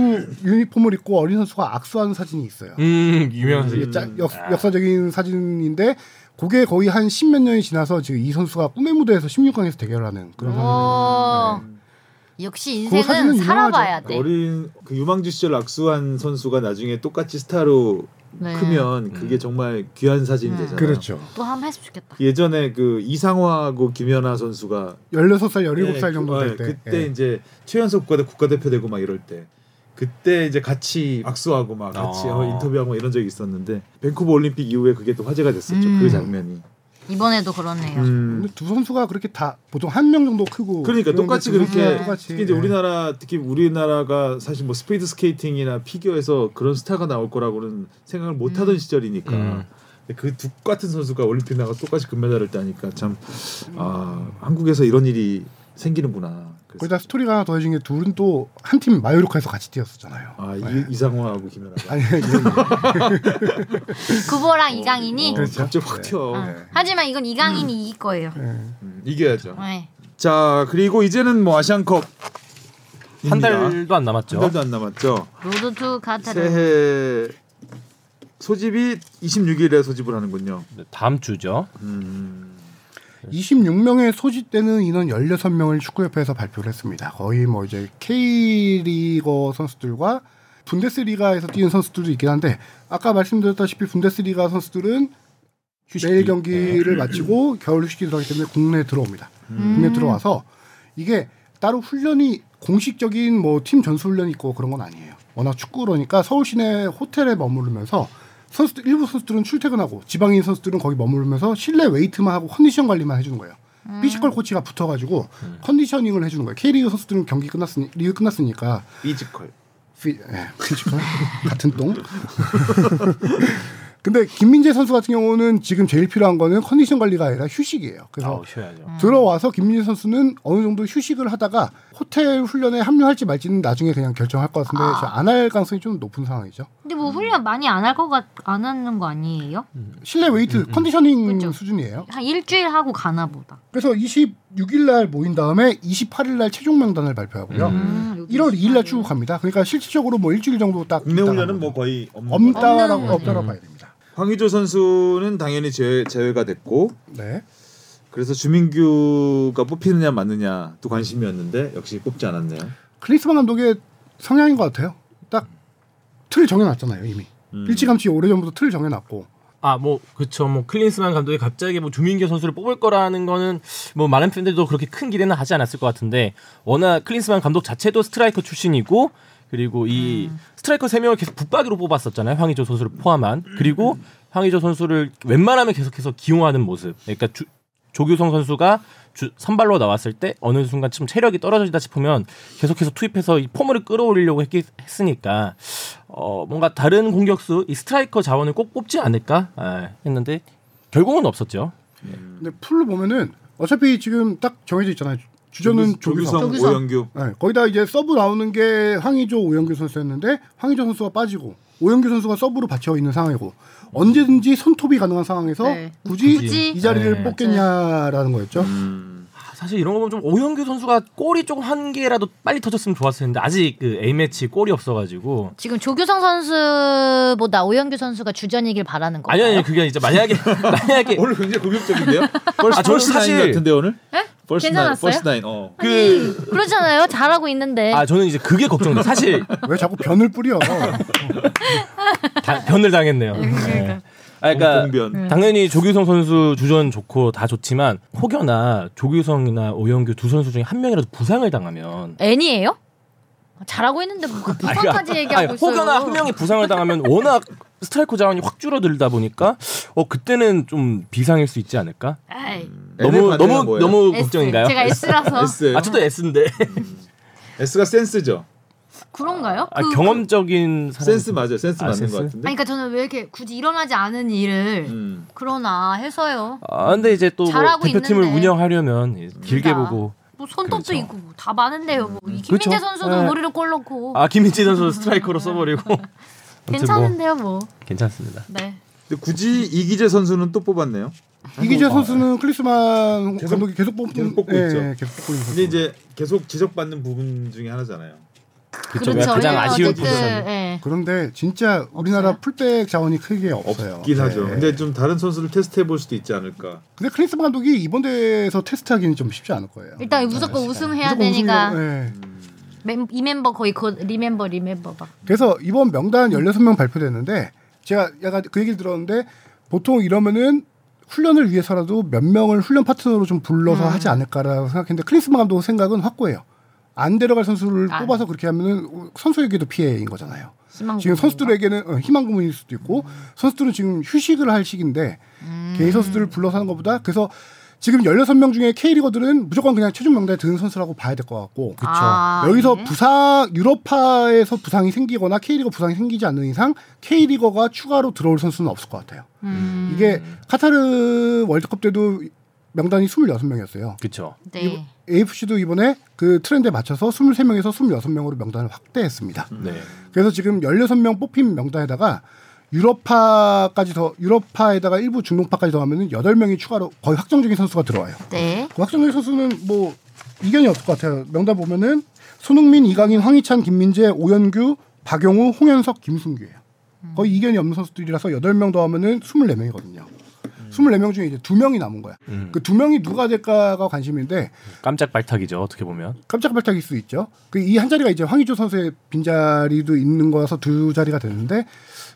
Speaker 4: 유니폼을 입고 어린 선수가 악수하는 사진이 있어요.
Speaker 3: 음 유명한
Speaker 4: 이게
Speaker 3: 선수.
Speaker 4: 짜- 역,
Speaker 2: 아.
Speaker 4: 사적인 사진인데 그게 거의 한 십몇 년이 지나서 지금 이 선수가 꿈의 무대에서 16강에서 대결하는 그런
Speaker 2: 음.
Speaker 1: 어.
Speaker 4: 상황입니다.
Speaker 1: 역시
Speaker 4: 그 사진은
Speaker 1: 인생은
Speaker 4: 유명하죠.
Speaker 1: 살아봐야 네. 돼.
Speaker 2: 어린 그 유망주 시절 악수한 선수가 나중에 똑같이 스타로
Speaker 1: 네. 음.
Speaker 2: 크면 그게 정말 귀한 사진이 되잖아요.
Speaker 4: 그렇죠.
Speaker 1: 또 한번 했으면 좋겠다.
Speaker 2: 예전에 그 이상화하고 김연아 선수가
Speaker 4: 16살, 17살
Speaker 2: 예,
Speaker 4: 정도
Speaker 2: 그-
Speaker 4: 될 때.
Speaker 2: 예, 그때 이제 최연소 국가대 국가대표 되고 막 이럴 때 그때 이제 같이 악수하고 막 같이
Speaker 3: 아.
Speaker 2: 어, 인터뷰하고 막 이런 적이 있었는데 밴쿠버 올림픽 이후에 그게 또 화제가 됐었죠
Speaker 4: 음.
Speaker 2: 그 장면이
Speaker 1: 이번에도 그렇네요.
Speaker 2: 음.
Speaker 4: 근데 두 선수가 그렇게 다 보통 한 명 정도 크고
Speaker 2: 그러니까
Speaker 4: 그런데
Speaker 2: 똑같이
Speaker 4: 두 선수가
Speaker 2: 그렇게
Speaker 4: 똑같이,
Speaker 2: 특히 이제
Speaker 4: 예.
Speaker 2: 우리나라 특히 우리나라가 사실 뭐 스피드 스케이팅이나 피겨에서 그런 스타가 나올 거라고는 생각을 못 하던 시절이니까
Speaker 3: 음.
Speaker 2: 근데 그 똑같은 선수가 올림픽 나가 똑같이 금메달을 따니까 참 아, 한국에서 이런 일이 생기는구나. 그래서
Speaker 4: 거기다 스토리가 하나 더해진 게 둘은 또 한 팀 마요르카에서 같이 뛰었었잖아요. 예.
Speaker 2: 아 이, 이상화하고 김연아가
Speaker 4: 아니, 이런-
Speaker 1: 구보랑 이강인이.
Speaker 2: 어, 네.
Speaker 4: 그렇죠.
Speaker 2: 갑자기 확 튀어
Speaker 1: 어. 하지만 이건 이강인이 이길 거예요.
Speaker 2: 음, 이겨야죠
Speaker 1: 네.
Speaker 2: 자 그리고 이제는 뭐 아시안컵
Speaker 3: 한 달도 안 남았죠.
Speaker 2: 한 달도 안 남았죠
Speaker 1: 로드 투 카타르.
Speaker 2: 새해 소집이 26일에 소집을 하는군요
Speaker 3: 네, 다음 주죠.
Speaker 2: 음.
Speaker 4: 26명의 소집되는 인원 16명을 축구협회에서 발표를 했습니다. 거의 뭐 이제 K리거 선수들과 분데스리가에서 뛰는 선수들도 있긴 한데 아까 말씀드렸다시피 분데스리가 선수들은
Speaker 3: 휴식기. 네. 음.
Speaker 4: 내일 경기를 마치고 겨울 휴식이 들어가기 때문에 국내에 들어옵니다. 국내에 들어와서 이게 따로 훈련이 공식적인 뭐 팀 전수 훈련이 있고 그런 건 아니에요. 워낙 축구로니까 그러니까 서울 시내 호텔에 머무르면서 선수들 일부 선수들은 출퇴근하고 지방인 선수들은 거기 머무르면서 실내 웨이트만 하고 컨디션 관리만 해주는 거예요. 피지컬
Speaker 3: 음.
Speaker 4: 코치가 붙어가지고 컨디셔닝을 해주는 거예요. K리그 선수들은 경기 끝났으니 리그 끝났으니까
Speaker 2: 피지컬
Speaker 4: 피, 예, 피지컬 (laughs) 같은 똥. 근데 김민재 선수 같은 경우는 지금 제일 필요한 거는 컨디션 관리가 아니라 휴식이에요. 그래서
Speaker 3: 아우 쉬어야죠.
Speaker 1: 음.
Speaker 4: 들어와서 김민재 선수는 어느 정도 휴식을 하다가 호텔 훈련에 합류할지 말지는 나중에 그냥 결정할 것 같은데
Speaker 1: 아.
Speaker 4: 안 할 가능성이 좀 높은 상황이죠.
Speaker 1: 근데 뭐 훈련 많이 안 할 것 같 안 하는 거 아니에요?
Speaker 4: 실내 웨이트 컨디셔닝
Speaker 1: 음, 그죠.
Speaker 4: 수준이에요.
Speaker 1: 한 일주일 하고 가나 보다.
Speaker 4: 그래서 26일 날 모인 다음에 28일 날 최종 명단을 발표하고요.
Speaker 1: 음, 여기
Speaker 4: 1월 2일 날
Speaker 1: 시간이-
Speaker 4: 추구 갑니다. 그러니까 실질적으로 뭐 일주일 정도 딱
Speaker 2: 국내
Speaker 4: 있다가
Speaker 2: 훈련은 뭐 거의 없는 것 같아요.
Speaker 1: 없는
Speaker 4: 없다라고
Speaker 1: 거죠.
Speaker 4: 없다라고 봐야 됩니다.
Speaker 2: 황의조 선수는 당연히 제외, 제외가 됐고
Speaker 4: 네.
Speaker 2: 그래서 주민규가 뽑히느냐 맞느냐 또 관심이었는데 역시 뽑지 않았네요
Speaker 4: 클리스만 감독의 성향인 것 같아요. 딱 틀 정해놨잖아요 이미
Speaker 2: 음.
Speaker 4: 일찌감치 오래 전부터 틀 정해놨고
Speaker 3: 아, 뭐, 그쵸. 뭐, 클린스만 감독이 갑자기 뭐, 조민규 선수를 뽑을 거라는 거는, 뭐, 많은 팬들도 그렇게 큰 기대는 하지 않았을 것 같은데, 워낙 클린스만 감독 자체도 스트라이커 출신이고, 그리고 이 스트라이커 세명을 계속 붙박이로 뽑았었잖아요. 황의조 선수를 포함한. 그리고 황의조 선수를 웬만하면 계속해서 기용하는 모습. 그러니까 주- 조규성 선수가 주- 선발로 나왔을 때 어느 순간 좀 체력이 떨어지다 싶으면 계속해서 투입해서 이 폼을 끌어올리려고 했, 으니까 어, 뭔가 다른 공격수 이 스트라이커 자원을 꼭 뽑지 않을까 아, 했는데 결국은 없었죠.
Speaker 4: 근데 풀로 보면은 어차피 지금 딱 정해져 있잖아요 주전은 조규성
Speaker 1: 조규성.
Speaker 2: 오영규
Speaker 4: 네, 거기다 이제 서브 나오는 게 황의조 오영규 선수였는데 황의조 선수가 빠지고 오영규 선수가 서브로 받쳐 있는 상황이고 언제든지 손톱이 가능한 상황에서
Speaker 1: 네.
Speaker 4: 굳이,
Speaker 1: 굳이?
Speaker 4: 이 자리를
Speaker 3: 네.
Speaker 4: 뽑겠냐라는 거였죠
Speaker 2: 음.
Speaker 3: 아, 사실 이런 거 보면 좀 오영규 선수가 골이 조금 한 개라도 빨리 터졌으면 좋았을 텐데 아직 그 A 매치 골이 없어가지고
Speaker 1: 지금 조규성 선수보다 오영규 선수가 주전이길 바라는 거.
Speaker 3: 아니 아니 그게 이제 만약에 (laughs) 만약에
Speaker 2: 오늘 굉장히 공격적인데요. (laughs) 벌스
Speaker 3: 아, 저는
Speaker 2: 벌스 나인
Speaker 3: 사실-
Speaker 2: 같은데 오늘? 벌스 나인,
Speaker 1: 괜찮았어요?
Speaker 2: 벌스 나인. 어.
Speaker 3: 그
Speaker 1: (laughs) 그러잖아요. 잘하고 있는데.
Speaker 3: 아 저는 이제 그게 걱정돼 사실
Speaker 4: 왜 자꾸 변을
Speaker 2: (laughs)
Speaker 4: 뿌려?
Speaker 3: 다, 변을 당했네요.
Speaker 1: 예, 그러니까.
Speaker 3: 네. 아,
Speaker 2: 공변.
Speaker 1: 네.
Speaker 3: 그러니까 당연히 조규성 선수 주전 좋고 다 좋지만 혹여나 조규성이나 오영규 두 선수 중에 한 명이라도 부상을 당하면
Speaker 1: 애니예요? 잘하고 있는데 뭐 부상까지
Speaker 3: 아니,
Speaker 1: 얘기하고
Speaker 3: 아니,
Speaker 1: 있어요.
Speaker 3: 혹여나 한 명이 부상을 당하면 워낙 스트라이커 자원이 확 줄어들다 보니까 어 그때는 좀 비상일 수 있지 않을까?
Speaker 1: 아이,
Speaker 4: 음.
Speaker 3: 너무 너무 너무
Speaker 1: S.
Speaker 3: 걱정인가요?
Speaker 1: 제가 그 S라서
Speaker 2: (laughs) S.
Speaker 3: 아 저도 S인데
Speaker 2: S가 센스죠.
Speaker 1: 그런가요?
Speaker 3: 아,
Speaker 1: 그-
Speaker 3: 경험적인 사람.
Speaker 2: 센스 맞아요. 센스
Speaker 3: 아,
Speaker 2: 맞는
Speaker 3: 센스?
Speaker 2: 것 같은데.
Speaker 1: 아니, 그- 그러니까 저는 왜 이렇게 굳이 일어나지 않은 일을
Speaker 2: 음.
Speaker 1: 그러나 해서요.
Speaker 3: 아 근데 이제 또뭐
Speaker 1: 잘하고
Speaker 3: 대표팀을
Speaker 1: 있는데.
Speaker 3: 운영하려면 이제 길게
Speaker 1: 그러니까.
Speaker 3: 보고
Speaker 1: 뭐 손톱도
Speaker 3: 그렇죠.
Speaker 1: 있고 다 많은데요. 뭐. 이
Speaker 3: 그렇죠.
Speaker 1: 김민재 선수도
Speaker 3: 네.
Speaker 1: 머리를 골 넣고
Speaker 3: 아 김민재 선수 스트라이커로 써버리고 아무튼 뭐
Speaker 1: 어. 괜찮은데요, 뭐.
Speaker 3: 괜찮습니다.
Speaker 1: 네.
Speaker 2: 근데 굳이 이기재 선수는 또 뽑았네요.
Speaker 4: 이기재 선수는 클리스만
Speaker 2: 어. 계속-
Speaker 4: 감독이 계속 뽑고,
Speaker 2: 계속 뽑고
Speaker 4: 예,
Speaker 2: 있죠.
Speaker 4: 계속 뽑고 있는
Speaker 2: 근데
Speaker 4: 선수.
Speaker 2: 이제 계속 지적받는 부분 중에 하나잖아요.
Speaker 3: 그쵸, 가장 아쉬운 포지션.
Speaker 1: 그렇죠. 예.
Speaker 4: 그런데 진짜 우리나라 풀백 자원이 크게 없어요.
Speaker 2: 없긴 하죠.
Speaker 4: 예.
Speaker 2: 근데 좀 다른 선수를 테스트해 볼 수도 있지 않을까.
Speaker 4: 근데 클리스만 감독이 이번 대회에서 테스트하기는 좀 쉽지 않을 거예요.
Speaker 3: 음,
Speaker 1: 일단 무조건 우승해야
Speaker 4: 무조건
Speaker 1: 되니까
Speaker 4: 우승이라고, 예.
Speaker 1: 멤- 이 멤버 거의 거, 리멤버 리멤버 막
Speaker 4: 그래서 이번 명단 16명 발표됐는데 제가 약간 그 얘기를 들었는데 보통 이러면은 훈련을 위해서라도 몇 명을 훈련 파트너로 좀
Speaker 1: 음.
Speaker 4: 불러서 하지 않을까라고 생각했는데 클린스만 감독 생각은 확고해요. 안 데려갈 선수를
Speaker 1: 아.
Speaker 4: 뽑아서 그렇게 하면은 선수에게도 피해인 거잖아요.
Speaker 1: 희망
Speaker 4: 지금 선수들에게는 어, 희망 고문일 수도 있고 선수들은 지금 휴식을 할 시기인데
Speaker 3: 음.
Speaker 4: 개인 선수들을 불러서 하는 것보다 그래서 지금 16명 중에 K리거들은 무조건 그냥 최종 명단에 드는 선수라고 봐야 될 것 같고
Speaker 3: 그쵸. 네.
Speaker 4: 여기서 부상 유럽파에서 부상이 생기거나 K리거 부상이 생기지 않는 이상 K리거가 추가로 들어올 선수는 없을 것 같아요.
Speaker 1: 음,
Speaker 3: 음.
Speaker 4: 이게 카타르 월드컵 때도 명단이 26명이었어요.
Speaker 3: 그렇죠.
Speaker 1: 네.
Speaker 4: AFC도 이번에 그 트렌드에 맞춰서 23명에서 26명으로 명단을 확대했습니다.
Speaker 3: 네.
Speaker 4: 그래서 지금 16명 뽑힌 명단에다가 유럽파까지 더 유럽파에다가 일부 중동파까지 더하면은 8명이 추가로 거의 확정적인 선수가 들어와요.
Speaker 1: 네.
Speaker 4: 그 확정적인 선수는 뭐 이견이 없을 것 같아요. 명단 보면은 손흥민, 이강인, 황희찬, 김민재, 오연규, 박용우, 홍현석, 김승규예요. 거의 이견이 없는 선수들이라서 8명 더하면은 24명이거든요. 24명 중에 이제 2명이 남은 거야. 그 2명이 누가 될까가 관심인데
Speaker 3: 깜짝 발탁이죠. 어떻게 보면.
Speaker 4: 깜짝발짝일 수 있죠. 그 이 한 자리가 이제 황의조 선수의 빈 자리도 있는 거라서 두 자리가 되는데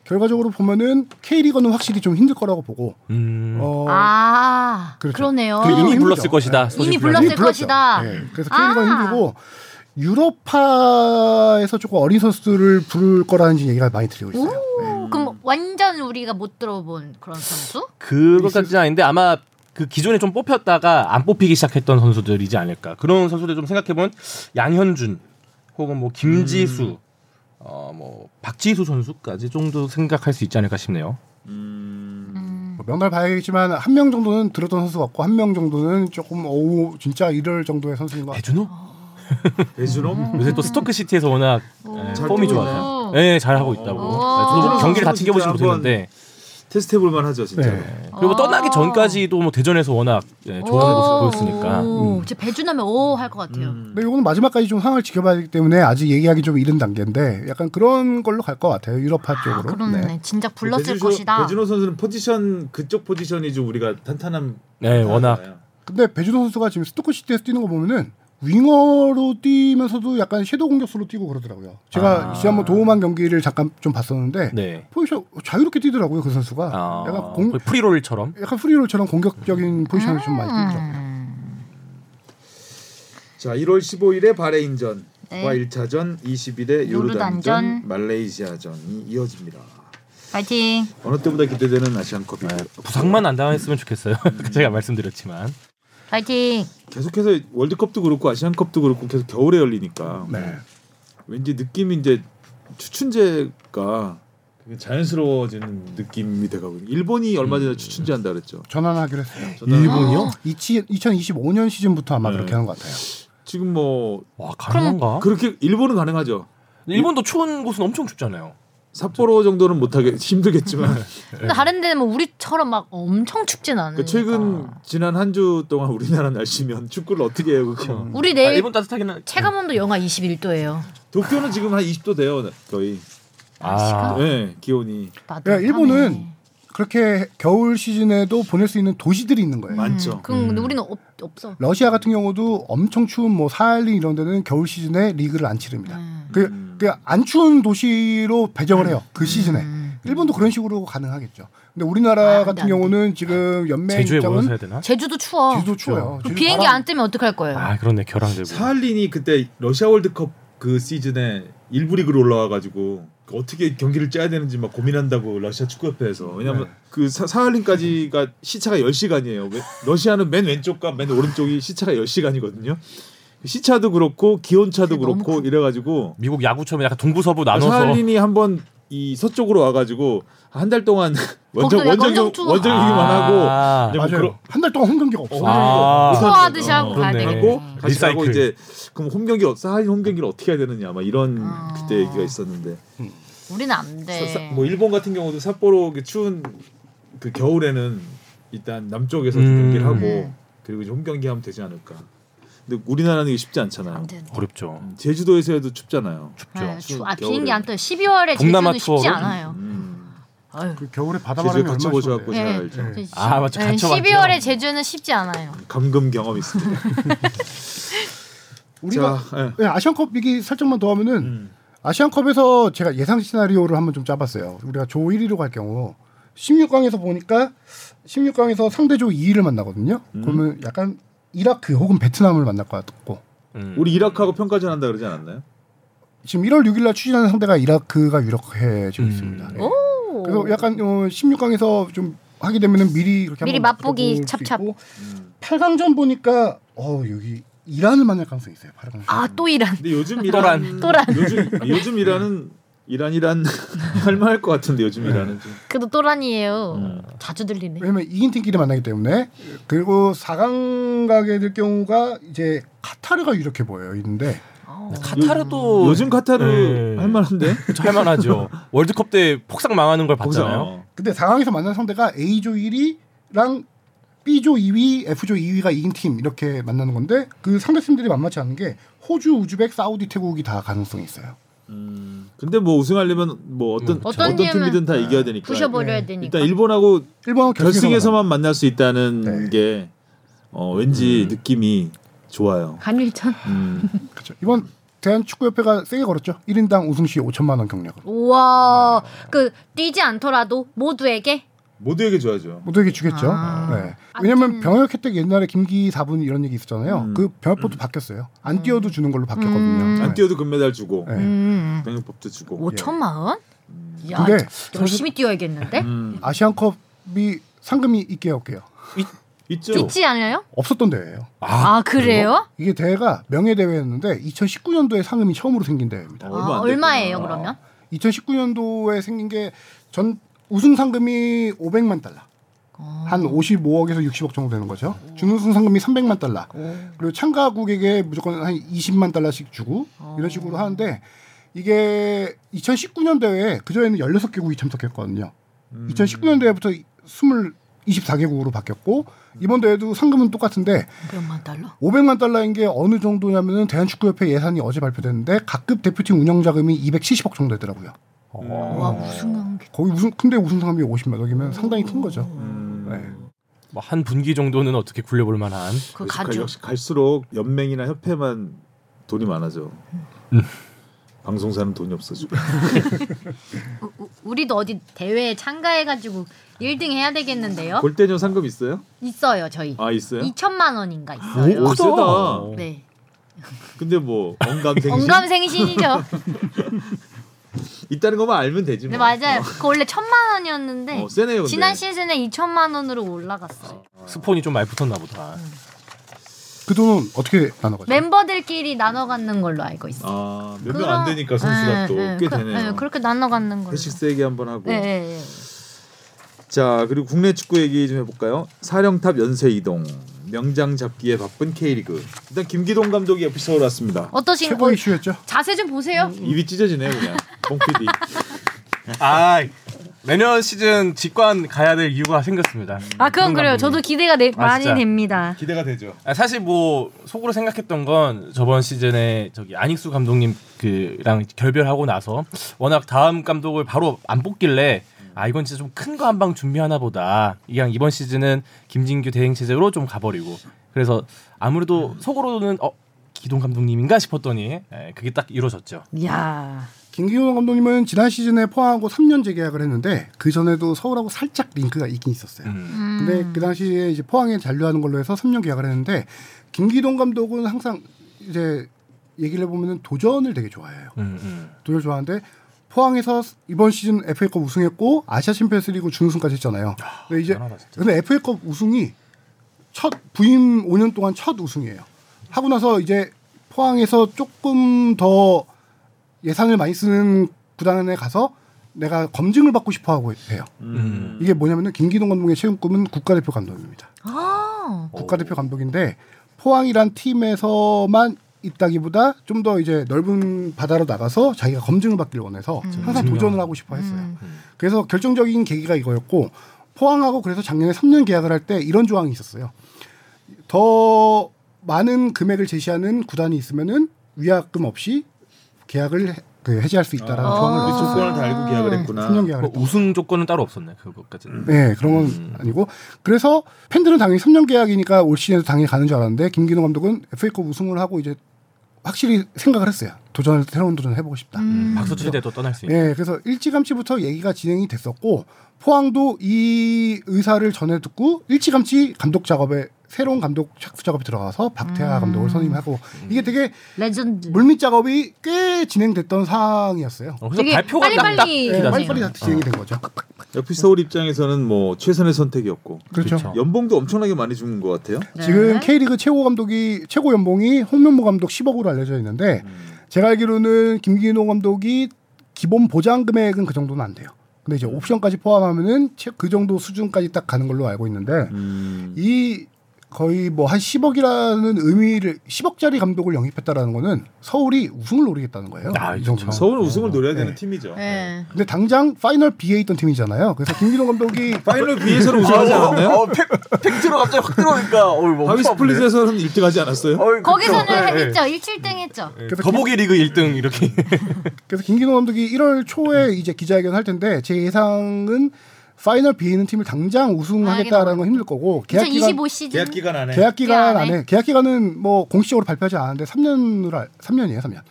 Speaker 4: 결과적으로 보면은 K리거는 확실히 좀 힘들 거라고 보고
Speaker 3: 음.
Speaker 4: 어,
Speaker 1: 아,
Speaker 4: 그렇죠.
Speaker 1: 그러네요
Speaker 4: 그
Speaker 3: 이미
Speaker 4: 힘들죠.
Speaker 3: 불렀을 것이다.
Speaker 1: 이미
Speaker 3: 소식
Speaker 1: 불렀을
Speaker 4: 이미 불렀죠.
Speaker 1: 것이다.
Speaker 4: 예, 그래서
Speaker 1: 아.
Speaker 4: K리거가 힘들고 유럽파에서 조금 어린 선수들을 부를 거라는 지금 얘기가 많이 들리고 있어요. 예.
Speaker 1: 그럼 완전 우리가 못 들어본 그런 선수?
Speaker 3: 그것까지는 아닌데 아마 그 기존에 좀 뽑혔다가 안 뽑히기 시작했던 선수들이지 않을까. 그런 선수들 좀 생각해보면 양현준 혹은 뭐 김지수
Speaker 2: 음.
Speaker 3: 어뭐 박지수 선수까지 정도 생각할 수 있지 않을까 싶네요.
Speaker 1: 음.
Speaker 4: 뭐 명단을 봐야겠지만 한 명 정도는 들었던 선수 같고 한 명 정도는 조금 어우 진짜 이럴 정도의 선수인 것 같아요.
Speaker 3: 배준호?
Speaker 1: 어.
Speaker 2: 배준호?
Speaker 3: 요새 또 스토크 시티에서 워낙
Speaker 1: 어.
Speaker 3: 예,
Speaker 2: 잘
Speaker 3: 폼이
Speaker 2: 뛰고
Speaker 3: 좋아서 예, 잘 하고 있다고. 예, 저도
Speaker 2: 오.
Speaker 3: 경기를 다 챙겨 보지
Speaker 2: 진짜
Speaker 3: 못했는데
Speaker 2: 테스트해 볼 만하죠, 진짜로.
Speaker 4: 네.
Speaker 1: 아.
Speaker 3: 그리고 떠나기 전까지도 뭐 대전에서 워낙 예, 좋은 모습 보였으니까. 음.
Speaker 1: 오, 제 어. 배준하면 오 할 것 같아요.
Speaker 2: 음.
Speaker 4: 근데 이거는 마지막까지 좀 상황을 지켜봐야 되기 때문에 아직 얘기하기 좀 이른 단계인데 약간 그런 걸로 갈 것 같아요. 유럽파
Speaker 1: 아,
Speaker 4: 쪽으로.
Speaker 1: 그렇네.
Speaker 4: 네.
Speaker 1: 진작 불렀을
Speaker 2: 배준호-
Speaker 1: 것이다.
Speaker 2: 배준호 선수는 포지션 그쪽 포지션이 좀 우리가 탄탄함.
Speaker 3: 네, 워낙
Speaker 2: 탄탄하잖아요.
Speaker 4: 근데 배준호 선수가 지금 스토커 시티에서 뛰는 거 보면은 윙어로 뛰면서도 약간 섀도우 공격수로 뛰고 그러더라고요. 제가
Speaker 3: 아.
Speaker 4: 지난번 도움한 경기를 잠깐 좀 봤었는데
Speaker 3: 네.
Speaker 4: 포지션 자유롭게 뛰더라고요 그 선수가.
Speaker 3: 아,
Speaker 4: 약간 공
Speaker 3: 거의 프리롤처럼.
Speaker 4: 약간 프리롤처럼 공격적인 포지션을 좀
Speaker 1: 음.
Speaker 4: 많이
Speaker 3: 음.
Speaker 4: 뛰더라고요.
Speaker 2: 자, 1월 15일에 바레인전과
Speaker 1: 네.
Speaker 2: 1차전, 20일에 요르단전,
Speaker 1: 요르단전,
Speaker 2: 말레이시아전이 이어집니다.
Speaker 1: 파이팅.
Speaker 2: 어느 때보다 기대되는 아시안컵이고
Speaker 3: 네, 부상만 안 당했으면 좋겠어요. (laughs) 그 제가 말씀드렸지만.
Speaker 1: 파이팅.
Speaker 2: 계속해서 월드컵도 그렇고 아시안컵도 그렇고 계속 겨울에 열리니까
Speaker 4: 네.
Speaker 2: 왠지 느낌이 이제 추춘제가 되게 자연스러워지는 느낌이 음. 돼가고 일본이 얼마 전에 추춘제 한다 그랬죠.
Speaker 4: 전환하기로 했어요.
Speaker 2: 일본이요?
Speaker 4: 2025년 시즌부터 아마
Speaker 2: 네.
Speaker 4: 그렇게 하는 것 같아요.
Speaker 2: 지금 뭐
Speaker 3: 와 가능한가?
Speaker 2: 어? 그렇게 일본은 가능하죠.
Speaker 3: 일본도 추운 곳은 엄청 춥잖아요.
Speaker 2: 삿포로 정도는 못하게 (laughs) 힘들겠지만
Speaker 1: 근데 다른 데는 뭐 우리처럼 막 엄청 춥진 않으니까.
Speaker 2: 그 최근 지난 한 주 동안 우리나라 날씨면 축구를 어떻게 해요 그거
Speaker 1: 우리
Speaker 3: 아,
Speaker 1: 내일
Speaker 3: 일본 따뜻하긴 한
Speaker 1: 체감온도 영하 21도예요.
Speaker 2: 도쿄는 지금 한 20도 돼요 거의
Speaker 3: 아,
Speaker 2: 네, 기온이
Speaker 4: 그러니까
Speaker 1: 음.
Speaker 4: 일본은 그렇게 겨울 시즌에도 보낼 수 있는 도시들이 있는 거예요.
Speaker 2: 많죠
Speaker 3: 음.
Speaker 1: 그럼 근데 우리는 없, 없어.
Speaker 4: 러시아 같은 경우도 엄청 추운 뭐 사할린 이런 데는 겨울 시즌에 리그를 안 치릅니다.
Speaker 1: 네.
Speaker 4: 그,
Speaker 2: 음.
Speaker 4: 그안 추운 도시로 배정을 해요. 그 시즌에.
Speaker 1: 음.
Speaker 4: 일본도 그런 식으로 가능하겠죠. 근데 우리나라
Speaker 1: 아, 근데
Speaker 4: 같은
Speaker 1: 안 돼.
Speaker 4: 경우는 지금 연맹
Speaker 3: 제주에 모여서
Speaker 4: 입장은
Speaker 3: 해야 되나?
Speaker 1: 제주도 추워.
Speaker 4: 제주도 추워요.
Speaker 1: 그럼
Speaker 4: 제주
Speaker 1: 비행기
Speaker 4: 바람-
Speaker 1: 안 뜨면 어떡할 거예요?
Speaker 3: 아, 그렇네. 결항 되고.
Speaker 2: 사할린이 그때 러시아 월드컵 그 시즌에 일부 리그로 올라와가지고 그 어떻게 경기를 짜야 되는지 막 고민한다고 러시아 축구협회에서 왜냐면
Speaker 4: 네.
Speaker 2: 그 사, 사할린까지가 시차가 10시간이에요 러시아는 맨 왼쪽과 맨 오른쪽이 시차가 10시간이거든요 시차도 그렇고 기온차도
Speaker 1: 그게 너무
Speaker 2: 그렇고 이래가지고
Speaker 3: 미국 야구처럼 약간 동부
Speaker 2: 아,
Speaker 3: 서부 나눠서
Speaker 2: 사할린이 한번 이 서쪽으로 와가지고 한 달 동안 (laughs)
Speaker 1: 거기서
Speaker 2: 원정
Speaker 1: 약간
Speaker 2: 원정
Speaker 1: 엄청
Speaker 2: 경-
Speaker 1: 추워.
Speaker 2: 원정 경기만 하고
Speaker 3: 아.
Speaker 2: 이제 뭐 그런-
Speaker 4: 맞아요. 한 달 동안 홈 경기가 없어요.
Speaker 3: 아.
Speaker 2: 못하는
Speaker 1: 소화하듯이
Speaker 2: 거죠.
Speaker 1: 하고 가야
Speaker 2: 그렇네.
Speaker 3: 되겠네.
Speaker 2: 하고 같이
Speaker 3: 리사이클.
Speaker 2: 가고 이제 그럼 홈 경기 사할린 홈 경기를 어떻게 해야 되느냐 막 이런
Speaker 1: 아. 네.
Speaker 2: 그때 얘기가 있었는데
Speaker 1: 우리는 안 돼.
Speaker 2: 사- 뭐 일본 같은 경우도 삿포로 그 추운 그 겨울에는 일단 남쪽에서 좀
Speaker 3: 음.
Speaker 2: 경기를 하고
Speaker 1: 네.
Speaker 2: 그리고 이제 홈 경기 하면 되지 않을까. 근데 우리나라는 이게 쉽지 않잖아요. 음,
Speaker 1: 안 돼.
Speaker 3: 어렵죠.
Speaker 2: 제주도에서 해도 춥잖아요.
Speaker 1: 네,
Speaker 3: 춥죠.
Speaker 1: 추, 아,
Speaker 2: 겨울에.
Speaker 1: 비행기 안 떠요. 12월에
Speaker 3: 동남아
Speaker 1: 제주는 쉽지
Speaker 3: 투어를?
Speaker 1: 않아요.
Speaker 2: 음.
Speaker 4: 그 겨울에 바다
Speaker 2: 제주에
Speaker 4: 바람이 얼마나
Speaker 2: 갇혀 보셔갖고
Speaker 4: 시원해요.
Speaker 2: 잘
Speaker 1: 네.
Speaker 2: 알죠.
Speaker 4: 네.
Speaker 3: 아, 맞죠.
Speaker 1: 네,
Speaker 3: 갇혀
Speaker 1: 12월에 제주는 쉽지 않아요.
Speaker 2: 감금 경험 있습니다.
Speaker 4: 우리가
Speaker 2: 자, 예.
Speaker 4: 네, 아시안컵 얘기 살짝만 더 하면은
Speaker 2: 음.
Speaker 4: 아시안컵에서 제가 예상 시나리오를 한번 좀 짜봤어요. 우리가 조 1위로 갈 경우 16강에서 보니까 16강에서 상대 조 2위를 만나거든요.
Speaker 2: 음.
Speaker 4: 그러면 약간 이라크 혹은 베트남을 만날 것 같고
Speaker 3: 음.
Speaker 2: 우리 이라크하고 평가전 한다 그러지 않았나요?
Speaker 4: 지금 1월 6일 날 추진하는 상대가 이라크가 유력해지고
Speaker 3: 음.
Speaker 4: 있습니다. 예. 그래서 약간 어, 16강에서 좀 하게 되면은 미리 그렇게
Speaker 1: 미리
Speaker 4: 한번
Speaker 1: 맛보기
Speaker 4: 맛볼 수
Speaker 1: 찹찹.
Speaker 4: 있고 8강전 보니까 어 여기 이란을 만날 가능성이 있어요. 8강전.
Speaker 1: 아, 또 이란.
Speaker 2: 근데 요즘 이란
Speaker 1: 또란.
Speaker 2: 요즘 요즘 이란은 이란 이란 (laughs) 할만할 것 같은데 요즘 이란은 좀
Speaker 1: 그래도 또란이에요.
Speaker 3: 음.
Speaker 1: 자주 들리네.
Speaker 4: 왜냐면 이긴 팀끼리 만나기 때문에 그리고 4강 가게 될 경우가 이제 카타르가 유력해 보여요 있는데
Speaker 1: 어.
Speaker 3: 네, 카타르도
Speaker 2: 요즘 카타르
Speaker 3: 네.
Speaker 2: 할만한데 (laughs)
Speaker 3: 할만하죠. 월드컵 때 폭삭 망하는 걸
Speaker 2: 거기서,
Speaker 3: 봤잖아요.
Speaker 2: 어.
Speaker 4: 근데 4강에서 만난 상대가 A조 1위랑 B조 2위, F조 2위가 이긴 팀 이렇게 만나는 건데 그 상대 팀들이 만만치 않은 게 호주, 우즈벡, 사우디, 태국이 다 가능성이 있어요.
Speaker 2: 음, 근데 뭐 우승하려면 뭐 어떤
Speaker 1: 음. 어떤
Speaker 2: 어떤,
Speaker 1: 팀은-
Speaker 2: 팀이든 다 이겨야 되니까
Speaker 3: 네.
Speaker 1: 부셔버려야 되니까.
Speaker 2: 일단 일본하고
Speaker 4: 일본하고
Speaker 2: 결승에서만 만날 수 있다는
Speaker 4: 네.
Speaker 2: 게 어, 왠지 느낌이 좋아요.
Speaker 1: 간일천.
Speaker 2: 음.
Speaker 4: 그렇죠. 이번 대한 축구협회가 세게 걸었죠. 1인당 우승 시 5천만 원 경력으로
Speaker 1: 우와. 그 뛰지 않더라도 모두에게
Speaker 4: 네.
Speaker 2: 모두에게 줘야죠.
Speaker 4: 모두에게 주겠죠.
Speaker 1: 아.
Speaker 4: 네. 왜냐면 병역 혜택 옛날에 김기 4분 이런 얘기 있었잖아요.
Speaker 2: 음.
Speaker 4: 그 병역법도 바뀌었어요. 안 뛰어도 주는 걸로 바뀌었거든요. 네.
Speaker 2: 안 뛰어도 금메달 주고
Speaker 4: 네.
Speaker 1: 음.
Speaker 2: 병역법도 주고.
Speaker 1: 5천만 원? 야,
Speaker 4: 예. 근데
Speaker 1: 열심히 뛰어야겠는데?
Speaker 2: 음.
Speaker 4: 아시안컵이 네. 상금이 있게 없게요.
Speaker 2: 있죠.
Speaker 1: 있지 않아요?
Speaker 4: 없었던 대회예요.
Speaker 1: 아, 그래요?
Speaker 4: 이게 대회가 명예 대회였는데 2019년도에 상금이 처음으로 생긴 대회입니다.
Speaker 2: 어,
Speaker 1: 얼마 아,
Speaker 2: 안
Speaker 1: 얼마예요,
Speaker 2: 됐구나.
Speaker 1: 그러면?
Speaker 4: 2019년도에 생긴 게 전 우승 상금이 500만 달러.
Speaker 1: 어,
Speaker 4: 한 55억에서 60억 정도 되는 거죠. 준우승 상금이 300만 달러. 그리고 참가국에게 무조건 한 20만 달러씩 주고 이런 식으로 하는데 이게 2019년 대회에 그전에는 16개국이 참석했거든요. 2019년 대회부터 20 24개국으로 바뀌었고 이번 대회도 상금은 똑같은데
Speaker 1: 500만 달러.
Speaker 4: 500만 달러인 게 어느 정도냐면은 대한축구협회 예산이 어제 발표됐는데 각급 대표팀 운영 자금이 270억 정도 되더라고요. 어.
Speaker 1: 와, 무슨 관계.
Speaker 4: 거의 무슨 근데 우승 상금이 50만 억이면 상당히 큰 거죠. 네.
Speaker 3: 뭐한 분기 정도는 어떻게 굴려볼 만한.
Speaker 1: 그
Speaker 2: 역시
Speaker 1: 가족.
Speaker 2: 역시 갈수록 연맹이나 협회만 돈이 많아져. 방송사는 돈이 없어지고.
Speaker 1: 음. 우- 우- 우리도 어디 대회에 참가해가지고 1등 해야 되겠는데요?
Speaker 2: 골대녀 상금 있어요?
Speaker 1: 있어요, 저희.
Speaker 2: 아 있어요?
Speaker 1: 2천만 원인가 있어요.
Speaker 2: 오, 세다.
Speaker 1: 네.
Speaker 2: 근데 뭐
Speaker 1: (laughs)
Speaker 2: 언감생심 (laughs)
Speaker 1: 언감생신이죠.
Speaker 2: 있다는 것만 알면 되지 뭐.
Speaker 1: 네 맞아요. 그 원래 천만 원이었는데
Speaker 2: 어, 세네요, 근데. 아,
Speaker 1: 지난 시즌에 2천만 원으로 올라갔어요.
Speaker 3: 스폰이 좀 많이 붙었나 보다.
Speaker 4: 그 돈은 어떻게 나눠가죠?
Speaker 1: 멤버들끼리 나눠 갖는 걸로 알고 있어요.
Speaker 2: 그렇죠. 아, 몇명 안 되니까 선수가 또 꽤
Speaker 1: 그,
Speaker 2: 되네요.
Speaker 1: 예, 그렇게 나눠 갖는 걸로.
Speaker 2: 회식 세게 한번 하고.
Speaker 1: 예, 예, 예.
Speaker 2: 자, 그리고 국내 축구 얘기 좀 해볼까요? 사령탑 연쇄 이동, 명장 잡기에 바쁜 K리그. 일단 김기동 감독이 FC 서울 왔습니다.
Speaker 1: 어떠신 어,
Speaker 4: 최고의 이슈였죠.
Speaker 2: 음,
Speaker 1: 자세 좀 보세요.
Speaker 2: 입이 찢어지네요, 그냥. 봉 PD.
Speaker 3: 아 내년 시즌 직관 가야 될 이유가 생겼습니다.
Speaker 5: 아 그건 그래요. 저도 기대가
Speaker 2: 아,
Speaker 5: 내- 많이
Speaker 3: 진짜.
Speaker 5: 됩니다.
Speaker 2: 기대가 되죠.
Speaker 3: 아, 사실 뭐 속으로 생각했던 건 저번 시즌에 저기 안익수 감독님 그랑 결별하고 나서 워낙 다음 감독을 바로 안 뽑길래 아 이건 진짜 좀 큰 거 한 방 준비하나 보다. 이랑 이번 시즌은 김진규 대행 체제로 좀 가버리고 그래서 아무래도 속으로는 어 기동 감독님인가 싶었더니 예, 그게 딱 이루어졌죠.
Speaker 5: 야
Speaker 4: 김기용 감독님은 지난 시즌에 포항하고 3년 재계약을 했는데 그 전에도 서울하고 살짝 링크가 있긴 있었어요.
Speaker 3: 음.
Speaker 4: 근데 그 당시에 이제 포항에 잔류하는 걸로 해서 3년 계약을 했는데 김기동 감독은 항상 이제 얘기를 해보면 도전을 되게 좋아해요.
Speaker 3: 음, 음.
Speaker 4: 도전을 좋아하는데 포항에서 이번 시즌 FA컵 우승했고 아시아 챔피언스리그 준우승까지 했잖아요. 근데 이제
Speaker 3: 대단하다, 진짜.
Speaker 4: 근데 FA컵 우승이 첫 부임 5년 동안 첫 우승이에요. 하고 나서 이제 포항에서 조금 더 예산을 많이 쓰는 구단에 가서 내가 검증을 받고 싶어 하고 해요.
Speaker 3: 음.
Speaker 4: 이게 뭐냐면은 김기동 감독의 최근 꿈은 국가대표 감독입니다.
Speaker 1: 아,
Speaker 4: 국가대표 감독인데 포항이란 팀에서만 있다기보다 좀 더 이제 넓은 바다로 나가서 자기가 검증을 받길 원해서 항상
Speaker 3: 음.
Speaker 4: 도전을 하고 싶어 했어요. 그래서 결정적인 계기가 이거였고 포항하고 그래서 작년에 3년 계약을 할 때 이런 조항이 있었어요. 더 많은 금액을 제시하는 구단이 있으면은 위약금 없이 계약을 해, 그 해지할 수 있다라는
Speaker 2: 아.
Speaker 4: 조항을
Speaker 2: 그
Speaker 4: 넣었어요.
Speaker 2: 조건을 다 알고 계약을 했구나.
Speaker 4: 3년 계약을
Speaker 3: 그 우승 조건은 따로 없었네 그것까지는.
Speaker 4: 네, 그런 건 아니고 그래서 팬들은 당연히 3년 계약이니까 올 시즌에도 당연히 가는 줄 알았는데 김기동 감독은 FA컵 우승을 하고 이제 확실히 생각을 했어요. 도전을 새로운 도전을 해보고 싶다.
Speaker 3: 음.
Speaker 1: 음,
Speaker 2: 음.
Speaker 3: 박수 칠때도 떠날 수 있는.
Speaker 4: 예, 그래서 일찌감치부터 얘기가 진행이 됐었고 포항도 이 의사를 전해 듣고 일찌감치 감독 작업에 새로운 감독 착수 작업에 들어가서 박태하 감독을 선임하고 이게 되게
Speaker 2: 음.
Speaker 1: 레전드.
Speaker 4: 물밑 작업이 꽤 진행됐던 사항이었어요.
Speaker 3: 어, 그래서
Speaker 1: 되게
Speaker 3: 발표가
Speaker 1: 빨리빨리
Speaker 3: 딱딱
Speaker 1: 예,
Speaker 4: 예,
Speaker 3: 기다려요.
Speaker 4: 빨리빨리 다 진행이 된 거죠.
Speaker 2: FC 서울 입장에서는 뭐 최선의 선택이었고
Speaker 4: 그렇죠.
Speaker 3: 그렇죠.
Speaker 2: 연봉도 엄청나게 많이 주는 것 같아요.
Speaker 4: 지금 K리그 최고 감독이 최고 연봉이 홍명보 감독 10억으로 알려져 있는데 제가 알기로는 김기노 감독이 기본 보장 금액은 그 정도는 안 돼요. 근데 이제 옵션까지 포함하면은 채- 그 정도 수준까지 딱 가는 걸로 알고 있는데
Speaker 2: 음.
Speaker 4: 이 거의 뭐 한 10억이라는 의미를 10억짜리 감독을 영입했다라는 거는 서울이 우승을 노리겠다는 거예요.
Speaker 3: 아,
Speaker 4: 이 정도면.
Speaker 3: 그렇죠.
Speaker 2: 서울 우승을 노려야
Speaker 4: 네.
Speaker 2: 되는 팀이죠.
Speaker 1: 예.
Speaker 4: 근데 당장 파이널 B에 있던 팀이잖아요. 그래서
Speaker 3: (laughs)
Speaker 4: 김기노 감독이
Speaker 3: 네,
Speaker 2: 파이널 B에서는 우승하지 않았나요?
Speaker 7: 어, 팩, 팩트로 갑자기 확 들어오니까 어, 뭐
Speaker 2: 하위 뭐, 스플릿에서는 1등하지 네. 않았어요?
Speaker 1: 거기서는
Speaker 2: 네.
Speaker 3: 예, 예.
Speaker 1: 했죠. 일칠등 했죠.
Speaker 4: 그래서
Speaker 3: 더보기 리그 1등 이렇게.
Speaker 4: 그래서 김기동 감독이 1월 초에 이제 기자회견 할 텐데 제 예상은 파이널 B에 있는 팀을 당장 우승하겠다라는 건 힘들 거고 계약 기간
Speaker 1: 2025 시즌.
Speaker 2: 계약 기간 안에
Speaker 4: 계약 기간
Speaker 1: 안에.
Speaker 4: 안에 계약 기간은 뭐 공식적으로 발표하지 않았는데 3년으로 3년이에요, 3년.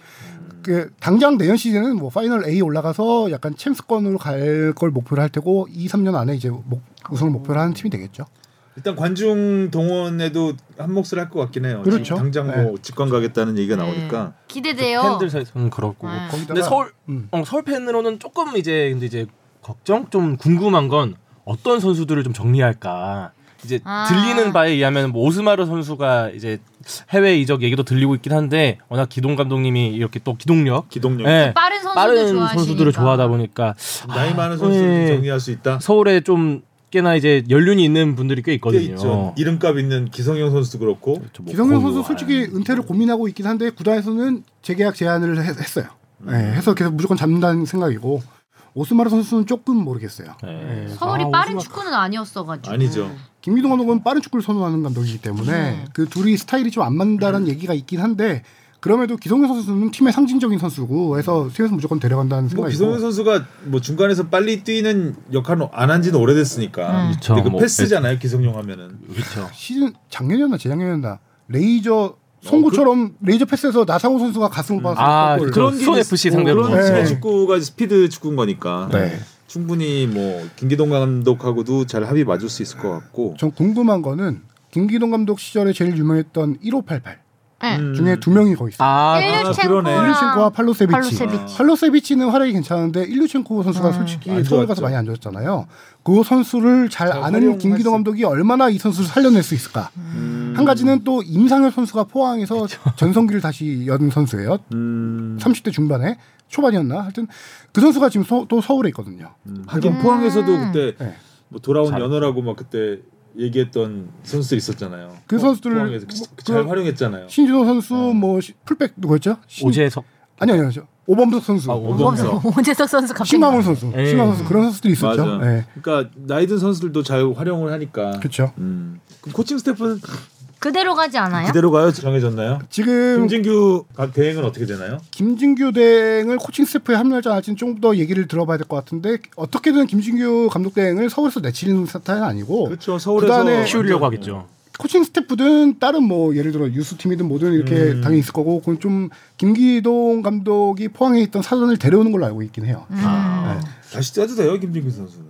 Speaker 4: 그 당장 내년 시즌은 뭐 파이널 A 올라가서 약간 챔스권으로 갈 걸 목표로 할 테고 2, 3년 안에 이제 목, 우승을 목표로 하는 팀이 되겠죠.
Speaker 2: 일단 관중 동원에도 한 몫을 할 것 같긴 해요.
Speaker 4: 그렇죠.
Speaker 2: 지금 당장 뭐 직관 가겠다는
Speaker 1: 네.
Speaker 2: 얘기가 나오니까
Speaker 1: 음,
Speaker 2: 뭐
Speaker 1: 기대돼요.
Speaker 3: 팬들 사이에서는 그렇고.
Speaker 1: 네.
Speaker 4: 거기다가
Speaker 3: 근데 서울
Speaker 4: 음.
Speaker 3: 어, 서울 팬으로는 조금 이제 근데 이제 걱정 좀 궁금한 건 어떤 선수들을 좀 정리할까. 이제
Speaker 1: 아.
Speaker 3: 들리는 바에 의하면 뭐 오스마르 선수가 이제 해외 이적 얘기도 들리고 있긴 한데 워낙 기동 감독님이 이렇게 또 기동력,
Speaker 2: 기동력
Speaker 3: 예,
Speaker 1: 네. 빠른 선수들
Speaker 3: 빠른
Speaker 1: 좋아하시니까.
Speaker 3: 선수들을 좋아하다 보니까
Speaker 2: 나이 많은 선수들
Speaker 3: 예.
Speaker 2: 정리할 수 있다.
Speaker 3: 서울에 좀 꽤나 이제 연륜이 있는 분들이 꽤
Speaker 2: 꽤
Speaker 3: 있거든요. 어.
Speaker 2: 있죠. 이름값 있는 기성용 선수도 그렇고
Speaker 3: 저 뭐, 거의
Speaker 4: 기성용 선수
Speaker 3: 뭐,
Speaker 4: 솔직히 은퇴를 고민하고 있긴 한데 구단에서는 재계약 제안을 했, 어요
Speaker 2: 음.
Speaker 4: 해서 계속 무조건 잡는다는 생각이고 오스마르 선수는 조금 모르겠어요.
Speaker 2: 네.
Speaker 3: 예.
Speaker 1: 서울이
Speaker 3: 아,
Speaker 1: 빠른
Speaker 3: 오스마-
Speaker 1: 축구는 아니었어가지고.
Speaker 2: 아니죠.
Speaker 4: 김민동 감독은 빠른 축구를 선호하는 감독이기 때문에 그 둘이 스타일이 좀 안 맞는다는
Speaker 2: 음.
Speaker 4: 얘기가 있긴 한데 그럼에도 기성용 선수는 팀의 상징적인 선수고 해서 팀에서 무조건 데려간다는
Speaker 2: 뭐
Speaker 4: 생각이고
Speaker 2: 기성용 선수가 뭐 중간에서 빨리 뛰는 역할은 안 한지는 오래됐으니까.
Speaker 3: 그쵸,
Speaker 2: 근데 그
Speaker 3: 뭐,
Speaker 2: 패스잖아요 기성용 하면은.
Speaker 3: 그렇죠.
Speaker 4: 시즌 작년이었나 재작년이었나 레이저 송구처럼
Speaker 2: 어, 그-
Speaker 4: 레이저 패스에서 나상호 선수가
Speaker 2: 음.
Speaker 4: 가슴을 받아서
Speaker 3: 아,
Speaker 4: 골.
Speaker 3: 그런 수원 FC 상대로 그렇죠.
Speaker 2: 그런
Speaker 4: 네.
Speaker 2: 팀의 축구가 스피드 축구인 거니까
Speaker 4: 네.
Speaker 2: 충분히 뭐 김기동 감독하고도 잘 합이 맞을 수 있을 것 같고
Speaker 4: 전 궁금한 거는 김기동 감독 시절에 제일 유명했던 1588
Speaker 3: 네.
Speaker 2: 음.
Speaker 4: 중에 두 명이 거기 있어요.
Speaker 3: 아,
Speaker 2: 그러네.
Speaker 4: 일류첸코와 팔로세비치.
Speaker 1: 팔로세비치. 아.
Speaker 4: 팔로세비치는 활약이 괜찮은데 일류첸코 선수가 솔직히
Speaker 2: 안 좋았죠.
Speaker 4: 서울 가서 많이 안 좋았잖아요. 그 선수를 잘
Speaker 2: 잘
Speaker 4: 아는
Speaker 2: 활용할
Speaker 4: 김기동
Speaker 2: 수-
Speaker 4: 감독이 얼마나 이 선수를 살려낼 수 있을까.
Speaker 2: 음.
Speaker 4: 한 가지는 또 임상현 선수가 포항에서 전성기를 다시 연 선수예요.
Speaker 2: 음.
Speaker 4: 30대 중반에 초반이었나 하여튼 그 선수가 지금 서- 또 서울에 있거든요.
Speaker 2: 하긴 포항에서도 그때
Speaker 4: 네.
Speaker 2: 뭐 돌아온
Speaker 3: 음. 잘-
Speaker 2: 연어라고 막 그때 얘기했던 선수들 있었잖아요.
Speaker 4: 그
Speaker 2: 포-
Speaker 4: 선수들을
Speaker 2: 포항에서 그-
Speaker 4: 뭐-
Speaker 2: 잘
Speaker 4: 그-
Speaker 2: 활용했잖아요.
Speaker 4: 신준호 선수 뭐 시- 풀백 누구였죠? 신-
Speaker 3: 오재석
Speaker 4: 아니요 아니요 저- 오범석 선수,
Speaker 2: 아, 오범석.
Speaker 5: 오재석 선수 갑자기
Speaker 4: 심하원 선수,
Speaker 3: 에이.
Speaker 4: 심하원 선수 그런 선수들이 있었죠.
Speaker 2: 맞아.
Speaker 4: 예.
Speaker 2: 그러니까 나이든 선수들도 잘 활용을 하니까.
Speaker 4: 그렇죠.
Speaker 2: 음. 그럼 코칭 스태프는
Speaker 1: 그대로 가지 않아요?
Speaker 2: 그대로 가요? 음. 정해졌나요?
Speaker 4: 지금
Speaker 2: 김진규 각 대행은 어떻게 되나요?
Speaker 4: 김진규 대행을 코칭 스태프에 합류할지 안 할지는 좀 더 얘기를 들어봐야 될 것 같은데 어떻게든 김진규 감독 대행을 서울에서 내치는 스타일은 아니고
Speaker 2: 그렇죠. 서울에서
Speaker 4: 그다음에
Speaker 3: 키우려고 하겠죠.
Speaker 4: 코칭 스태프든 다른 뭐 예를 들어 유스 팀이든 뭐든 이렇게
Speaker 2: 음.
Speaker 4: 당연히 있을 거고 그건 좀 김기동 감독이 포항에 있던 사전을 데려오는 걸로 알고 있긴 해요.
Speaker 2: 다시 짜도 돼요, 김진규 선수는.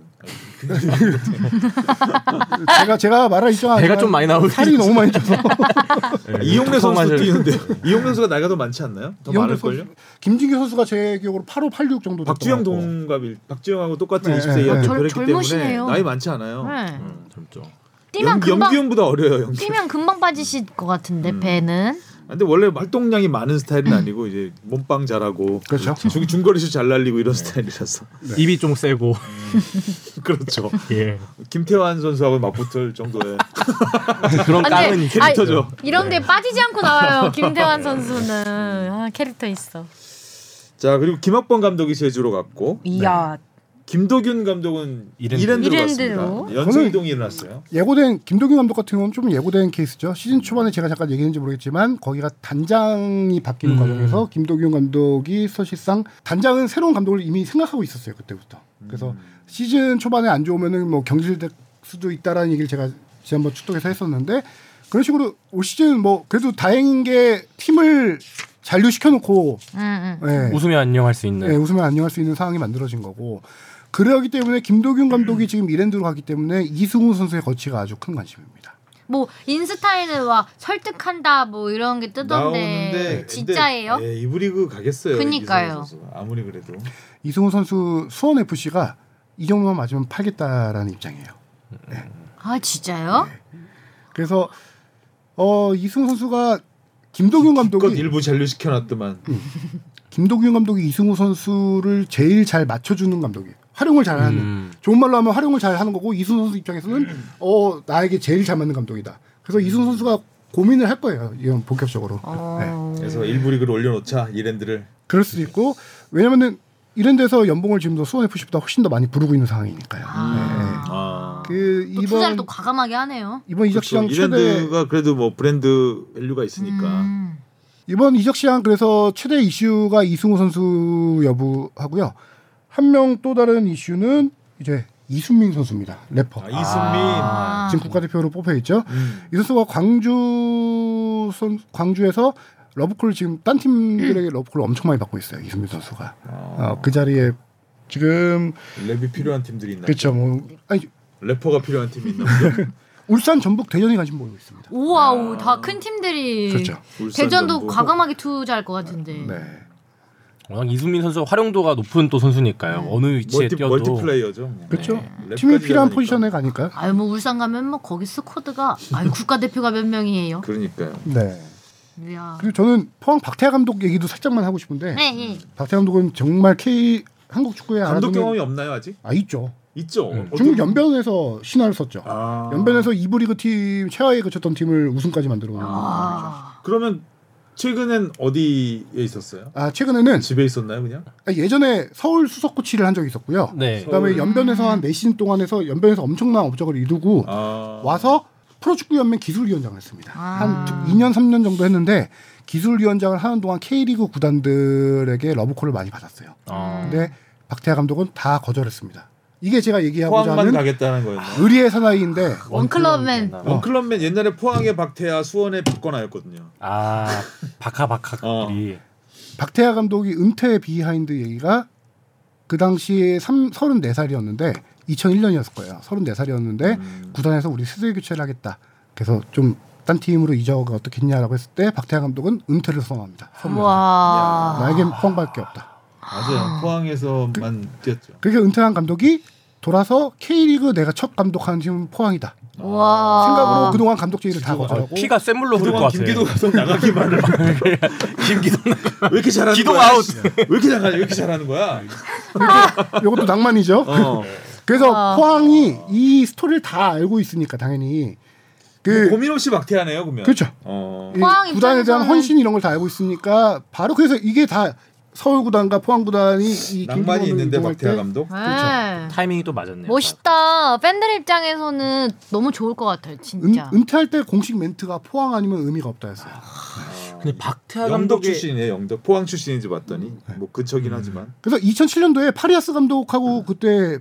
Speaker 4: 아, 제가 제가 말할 입장
Speaker 3: 배가 좀 많이 나오고
Speaker 4: 살이 너무 많이 쪄서
Speaker 3: 네,
Speaker 2: 이용래 선수
Speaker 3: 톡톡만
Speaker 2: 뛰는데 (laughs) 이용래 선수가 나이가 더 많지 않나요? 더
Speaker 4: 이용래
Speaker 2: 많을 걸요?
Speaker 4: 선수- 김진규 선수가 제 기억으로 85, 86 정도 됐던
Speaker 2: 박주영
Speaker 4: 것 같고.
Speaker 2: 동갑일 박주영하고 똑같은
Speaker 4: 네,
Speaker 2: 20세
Speaker 4: 네,
Speaker 2: 이하
Speaker 4: 네.
Speaker 2: 그랬기
Speaker 1: 젊-
Speaker 2: 때문에
Speaker 1: 젊으시네요.
Speaker 2: 나이 많지 않아요.
Speaker 1: 네.
Speaker 3: 음, 젊죠.
Speaker 1: 뛰면
Speaker 2: 영,
Speaker 1: 금방
Speaker 2: 영기 형보다 어려요. 영기. 형.
Speaker 1: 뛰면 금방 빠지실 것 같은데
Speaker 2: 음.
Speaker 1: 배는
Speaker 2: 아, 근데 원래 활동량이 많은 스타일은 아니고 이제 몸빵 잘하고
Speaker 4: 그렇죠.
Speaker 2: 중 중거리슛 잘 날리고 이런 스타일이라서
Speaker 3: 입이 좀 세고
Speaker 2: (laughs) 그렇죠.
Speaker 3: 예.
Speaker 2: 김태환 선수하고 맞붙을 정도의
Speaker 3: (laughs) 그런
Speaker 1: 안 돼.
Speaker 3: 까는 있-
Speaker 1: 아,
Speaker 2: 캐릭터죠. 네.
Speaker 1: 이런데 빠지지 않고
Speaker 2: (laughs)
Speaker 1: 나와요 김태환 선수는 아, 캐릭터 있어. 네.
Speaker 2: 자 그리고 김학범 감독이 제주로 갔고
Speaker 3: 네.
Speaker 5: 이야
Speaker 2: 김도균 감독은
Speaker 3: 이랜드.
Speaker 2: 이랜드로,
Speaker 1: 이랜드로.
Speaker 2: 갔습니다. 연쇄
Speaker 4: 저는-
Speaker 2: 이동이 일어났어요.
Speaker 4: 예고된 김동균 감독 같은 경우는 좀 예고된 케이스죠. 시즌 초반에 제가 잠깐 얘기했는지 모르겠지만 거기가 단장이 바뀌는
Speaker 3: 음.
Speaker 4: 과정에서 김동균 감독이 사실상 단장은 새로운 감독을 이미 생각하고 있었어요 그때부터. 그래서 시즌 초반에 안 좋으면은 뭐 경질될 수도 있다라는 얘기를 제가 지난번 축덕에서 했었는데 그런 식으로 올 시즌 뭐 그래도 다행인 게 팀을 잔류시켜 놓고
Speaker 1: 음, 음.
Speaker 4: 예.
Speaker 3: 웃으면 안녕할 수 있는
Speaker 4: 네. 웃으면 안녕할 수 있는 상황이 만들어진 거고 그러기 때문에 김도균 감독이 지금 이랜드로 가기 때문에 이승우 선수의 거치가 아주 큰 관심입니다.
Speaker 1: 뭐 인스타에는 와 설득한다 뭐 이런 게 뜨던데
Speaker 2: 나오는데
Speaker 1: 진짜예요?
Speaker 2: 근데, 예, 이브리그 가겠어요.
Speaker 1: 그니까요.
Speaker 2: 이승우 선수. 아무리 그래도
Speaker 4: 이승우 선수 수원 FC가 이 정도만 맞으면 팔겠다라는 입장이에요.
Speaker 1: 아 진짜요?
Speaker 2: 네.
Speaker 4: 그래서 어 이승우 선수가 김도균
Speaker 2: 그건
Speaker 4: 감독이
Speaker 2: 일부 잔류 시켜놨더만
Speaker 4: 김도균 감독이 이승우 선수를 제일 잘 맞춰주는 감독이에요. 활용을 잘하는
Speaker 3: 음.
Speaker 4: 좋은 말로 하면 활용을 잘 하는 거고 이승우 선수 입장에서는 어 나에게 제일 잘 맞는 감독이다. 그래서 이승우 선수가 고민을 할 거예요. 이건 본격적으로. 네.
Speaker 2: 그래서 일부 리그를 올려놓자 이랜드를
Speaker 4: 그럴 수도 있고 왜냐면은 이런 데서 연봉을 지금도 수원 FC보다 훨씬 더 많이 부르고 있는 상황이니까요.
Speaker 1: 아.
Speaker 2: 아.
Speaker 4: 네. 그
Speaker 1: 또 투자를
Speaker 4: 이번
Speaker 1: 또 과감하게 하네요.
Speaker 4: 이번 이적
Speaker 2: 그렇죠.
Speaker 4: 시장 최대
Speaker 2: 이랜드가 그래도 뭐 브랜드 밸류가 있으니까
Speaker 1: 음.
Speaker 4: 이번 이적 시장 그래서 최대 이슈가 이승우 선수 여부하고요. 한 명 또 다른 이슈는 이제 이순민 선수입니다. 래퍼.
Speaker 2: 아, 이승민
Speaker 1: 아.
Speaker 4: 지금 국가대표로 뽑혀 있죠.
Speaker 2: 음.
Speaker 4: 이 선수가 광주 선 광주에서 러브콜 지금 딴 팀들에게 러브콜 엄청 많이 받고 있어요. 이승민 선수가 어, 그 자리에 지금
Speaker 2: 아, 랩이 필요한 팀들이 있나?
Speaker 4: 그렇죠. 뭐 아니
Speaker 2: 래퍼가 필요한 팀이
Speaker 1: (laughs)
Speaker 2: 있나? 보죠?
Speaker 4: 울산, 전북, 대전이 관심 보이고 있습니다.
Speaker 1: 우와우 다 큰 팀들이
Speaker 4: 그렇죠.
Speaker 2: 울산,
Speaker 1: 대전도
Speaker 2: 전북.
Speaker 1: 과감하게 투자할 것 같은데.
Speaker 4: 네.
Speaker 3: 워낙 이수민 선수가 활용도가 높은 또 선수니까요.
Speaker 1: 네.
Speaker 3: 어느 위치에
Speaker 2: 멀티,
Speaker 3: 뛰어도
Speaker 2: 멀티플레이어죠.
Speaker 4: 그렇죠.
Speaker 2: 네.
Speaker 4: 팀이
Speaker 2: 랩까지
Speaker 4: 필요한
Speaker 2: 잘하니까.
Speaker 4: 포지션에 가니까요.
Speaker 1: 아유 뭐 울산 가면 뭐 거기 스쿼드가 아유 국가 대표가 몇 명이에요?
Speaker 2: 그러니까요.
Speaker 4: 네.
Speaker 1: 이야.
Speaker 4: 그리고 저는 포항 박태하 감독 얘기도 살짝만 하고 싶은데
Speaker 1: 네, 예.
Speaker 4: 박태하 감독은 정말 K 한국 축구에
Speaker 2: 감독
Speaker 4: 알아두는-
Speaker 2: 경험이 없나요 아직?
Speaker 4: 아 있죠.
Speaker 2: 있죠.
Speaker 3: 음.
Speaker 2: 어떤-
Speaker 4: 중국 연변에서 신화를 썼죠.
Speaker 2: 아.
Speaker 4: 연변에서 이브리그 팀 최하위에 그쳤던 팀을 우승까지 만들어 놓은
Speaker 1: 아.
Speaker 2: 그러면 최근엔 어디에 있었어요?
Speaker 4: 아 최근에는
Speaker 2: 집에 있었나요 그냥?
Speaker 4: 아, 예전에 서울 수석 코치를 한 적이 있었고요.
Speaker 3: 네.
Speaker 4: 그다음에 연변에서 한 네 시즌 동안 해서 연변에서 엄청난 업적을 이루고
Speaker 2: 아.
Speaker 4: 와서 프로축구연맹 기술위원장을 했습니다.
Speaker 1: 아.
Speaker 4: 한 2년 3년 정도 했는데 기술위원장을 하는 동안 K리그 구단들에게 러브콜을 많이 받았어요.
Speaker 1: 음.
Speaker 3: 아.
Speaker 4: 근데 박태하 감독은 다 거절했습니다. 이게 제가 얘기하고자
Speaker 2: 포항만
Speaker 4: 하는 아,
Speaker 2: 가겠다는 거였나요? 아,
Speaker 4: 의리의 사나이인데
Speaker 1: 원클럽맨
Speaker 4: 어.
Speaker 3: 어.
Speaker 2: 원클럽맨 옛날에 포항의 박태야, 수원의 박건아였거든요.
Speaker 3: 아 바카바카끼리
Speaker 4: 박태하 감독이 은퇴 비하인드 얘기가 그 당시에 3, 34살이었는데 2001년이었을 거예요. 34살이었는데
Speaker 2: 음.
Speaker 4: 구단에서 우리 스스로 교체를 하겠다. 그래서 좀 딴 팀으로 이적을 어떻겠냐라고 했을 때 박태하 감독은 은퇴를 선언합니다.
Speaker 1: 와.
Speaker 4: 나에겐 포항밖에 없다.
Speaker 2: 맞아요. 포항에서만 뛰었죠.
Speaker 4: 그렇게 은퇴한 감독이 돌아서 K리그 내가 첫 감독하는 팀은 포항이다.
Speaker 1: 와.
Speaker 4: 생각으로 그동안 감독직을 다
Speaker 3: 아,
Speaker 4: 거절하고
Speaker 3: 피가 센 물로 흐를 것
Speaker 2: 그동안
Speaker 3: 같아요.
Speaker 2: 김기도 가서
Speaker 3: (laughs)
Speaker 2: 나가기만을
Speaker 3: 김기동
Speaker 2: 왜 이렇게 잘하는
Speaker 3: 기동
Speaker 2: 거야?
Speaker 3: 아웃.
Speaker 2: 왜 이렇게 잘하냐? 왜 이렇게 잘하는 거야?
Speaker 4: 이것도 낭만이죠.
Speaker 2: 어.
Speaker 4: 그래서
Speaker 1: 아.
Speaker 4: 포항이 이 스토리를 다 알고 있으니까 당연히 그
Speaker 2: 뭐 고민 없이 박태하네요, 그러면.
Speaker 4: 그렇죠.
Speaker 2: 어.
Speaker 4: 이
Speaker 1: 포항
Speaker 4: 구단에 대한
Speaker 1: 입장에서는-
Speaker 4: 헌신 이런 걸 다 알고 있으니까 바로 그래서 이게 다 서울 구단과 포항 구단이 이
Speaker 2: 낭만이
Speaker 4: 김기범을
Speaker 2: 있는데
Speaker 4: 이동할
Speaker 2: 박태하
Speaker 4: 때
Speaker 2: 감독.
Speaker 1: 네.
Speaker 3: 타이밍이 또 맞았네요.
Speaker 1: 멋있다. 팬들 입장에서는 너무 좋을 것 같아요,
Speaker 4: 은,
Speaker 1: 진짜.
Speaker 4: 은퇴할 때 공식 멘트가 포항 아니면 의미가 없다 했어요. 그렇죠.
Speaker 3: 근데 박태하
Speaker 2: 영덕
Speaker 3: 감독의
Speaker 2: 출신이에요. 영덕 포항 출신인지 봤더니
Speaker 4: 네.
Speaker 2: 뭐
Speaker 4: 음.
Speaker 2: 근처긴 하지만
Speaker 4: 그래서 2007년도에 파리아스 감독하고 그때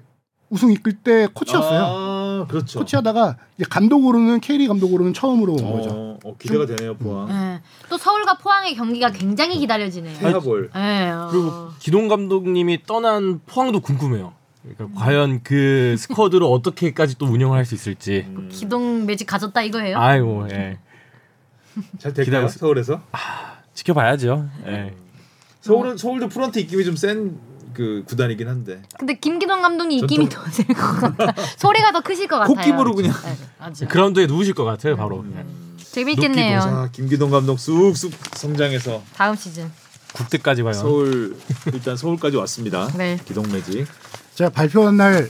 Speaker 4: 우승 이끌 때 코치였어요.
Speaker 2: 아, 그렇죠.
Speaker 4: 코치하다가 이제 감독으로는 케리 감독으로는 처음으로 온 거죠. 음.
Speaker 2: 어, 어, 기대가 되네요 포항.
Speaker 1: 네. 또 서울과 포항의 경기가 굉장히 기다려지네요.
Speaker 2: 태하볼.
Speaker 1: 네. 어.
Speaker 3: 그리고 기동 감독님이 떠난 포항도 궁금해요. 그러니까 과연 그 스쿼드를 어떻게까지 또 운영할 수 있을지.
Speaker 1: 음. 기동 매직 가졌다 이거예요?
Speaker 3: 아이고, 예.
Speaker 2: 잘 될까요?
Speaker 3: 기대하고 있-
Speaker 2: 서울에서?
Speaker 3: 지켜봐야죠. 예.
Speaker 1: 음.
Speaker 2: 서울은 서울도 프런트 입김이 좀 센 그 구단이긴 한데
Speaker 1: 근데 김기동 감독이 입김이 더 셀 것 같다.
Speaker 2: (laughs)
Speaker 1: 소리가 더 크실 것 같아요.
Speaker 2: 코끼부로 그냥.
Speaker 1: 네, 맞아.
Speaker 3: 그라운드에 누우실 것 같아요, 바로.
Speaker 1: 음.
Speaker 3: 예.
Speaker 1: 재밌겠네요.
Speaker 2: 자, 아, 김기동 감독 쑥쑥 성장해서
Speaker 1: 다음 시즌.
Speaker 3: 국대까지
Speaker 4: 네.
Speaker 3: 봐요.
Speaker 2: 서울 일단 서울까지 왔습니다.
Speaker 1: 네.
Speaker 2: 기동 매직.
Speaker 4: 제가 발표한 날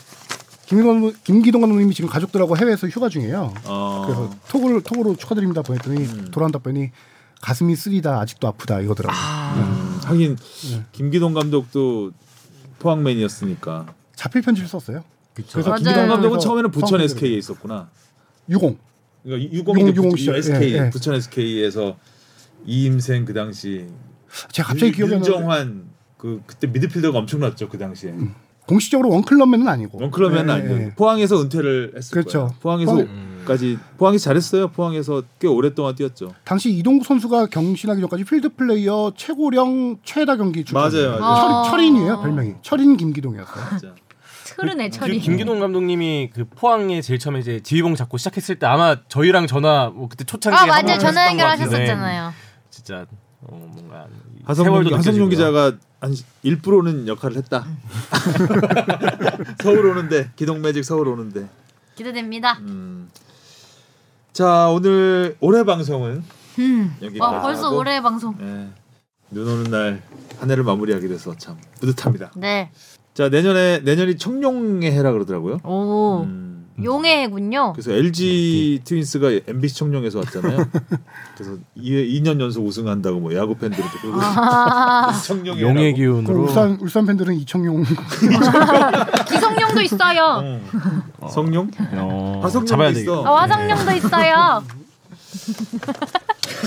Speaker 4: 김기동, 김기동 감독님이 지금 가족들하고 해외에서 휴가 중이에요.
Speaker 2: 어,
Speaker 4: 그래서 톡을 톡으로 축하드립니다 보냈더니 돌아온다 보니 가슴이 쓰리다 아직도 아프다 이거더라고요.
Speaker 2: 음, 하긴
Speaker 4: 네.
Speaker 2: 김기동 감독도 포항맨이었으니까.
Speaker 4: 자필 편지를 썼어요. 그래서
Speaker 1: 맞아요.
Speaker 2: 김기동 감독은
Speaker 4: 감독에서
Speaker 2: 처음에는 부천
Speaker 4: 성공적으로.
Speaker 2: SK에 있었구나.
Speaker 4: 유공.
Speaker 2: 그러니까
Speaker 4: 유공, 유공
Speaker 2: 60년
Speaker 4: 시절.
Speaker 2: SK
Speaker 4: 예, 예.
Speaker 2: 부천 SK에서 이임생 그 당시
Speaker 4: 제가 갑자기
Speaker 2: 윤-
Speaker 4: 기억이 안 나는데
Speaker 2: 윤정환 그 그때 미드필더가 엄청났죠 그 당시에. 뭐
Speaker 4: 공식적으로 원클럽맨은 아니고.
Speaker 2: 원클럽에는
Speaker 4: 음. 예,
Speaker 2: 아니고
Speaker 4: 예, 예.
Speaker 2: 포항에서 은퇴를 했을
Speaker 4: 그렇죠.
Speaker 2: 거예요. 포항에서까지 포항이 잘했어요. 포항에서 꽤 오랫동안 뛰었죠.
Speaker 4: 당시 이동국 선수가 경신하기 전까지 필드 플레이어 최고령 최다 경기 출
Speaker 2: 맞아요, 맞아요.
Speaker 1: 아.
Speaker 4: 철, 철인이에요 별명이. 철인
Speaker 3: 아.
Speaker 4: 김기동이었어요.
Speaker 2: 진짜.
Speaker 1: 흐르네
Speaker 3: 그
Speaker 1: 철이.
Speaker 3: 김기동 감독님이 그 포항에 제일 처음에 이제 지휘봉 잡고 시작했을 때 아마 저희랑 전화 뭐 그때 초창기에
Speaker 1: 아
Speaker 3: 한번
Speaker 1: 맞아요. 전화
Speaker 3: 하셨던 것 같은데 네.
Speaker 1: 연결하셨었잖아요.
Speaker 2: 네.
Speaker 3: 진짜 어, 뭔가 이 세월도
Speaker 2: 하성룡, 하성룡
Speaker 3: 느껴지고요.
Speaker 2: 기자가 한 1%는 역할을
Speaker 3: (laughs)
Speaker 2: 했다. 서울 오는데 기동 매직 서울 오는데.
Speaker 1: 기대됩니다.
Speaker 2: 음. 자 오늘 올해 방송은 여기까지.
Speaker 1: 어, 벌써
Speaker 2: 하고,
Speaker 1: 올해 방송.
Speaker 2: 예, 눈 오는 날 한 해를 마무리하게 돼서 참 뿌듯합니다.
Speaker 1: 네.
Speaker 2: 자 내년에 내년이 청룡의 해라 그러더라고요.
Speaker 1: 오
Speaker 2: 음.
Speaker 1: 용의 해군요.
Speaker 2: 그래서 LG 트윈스가 MBC 청룡에서 왔잖아요. 그래서 2, 년 연속 우승한다고 뭐 야구 팬들이 또 그러고
Speaker 1: 아.
Speaker 2: (laughs) 청룡이
Speaker 3: 용의
Speaker 4: 그럼
Speaker 3: 기운으로
Speaker 4: 울산 울산 팬들은 이청용 (laughs)
Speaker 1: 기성용도
Speaker 2: (laughs)
Speaker 1: 있어요.
Speaker 2: 네. 성룡?
Speaker 3: 어, 잡아야
Speaker 2: 화성룡도
Speaker 3: 되겠
Speaker 2: 있어.
Speaker 1: 아, 화성용도 있어요.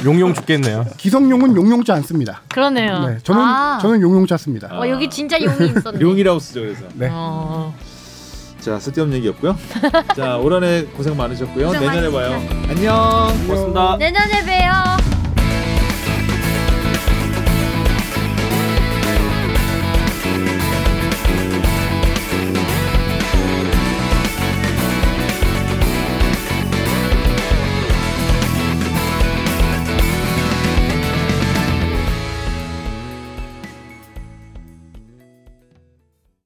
Speaker 3: 용용 죽겠네요.
Speaker 4: 기성용은 용용자 안 씁니다.
Speaker 1: 그러네요.
Speaker 4: 네, 저는
Speaker 1: 아.
Speaker 4: 저는 용용자 씁니다.
Speaker 1: 어, 여기 진짜 용이 있었네.
Speaker 2: (laughs) 용이라고 쓰죠 그래서.
Speaker 4: 네.
Speaker 1: 어.
Speaker 2: 자 쓸데없는 얘기였고요. 자올 한해 고생 많으셨고요.
Speaker 1: 고생
Speaker 2: 내년에 봐요.
Speaker 1: 많으셨습니다. 네.
Speaker 2: 안녕. 고맙습니다.
Speaker 1: 내년에 봬요.